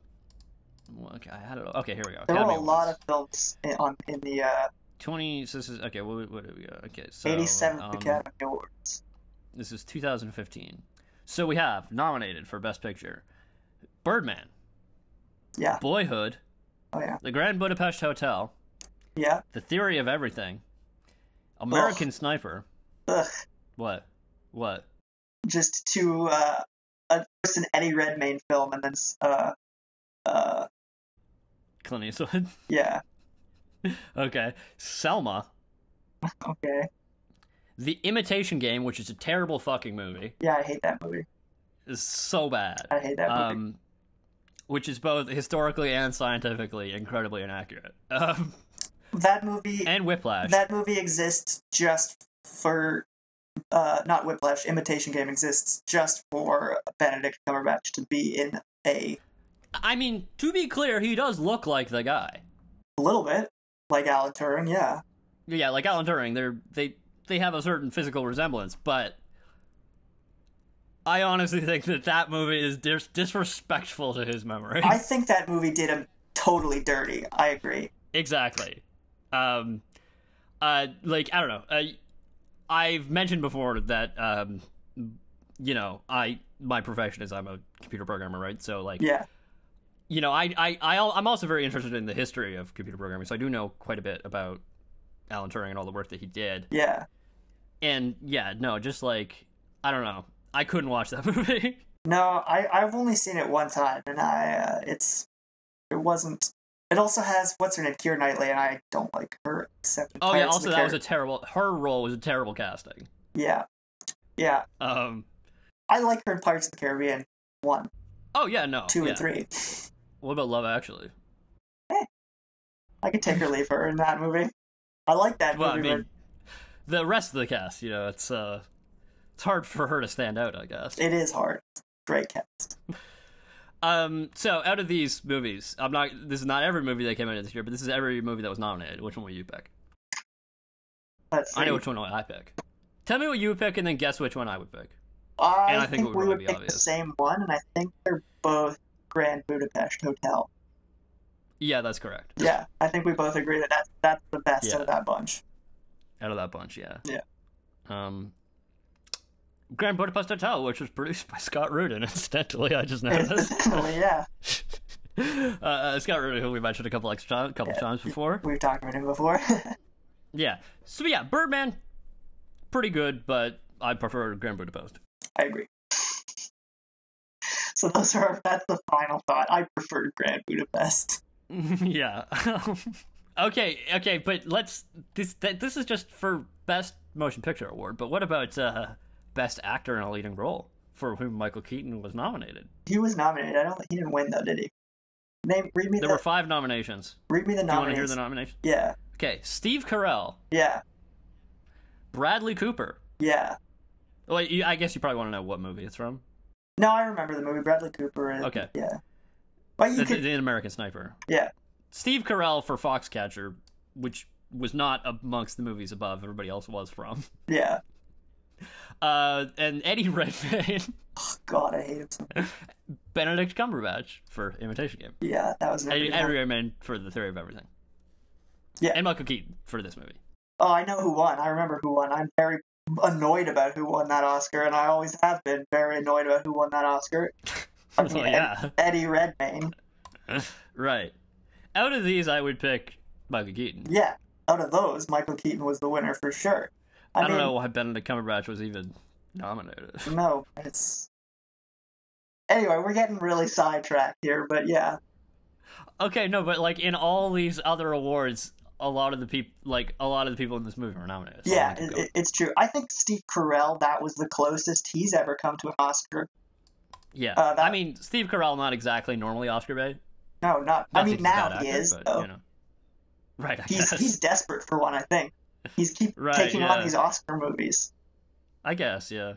Well, okay, I had it. Okay, here we go.
there were
Academy
a lot of
Awards.
films in, on in the uh,
twenty. So this is okay. What, what do we got? Okay, so
87th
um,
academy awards
This is 2015. So we have nominated for Best Picture: Birdman,
yeah
Boyhood,
oh yeah
The Grand Budapest Hotel,
yeah
The Theory of Everything, American Sniper.
Ugh.
What? What?
just to uh a first an eddie redmayne film and then s- uh uh
Clint Eastwood.
yeah
Okay. Selma,
okay
The Imitation Game, which is a terrible fucking movie,
yeah i hate that movie
is so bad.
i hate that movie
Um, which is both historically and scientifically incredibly inaccurate. Um,
that movie
and Whiplash.
that movie exists just for uh not whiplash imitation game exists just for benedict cumberbatch to be in a,
I mean, to be clear, he does look like the guy.
a little bit like alan turing yeah
Yeah, like Alan Turing, they're they they have a certain physical resemblance, but I honestly think that that movie is dis- disrespectful to his memory.
i think that movie did him totally dirty i agree
Exactly. Um, uh, like I don't know. I, I've mentioned before that um, you know, I my profession is I'm a computer programmer, right? So like,
yeah
you know, I I, I al- I'm also very interested in the history of computer programming, so I do know quite a bit about Alan Turing and all the work that he did.
Yeah.
And yeah, no, just like I don't know. I couldn't watch that movie.
No, I I've only seen it one time, and I uh, it's it wasn't. It also has what's her name, Keira Knightley, and I don't like her except. in
oh yeah,
Pirates of
also
the
that was a
Carib-
terrible her role was a terrible casting.
yeah, yeah.
Um
I like her in Pirates of the Caribbean one,
oh yeah, no.
two,
yeah.
and three.
What about Love Actually?
I could take or leave her in that movie. I like that
Well, I
movie.
mean the rest of the cast, you know, it's uh it's hard for her to stand out, I guess.
but it is hard. Great cast.
Um, so out of these movies, I'm not. This is not every movie that came out this year, but this is every movie that was nominated. Which one will you pick?
Let's
I know
see.
which one I pick. Tell me what you would pick, and then guess which one I would pick.
I,
and I think it
think,
would
we
really
would
be
pick the
obvious.
same one, and I think they're both Grand Budapest Hotel.
Yeah, that's correct.
Yeah, I think we both agree that that's, that's the best out
Yeah.
of that bunch.
Out of that bunch, yeah.
Yeah.
Um, Grand Budapest Hotel, which was produced by Scott Rudin. Incidentally, I just noticed.
Incidentally, yeah,
uh, uh, Scott Rudin, who we mentioned a couple extra time, couple times before.
we've talked about him before.
Yeah. So yeah, Birdman, pretty good, but I prefer Grand Budapest.
I agree. So those are that's the final thought. I preferred Grand Budapest.
yeah. okay, okay, but let's this th- this is just for best motion picture award, but what about uh best actor in a leading role for whom Michael Keaton was nominated?
He was nominated. I don't. He didn't win though, did he? Name. Read me
There
the.
were 5 nominations.
read me the
Do you want to hear
nominees.
the nominations?
yeah.
Okay, Steve Carell,
Yeah.
Bradley Cooper.
Yeah.
Well, you, I guess you probably want to know what movie it's from.
No, I remember the movie Bradley Cooper. And,
Okay.
Yeah. But you
The,
could.
the American Sniper.
Yeah.
Steve Carell for Foxcatcher, which was not amongst the movies above. Everybody else was from.
Yeah.
Uh, and Eddie Redmayne.
God, I hate him. so-
Benedict Cumberbatch for Imitation Game.
Yeah, that was. an
Eddie,
unbelievable-
Eddie Redmayne for The Theory of Everything.
Yeah.
And Michael Keaton for this movie.
Oh, I know who won. I remember who won. I'm very annoyed about who won that Oscar, and I always have been very annoyed about who won that Oscar. I mean,
Well, Oh, yeah.
Eddie Redmayne.
Right. Out of these, I would pick Michael Keaton.
Yeah, out of those, Michael Keaton was the winner for sure. I,
I, don't
mean,
know why Benedict Cumberbatch was even nominated.
No, it's. Anyway, we're getting really sidetracked here, but yeah,
Oh okay, no, but like in all these other awards, a lot of the people, like a lot of the people in this movie were nominated. so
yeah,
I can
it,
go.
it, it's true. I think Steve Carell, that was the closest he's ever come to an Oscar.
yeah.
uh, that-
I mean, Steve Carell not exactly normally Oscar bait.
No, not.
Not
I
that
mean,
he's a
now
bad
he
actor,
is,
but,
though.
you know. Right. I
he's,
guess.
he's desperate for one, I think. He's keep
Right,
taking
yeah.
on these Oscar movies.
I guess. Yeah.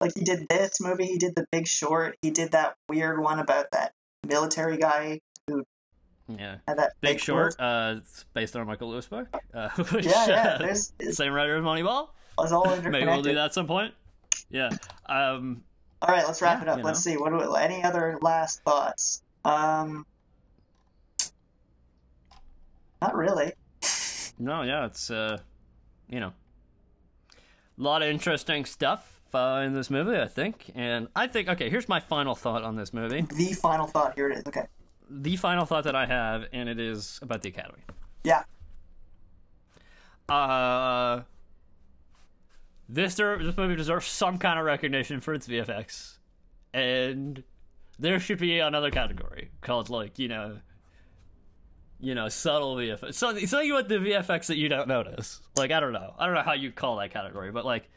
Like, he did this movie, he did The Big Short, he did that weird one about that military guy
Yeah.
and that
Big
fake
Short, uh, it's based on a Michael Lewis book. Uh, which,
world. Yeah, yeah.
uh,
There's, it's,
same writer as Moneyball.
it's all
Maybe
interconnected.
we'll do that at some point. Yeah. Um,
All right, let's wrap
Yeah,
it up.
you
Let's see. What do we, any other last thoughts? Um, not really.
no, yeah, it's uh, you know, a lot of interesting stuff uh, in this movie, I think. And I think, okay, here's my final thought on this movie.
The final thought. Here it is. Okay.
The final thought that I have, and it is about the Academy.
Yeah.
Uh, this der- this movie deserves some kind of recognition for its VFX, and there should be another category called like you know, you know, subtle VFX. Something something about the VFX that you don't notice. Like I don't know, I don't know how you call that category, but like,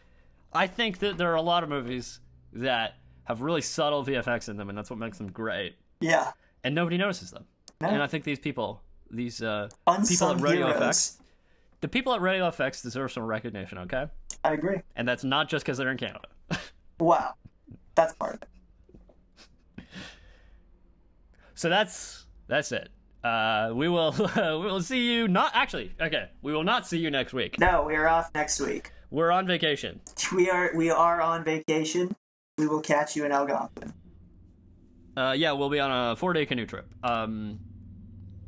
I think that there are a lot of movies that have really subtle VFX in them, and that's what makes them great,
Yeah.
and nobody notices them.
No.
And I think these people, these uh, people
Unsung
at Radio
heroes.
FX, the people at Radio FX deserve some recognition, okay?
I agree.
And that's not just because they're in Canada.
Wow. That's part of it.
so that's that's it. Uh, we will we will see you not actually okay. We will not see you next week.
No, we are off next week.
We're on vacation.
We are we are on vacation. We will catch you in Algonquin.
Uh, yeah, we'll be on a four day canoe trip. Um,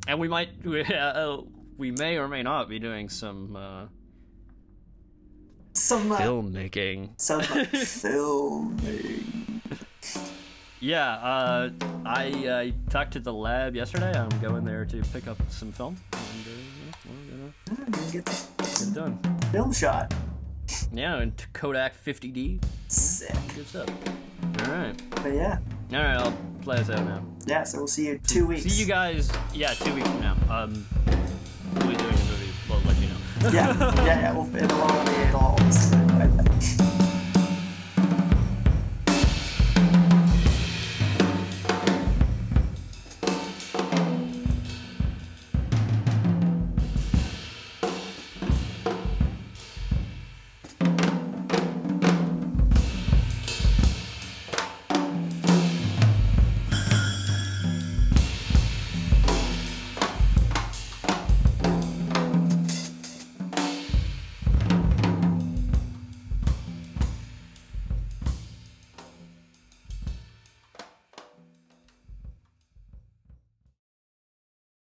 and we might we, uh, we may or may not be doing some uh,
So much.
filmmaking.
So much filming.
Yeah, uh, I uh, talked to the lab yesterday. I'm going there to pick up some film. And, uh, yeah, we're gonna
I'm gonna get this-
done.
Film shot.
Yeah, and t- Kodak 50D.
Sick.
Good stuff. All right.
But yeah.
All right, I'll play us out now.
Yeah, so we'll see you in two weeks.
See you guys, yeah, two weeks from now. Um, we'll be doing a movie. We'll let you know.
yeah, yeah, yeah. We'll, it'll all be it'll all.